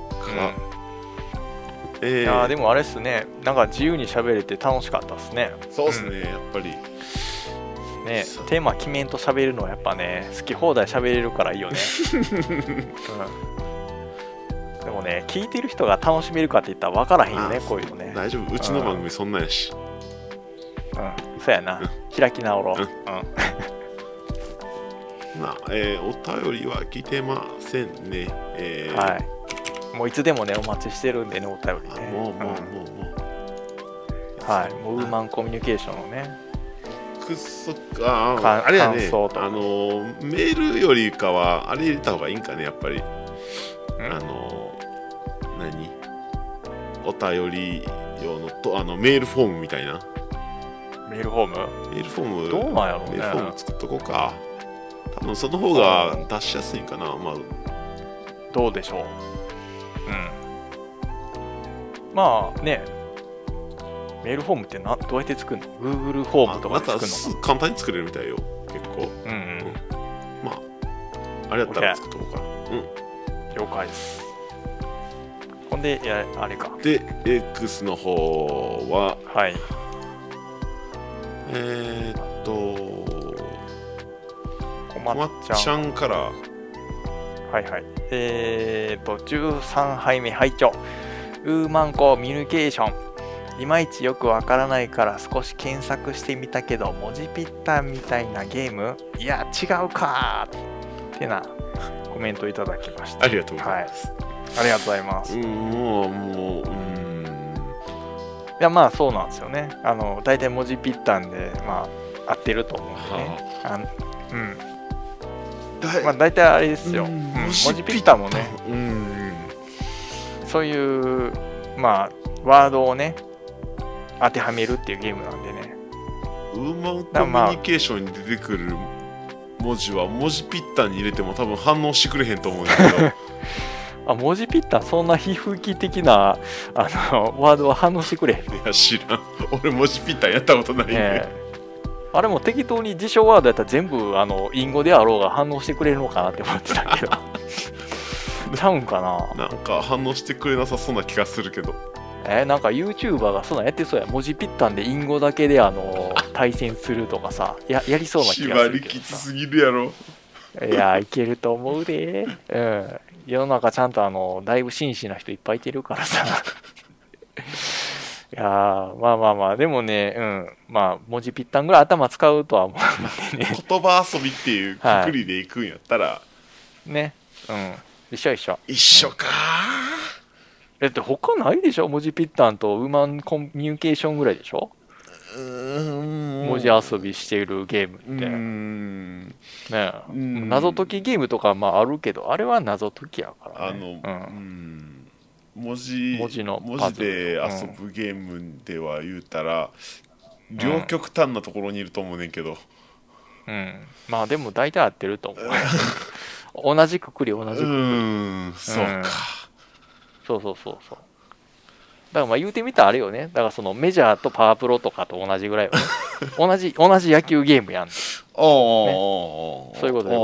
Speaker 2: ん
Speaker 1: え
Speaker 2: いやーでもあれっすね、なんか自由に喋れて楽しかったっすね。
Speaker 1: そうですね、やっぱり
Speaker 2: ね
Speaker 1: そう、
Speaker 2: テーマ決めんと喋るのはやっぱね、好き放題喋れるからいいよね。うん、でもね、聞いてる人が楽しめるかって言ったら分からへんよね
Speaker 1: あ、
Speaker 2: こういうのね。
Speaker 1: 大丈夫うちの番組そんなんやし
Speaker 2: うん、そうやな、開き直ろう。
Speaker 1: う
Speaker 2: うんん、
Speaker 1: なえーお便りは来てませんねえー
Speaker 2: はい。もういつでもね、お待ちしてるんでね、お便り
Speaker 1: あ
Speaker 2: ね。
Speaker 1: もうもうもう
Speaker 2: ん
Speaker 1: もう
Speaker 2: はい、モブマンコミュニケーションのね。
Speaker 1: くっそあ
Speaker 2: か
Speaker 1: ーあれやね
Speaker 2: 感想と
Speaker 1: あのーメールよりかはあれ入れた方がいいんかねやっぱり
Speaker 2: う
Speaker 1: あ
Speaker 2: ん
Speaker 1: のー何お便り用のとあのメールフォームみたいな
Speaker 2: メールホーム
Speaker 1: メールフォーム
Speaker 2: どうなんやろうね
Speaker 1: メールフォーム作っとこうか多分その方が出しやすいんかなまあ
Speaker 2: どうでしょう。うん。まあね、メールフォームってなどうやって作るの ?Google フォームとか
Speaker 1: ま
Speaker 2: で
Speaker 1: た
Speaker 2: 作る
Speaker 1: す簡単に作れるみたいよ結構
Speaker 2: のか。うん、うん。
Speaker 1: まああれやったら作っとこうかうん
Speaker 2: 了解ですほんでいやあれか
Speaker 1: で X の方は
Speaker 2: はい
Speaker 1: えー、っと
Speaker 2: こ
Speaker 1: ま
Speaker 2: ま
Speaker 1: っ
Speaker 2: っちゃん
Speaker 1: ちゃんから
Speaker 2: はいはいえー、っと13杯目拝聴ウーマンコミュニケーションいまいちよくわからないから少し検索してみたけど文字ピッタみたいなゲームいや違うかーってなコメントいただきました
Speaker 1: ありがとうございます、
Speaker 2: ありがとうございます
Speaker 1: うんもうもううん
Speaker 2: いやまあそうなんですよねあの大体文字ピッタンでまあ合ってると思うんでねあのうん
Speaker 1: だい
Speaker 2: まあ大体あれですよ、
Speaker 1: う
Speaker 2: うんん
Speaker 1: 文
Speaker 2: 文
Speaker 1: 字
Speaker 2: 字ピッタもね
Speaker 1: うん
Speaker 2: そういうまあワードをね当てはめるっていうゲームなんでね
Speaker 1: ウーマンコミュニケーションに出てくる文字は文字ピッタに入れても多分反応してくれへんと思うんだけど
Speaker 2: あ文字ピッタそんな皮膚気的なあのワードは反応してくれへんね
Speaker 1: いや知らん俺文字ピッタやったこと ないんで、
Speaker 2: あれも適当に辞書ワードやったら全部あの隠語であろうが反応してくれるのかなって思ってた けどちゃうんかな
Speaker 1: なんか反応してくれなさそうな気がするけど
Speaker 2: えーなんか YouTuber がそんなんやってそうや文字ピッタンで隠語だけであの対戦するとかさややりそうな気が
Speaker 1: 縛
Speaker 2: する
Speaker 1: り
Speaker 2: け
Speaker 1: き
Speaker 2: ど
Speaker 1: つ
Speaker 2: さ
Speaker 1: すぎるやろ
Speaker 2: いやいけると思うで。うん。世の中ちゃんとあの、だいぶ紳士な人いっぱいいてるからさ。 いやーまあまあまあ、でもね、うん。まあ、文字ぴったんぐらい頭使うとは思
Speaker 1: 言葉遊びっていうくくりでいくんやったら、
Speaker 2: うね。うん。一緒一緒。
Speaker 1: 一緒か
Speaker 2: えって他ないでしょ文字ぴったんとウーマンコミュニケーションぐらいでしょ
Speaker 1: うーん
Speaker 2: 文字遊びしているゲーム
Speaker 1: う
Speaker 2: って。
Speaker 1: ーん
Speaker 2: ね
Speaker 1: うん
Speaker 2: 謎解きゲームとかまああるけど、あれは謎解きやから、
Speaker 1: あ
Speaker 2: ね。
Speaker 1: の、うん文字
Speaker 2: 文字の
Speaker 1: 文
Speaker 2: パ
Speaker 1: 字
Speaker 2: ズ
Speaker 1: で
Speaker 2: ル
Speaker 1: 遊ぶゲームでは言うたら、両極端なところにいると思うねんけど、
Speaker 2: うん。うん。まあでも大体合ってると 思う。同じくくり同
Speaker 1: う
Speaker 2: じくくり
Speaker 1: ーんそうか、
Speaker 2: そうそうそうそう。からまあ言うてみたらあれよね。だからそのメジャーとパワープロとかと同じぐら いよね。同じ、同じ野球ゲームやん。
Speaker 1: ああ、ね、
Speaker 2: そういうことだ
Speaker 1: よ、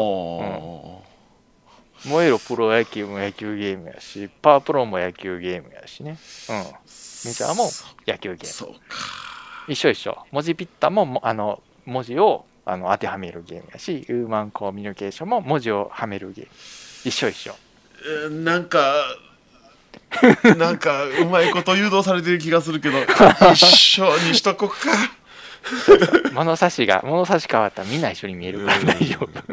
Speaker 2: 燃えろプロ野球も野球ゲームやし、パワープロも野球ゲームやしね。うん。メジャーも野球ゲーム。
Speaker 1: そうか
Speaker 2: 一緒一緒。文字ピッタもも、あの、文字をあの当てはめるゲームやし、ウーマンコミュニケーションも文字をはめるゲーム。一緒一緒。
Speaker 1: えーなんか なんかうまいこと誘導されてる気がする けど一緒にしとこっか
Speaker 2: 物差しが、物差し変わったらみんな一緒に見えるから大丈夫。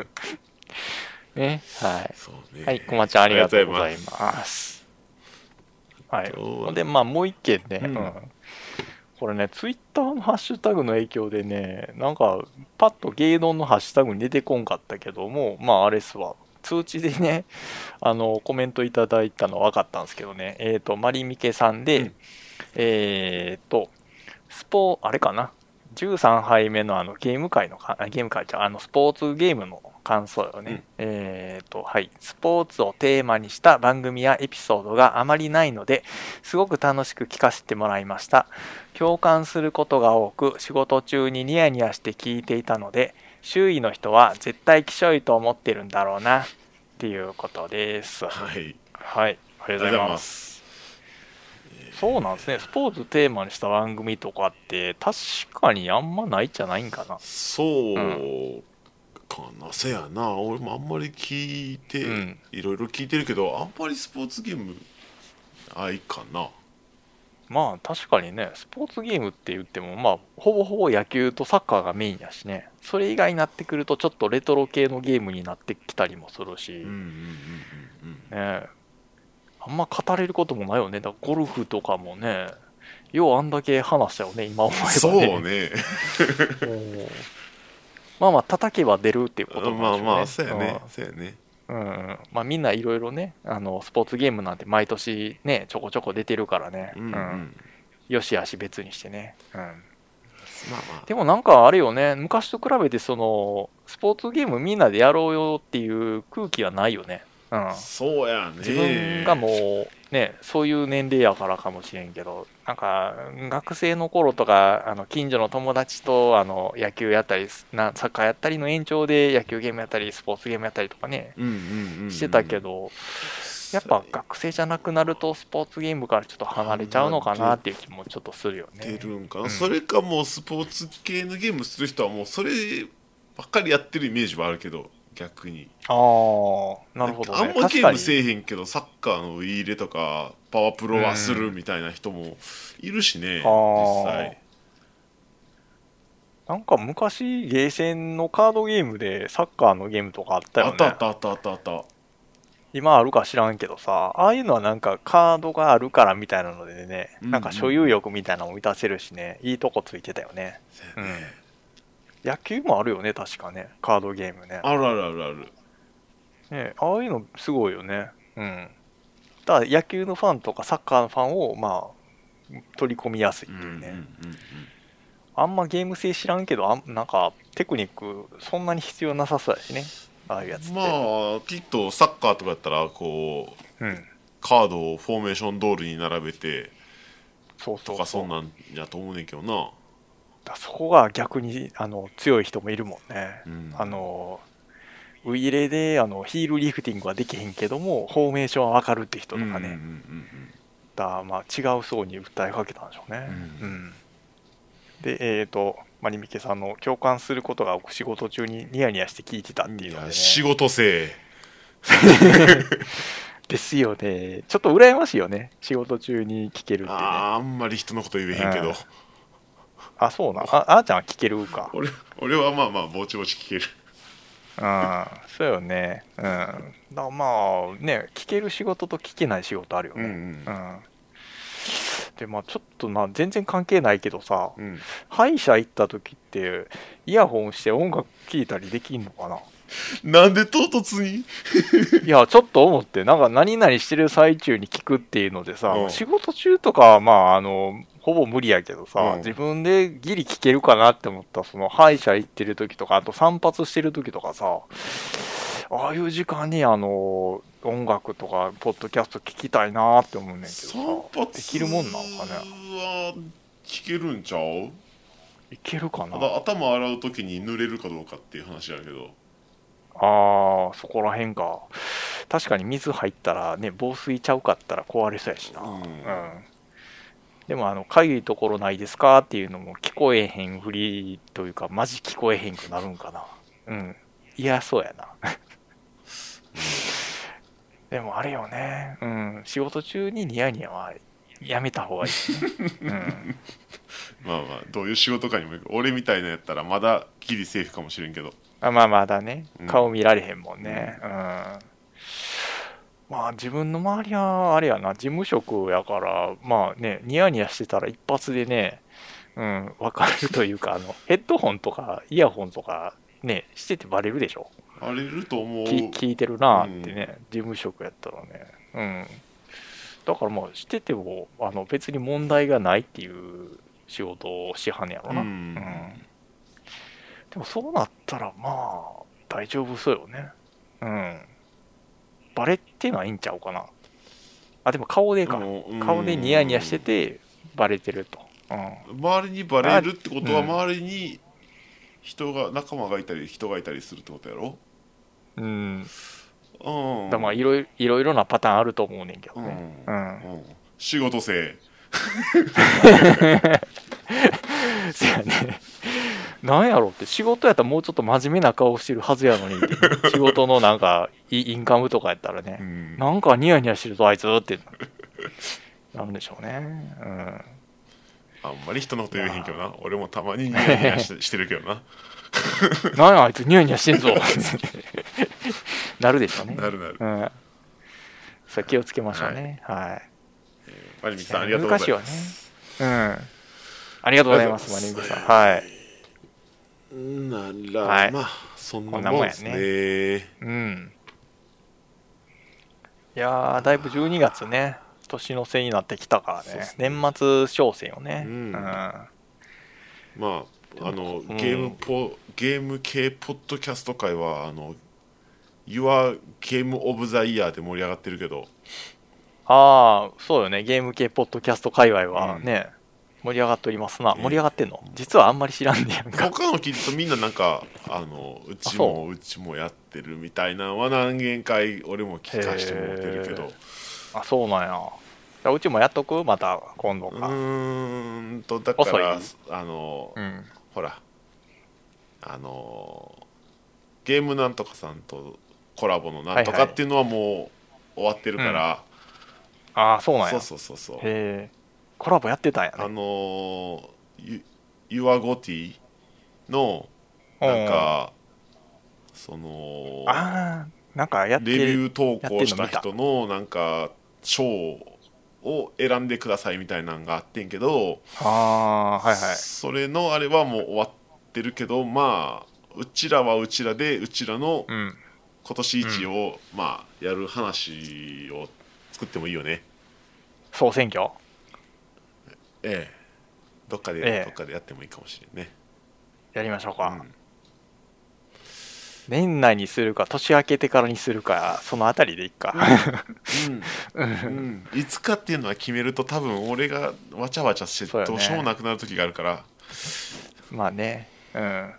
Speaker 2: ね、はい。
Speaker 1: そうね
Speaker 2: はい、こまちゃんありがとうございます。はい。
Speaker 1: とうございます
Speaker 2: ほんで、まあ、もう一件ね、
Speaker 1: うん
Speaker 2: うんこれね、ツイッターのハッシュタグの影響でね、なんか、パッと芸能のハッシュタグに出てこんかったけども、まあ、あれっすわ。通知でね、あの、コメントいただいたの分かったんですけどね、えっ、と、マリミケさんで、
Speaker 1: うん
Speaker 2: えっ、と、スポあれかな、13杯目のあのゲーム会のか、あゲーム会じゃうあのスポーツゲームの感想よね。
Speaker 1: うん
Speaker 2: えっ、と、はい。スポーツをテーマにした番組やエピソードがあまりないので、すごく楽しく聞かせてもらいました。共感することが多く、仕事中にニヤニヤして聞いていたので、周囲の人は絶対きしょいと思ってるんだろうな、っていうことです。
Speaker 1: はい
Speaker 2: はい、ありがとうございます。そうなんですね、スポーツテーマにした番組とかって、確かにあんまないんじゃないんかな。
Speaker 1: そう
Speaker 2: う
Speaker 1: かな、せやな俺もあんまり聞いて、
Speaker 2: うん
Speaker 1: いろいろ聞いてるけどあんまりスポーツゲームないかな
Speaker 2: まあ確かにね、スポーツゲームって言っても、まあ、ほぼほぼ野球とサッカーがメインやしね、それ以外になってくると、ちょっとレトロ系のゲームになってきたりもするし、
Speaker 1: うんうんうんうんうん
Speaker 2: ね、あんま語れることもないよね、だからゴルフとかもね、ようあんだけ話したよね、今思えばね。
Speaker 1: そうね
Speaker 2: うん まあまあ、叩けば出るっていうことなんで し
Speaker 1: ま
Speaker 2: ょ
Speaker 1: あ
Speaker 2: うね。
Speaker 1: まあそうやねそうやね
Speaker 2: うんうんまあみんないろいろねあのスポーツゲームなんて毎年ねちょこちょこ出てるからね、
Speaker 1: うんうん、
Speaker 2: よし悪し別にしてね、うん、
Speaker 1: まあまあ
Speaker 2: でもなんかあれよね昔と比べてそのスポーツゲームみんなでやろうよっていう空気はないよね、うん、
Speaker 1: そうやね
Speaker 2: 自分がもうねそういう年齢やからかもしれんけどなんか学生の頃とかあの近所の友達とあの野球やったりすなサッカーやったりの延長で野球ゲームやったりスポーツゲームやったりとかね
Speaker 1: うんうんうんうん
Speaker 2: してたけど、やっぱ学生じゃなくなるとスポーツゲームからちょっと離れちゃうのかなっていう気もちょっとするよ
Speaker 1: 出
Speaker 2: ね。
Speaker 1: るんかな、
Speaker 2: うん
Speaker 1: それかもうスポーツ系のゲームする人はもうそればっかりやってるイメージはあるけど逆に
Speaker 2: あーなるほど、
Speaker 1: あ
Speaker 2: ね
Speaker 1: ん。ま
Speaker 2: 確
Speaker 1: ゲ
Speaker 2: か
Speaker 1: ー
Speaker 2: に
Speaker 1: ムせえへんけどサッカーの入れとかパワープロはするみたいな人もいるしね、
Speaker 2: あー
Speaker 1: 実際
Speaker 2: なんか昔ゲーセンのカードゲームでサッカーのゲームとかあったよ
Speaker 1: あ
Speaker 2: ね。
Speaker 1: ったあったあったあったあった
Speaker 2: 今あるか知らんけどさああいうのはなんかカードがあるからみたいなのでね、
Speaker 1: うんうん
Speaker 2: なんか所有欲みたいなのも満たせるしねいいとこついてたよね。
Speaker 1: せやね
Speaker 2: 野球もあるよね確かねカードゲームね。
Speaker 1: あるあるあるある
Speaker 2: ね、ああいうのすごいよね。うん。だから野球のファンとかサッカーのファンを、まあ、取り込みやすいっ
Speaker 1: うん
Speaker 2: ていうね。
Speaker 1: うんうん
Speaker 2: あんまゲーム性知らんけど、あんなんかテクニックそんなに必要なさそうやしね。ああいうやつっ
Speaker 1: う
Speaker 2: て。
Speaker 1: んまあきっとサッカーとかやったらこう
Speaker 2: うん。
Speaker 1: カードをフォーメーション通りに並べて
Speaker 2: そうそ
Speaker 1: と
Speaker 2: うそう
Speaker 1: かそんなんやと思うねんけどな、
Speaker 2: だそこが逆にあの強い人もいるもんね。
Speaker 1: うん
Speaker 2: あの、ウイイレであのヒールリフティングはできへんけども、フォーメーションはわかるって人と
Speaker 1: う
Speaker 2: かね。
Speaker 1: んうんうんうん
Speaker 2: だからまあ違う層に訴えかけたんでしょうね。
Speaker 1: うん
Speaker 2: で、えっ、と、マリミケさんの共感することが多く仕事中にニヤニヤして聞いてたっていうので、
Speaker 1: い
Speaker 2: ね
Speaker 1: や、仕事生
Speaker 2: ですよね。ちょっと羨ましいよね。仕事中に聞けるってね。
Speaker 1: あー
Speaker 2: あ
Speaker 1: あんまり人のこと言えへんけど、
Speaker 2: うんそうなん。ああーちゃんは聞けるか。
Speaker 1: 俺俺はまあまあぼちぼち聞ける
Speaker 2: うん、そうよね。うん。だからまあね、聞ける仕事と聞けない仕事あるよね。
Speaker 1: ん
Speaker 2: うんでまあ、ちょっとな全然関係ないけどさ
Speaker 1: うん、うん、
Speaker 2: 歯医者行った時ってイヤホンして音楽聴いたりできんの かな
Speaker 1: なんで唐突に
Speaker 2: いやちょっと思ってなんか何々してる最中に聞くっていうのでさ、
Speaker 1: うん
Speaker 2: 仕事中とかはまああのほぼ無理やけどさ、
Speaker 1: うん
Speaker 2: 自分でギリ聞けるかなって思ったその歯医者行ってる時とかあと散髪してる時とかさああいう時間にあの音楽とかポッドキャスト聞きたいなーって思うねんけどさ
Speaker 1: 散髪
Speaker 2: できるもんなんかね
Speaker 1: は聞けるんちゃう
Speaker 2: いけるか
Speaker 1: た
Speaker 2: な
Speaker 1: だ頭洗う時に濡れるかどうかっていう話やけど
Speaker 2: あーそこら辺か確かに水入ったらね防水ちゃうかったら壊れそうやしな
Speaker 1: う
Speaker 2: うんん、でもあの「かゆいところないですか?」っていうのも聞こえへんふりというかマジ聞こえへんくなるんかなうん嫌そうやな でもあれよねうん仕事中にニヤニヤはやめた方がいい、ね、うん
Speaker 1: まあまあどういう仕事かにもよる俺みたいなやったらまだギリセーフかもしれんけど
Speaker 2: あまあまだね
Speaker 1: うん
Speaker 2: 顔見られへんもんねうん、まあ自分の周りはあれやな事務職やからまあねニヤニヤしてたら一発でねうん分かるというかあのヘッドホンとかイヤホンとかねしててバレるでしょ
Speaker 1: 荒れると思う
Speaker 2: き聞いてるなーってね、事務職やったらねうんだからまあしててもあの別に問題がないっていう仕事をしはんねやろ
Speaker 1: う
Speaker 2: な、
Speaker 1: ん
Speaker 2: でもそうなったらまあ大丈夫そうよねうんバレてないんちゃうかなあでも顔でか
Speaker 1: うん
Speaker 2: 顔でニヤニヤしててバレてるとうん
Speaker 1: 周りにバレるってことは
Speaker 2: うん
Speaker 1: 周りに人が仲間がいたり人がいたりするってことやろ
Speaker 2: うん、
Speaker 1: うん
Speaker 2: だからまあいろいろいろいろなパターンあると思うねんけどね
Speaker 1: う
Speaker 2: うんん、
Speaker 1: うん仕事生
Speaker 2: そやねなんやろって仕事やったらもうちょっと真面目な顔してるはずやのにって仕事のなんかイインカムとかやったらね
Speaker 1: うん
Speaker 2: なんかニヤニヤしてるぞあいつってなるんでしょうねうん
Speaker 1: あんまり人のこと言えへんけどな俺もたまにニヤニヤししてるけどな
Speaker 2: なんやあいつニヤニヤしてんぞ なるでしょうね
Speaker 1: なるなる
Speaker 2: うんそれ気をつけましょうねはい、
Speaker 1: マリミさんありがとうございます
Speaker 2: うんありがとうございますマリングさんはい
Speaker 1: なら、
Speaker 2: はい
Speaker 1: まあそん
Speaker 2: こ
Speaker 1: なんも
Speaker 2: なんもんや
Speaker 1: で
Speaker 2: ね
Speaker 1: すね
Speaker 2: うんいやーだいぶ12月ね年の瀬になってきたから
Speaker 1: そうっ
Speaker 2: ね
Speaker 1: すね
Speaker 2: 年末商戦をね
Speaker 1: う
Speaker 2: うんん、
Speaker 1: まああの
Speaker 2: うん
Speaker 1: ゲームポゲーム系ポッドキャスト界はあの Your Game of the Year で盛り上がってるけど
Speaker 2: ああそうよねゲーム系ポッドキャスト界隈は
Speaker 1: うん
Speaker 2: ね、盛り上がっておりますな
Speaker 1: ええ
Speaker 2: 盛り上がってんの実はあんまり知らんねやんか
Speaker 1: 他の聞いてるとみんななんかあのうち
Speaker 2: あ
Speaker 1: もうちもやってるみたいなのは何件か俺も聞かしてもらってるけ
Speaker 2: へ
Speaker 1: ど
Speaker 2: ーあ そうなんやじゃあうちもやっとくまた今度
Speaker 1: う
Speaker 2: か
Speaker 1: ーんとだから
Speaker 2: 遅
Speaker 1: あの、
Speaker 2: うん
Speaker 1: ほらあのゲームなんとかさんとコラボのなんと
Speaker 2: は
Speaker 1: か
Speaker 2: いはい
Speaker 1: っていうのはもう終わってるから、
Speaker 2: ああそうなん
Speaker 1: そ
Speaker 2: や
Speaker 1: うそうそうそう
Speaker 2: へえコラボやってたんや
Speaker 1: あ
Speaker 2: ね
Speaker 1: のーユアゴティの
Speaker 2: う
Speaker 1: なんか、その
Speaker 2: ああなんかやって
Speaker 1: レビ
Speaker 2: る
Speaker 1: ュー投稿した人のなんか賞を選んでくださいみたいなのがあってんけど、
Speaker 2: ああはいはい
Speaker 1: それのあれはもう終わってるけどまあうちらはうちらでうちらの
Speaker 2: うん
Speaker 1: 今年一を、まあやる話を作ってもいいよね
Speaker 2: 総選挙
Speaker 1: ええどっかで、
Speaker 2: ええ
Speaker 1: どっかでやってもいいかもしれんね、
Speaker 2: やりましょう
Speaker 1: う
Speaker 2: か、
Speaker 1: ん
Speaker 2: 年内にするか年明けてからにするかそのあたりでいっか、
Speaker 1: うん、いつかっていうのは決めると多分俺がわちゃわちゃして
Speaker 2: そうよね
Speaker 1: どうしようもなくなる時があるから、
Speaker 2: まあねうん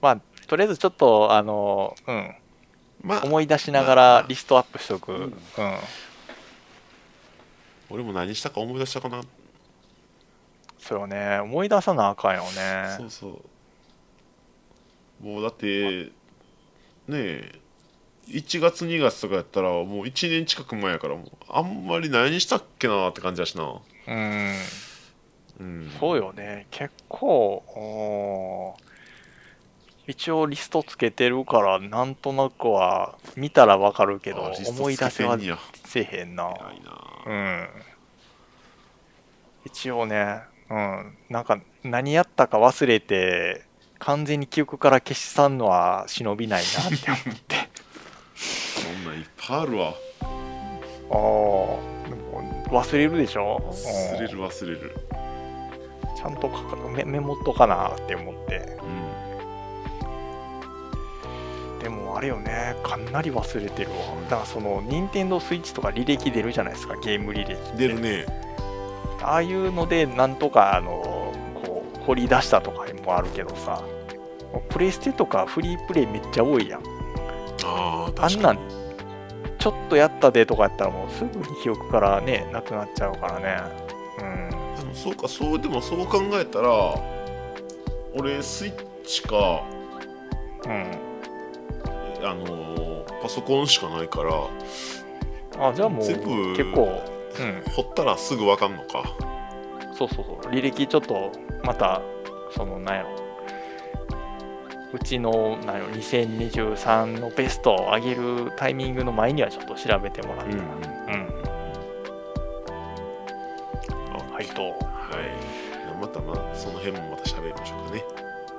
Speaker 2: まあとりあえずちょっとあのうん
Speaker 1: まあ
Speaker 2: 思い出しながらリストアップしとく、うんん、
Speaker 1: 俺も何したか思い出したかな、
Speaker 2: それをね思い出さなあかんよ
Speaker 1: そう
Speaker 2: ね
Speaker 1: そうもうだってねえ1月2月とかやったらもう1年近く前やからもうあんまり何したっけなって感じだしな
Speaker 2: うん
Speaker 1: うん
Speaker 2: そうよね結構おー一応リストつけてるからなんとなくは見たらわかるけど
Speaker 1: あリスト
Speaker 2: 思い出
Speaker 1: つけ
Speaker 2: せ
Speaker 1: て
Speaker 2: は
Speaker 1: んや
Speaker 2: せえへんな
Speaker 1: 偉いな
Speaker 2: うん。一応ね、うん、なんか何やったか忘れて、完全に記憶から消し去るのは忍びないなって思って。
Speaker 1: そんなんいっぱいあるわ
Speaker 2: ああ、でも忘れるでしょ
Speaker 1: 忘れる忘れる、
Speaker 2: うんちゃんとかかメメモっとかなって思って。
Speaker 1: うん
Speaker 2: でもああれよねかなり忘れてるわだからその任天堂スイッチとか履歴出るじゃないですかゲーム履歴
Speaker 1: 出るね
Speaker 2: ああいうのでなんとかあのこう掘り出したとかもあるけどさプレステとかフリープレイめっちゃ多いやん
Speaker 1: ああ
Speaker 2: あ
Speaker 1: 確
Speaker 2: ん
Speaker 1: か
Speaker 2: な
Speaker 1: に
Speaker 2: んちょっとやったでとかやったらもうすぐに記憶からねなくなっちゃうからねうん
Speaker 1: でもそうかそうでもそう考えたら俺スイッチか
Speaker 2: うん
Speaker 1: あのーパソコンしかないから
Speaker 2: あじゃあもう
Speaker 1: 全
Speaker 2: 結
Speaker 1: 部
Speaker 2: 構うん
Speaker 1: 掘ったらすぐ分かんのか
Speaker 2: そうそうそう履歴ちょっとまたそのなんやろうちのなんやろ2023のベストを上げるタイミングの前にはちょっと調べてもらったらうん、はいと
Speaker 1: はいまたまあその辺もまた喋りましょうかね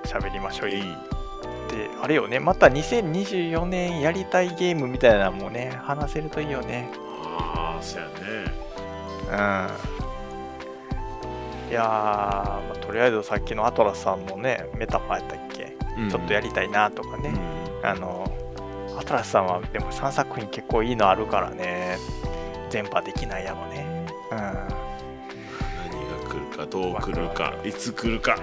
Speaker 2: 喋りましょう
Speaker 1: えい
Speaker 2: であれよねまた2024年やりたいゲームみたいなのもね話せるといいよね
Speaker 1: ああそうやね
Speaker 2: うんいやー、まあとりあえずさっきのアトラスさんもねメタファーやったっけ、ちょっとやりたいなとかね、あのアトラスさんはでも3作品結構いいのあるからね全波できないやろねうんは
Speaker 1: 何が来るかどう来るかいつ来るか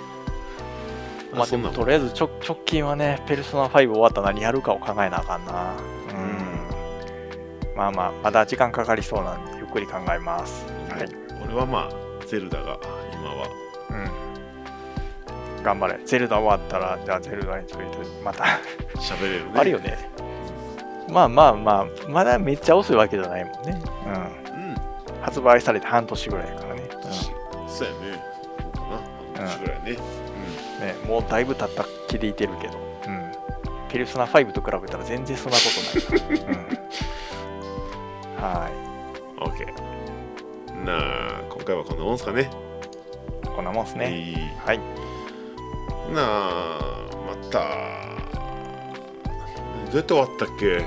Speaker 2: いまあでもとりあえずちょ直近はね「ペルソナ5」終わったら何やるかを考えなあかんなうんまあまあまだ時間かかりそうなんでゆっくり考えますは
Speaker 1: はいい、俺はまあゼルダが今は
Speaker 2: うん頑張れゼルダ終わったらじゃあゼルダについてまた
Speaker 1: 喋れるね
Speaker 2: あるよね まあまあまあまだめっちゃ遅いわけじゃないもんねうん
Speaker 1: うん
Speaker 2: 発売されて半年ぐらいからね,、
Speaker 1: そうやねそうかな半年ぐらいね
Speaker 2: うん、ねもうだいぶ経った気でいてるけど、うん、ペルソナ5と比べたら全然そんなことないから、うん、は
Speaker 1: オッケーなあ今回はこんなもんすかね
Speaker 2: いこんなもんっすね
Speaker 1: いい
Speaker 2: はい
Speaker 1: なあまたどうやって終わったっ け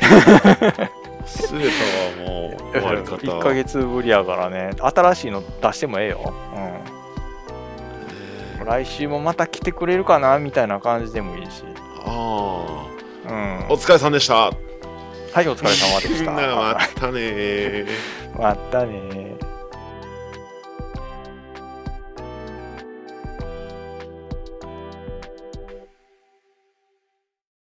Speaker 1: 忘れたわもう終わり方
Speaker 2: 1ヶ月ぶりやからね新しいの出してもええよ、うん、来週もまた来てくれるかなみたいな感じでもいいし、
Speaker 1: あ
Speaker 2: うん、
Speaker 1: あお疲れさんでした
Speaker 2: はいお疲れ様でし
Speaker 1: みん
Speaker 2: た
Speaker 1: なまたねー
Speaker 2: またねー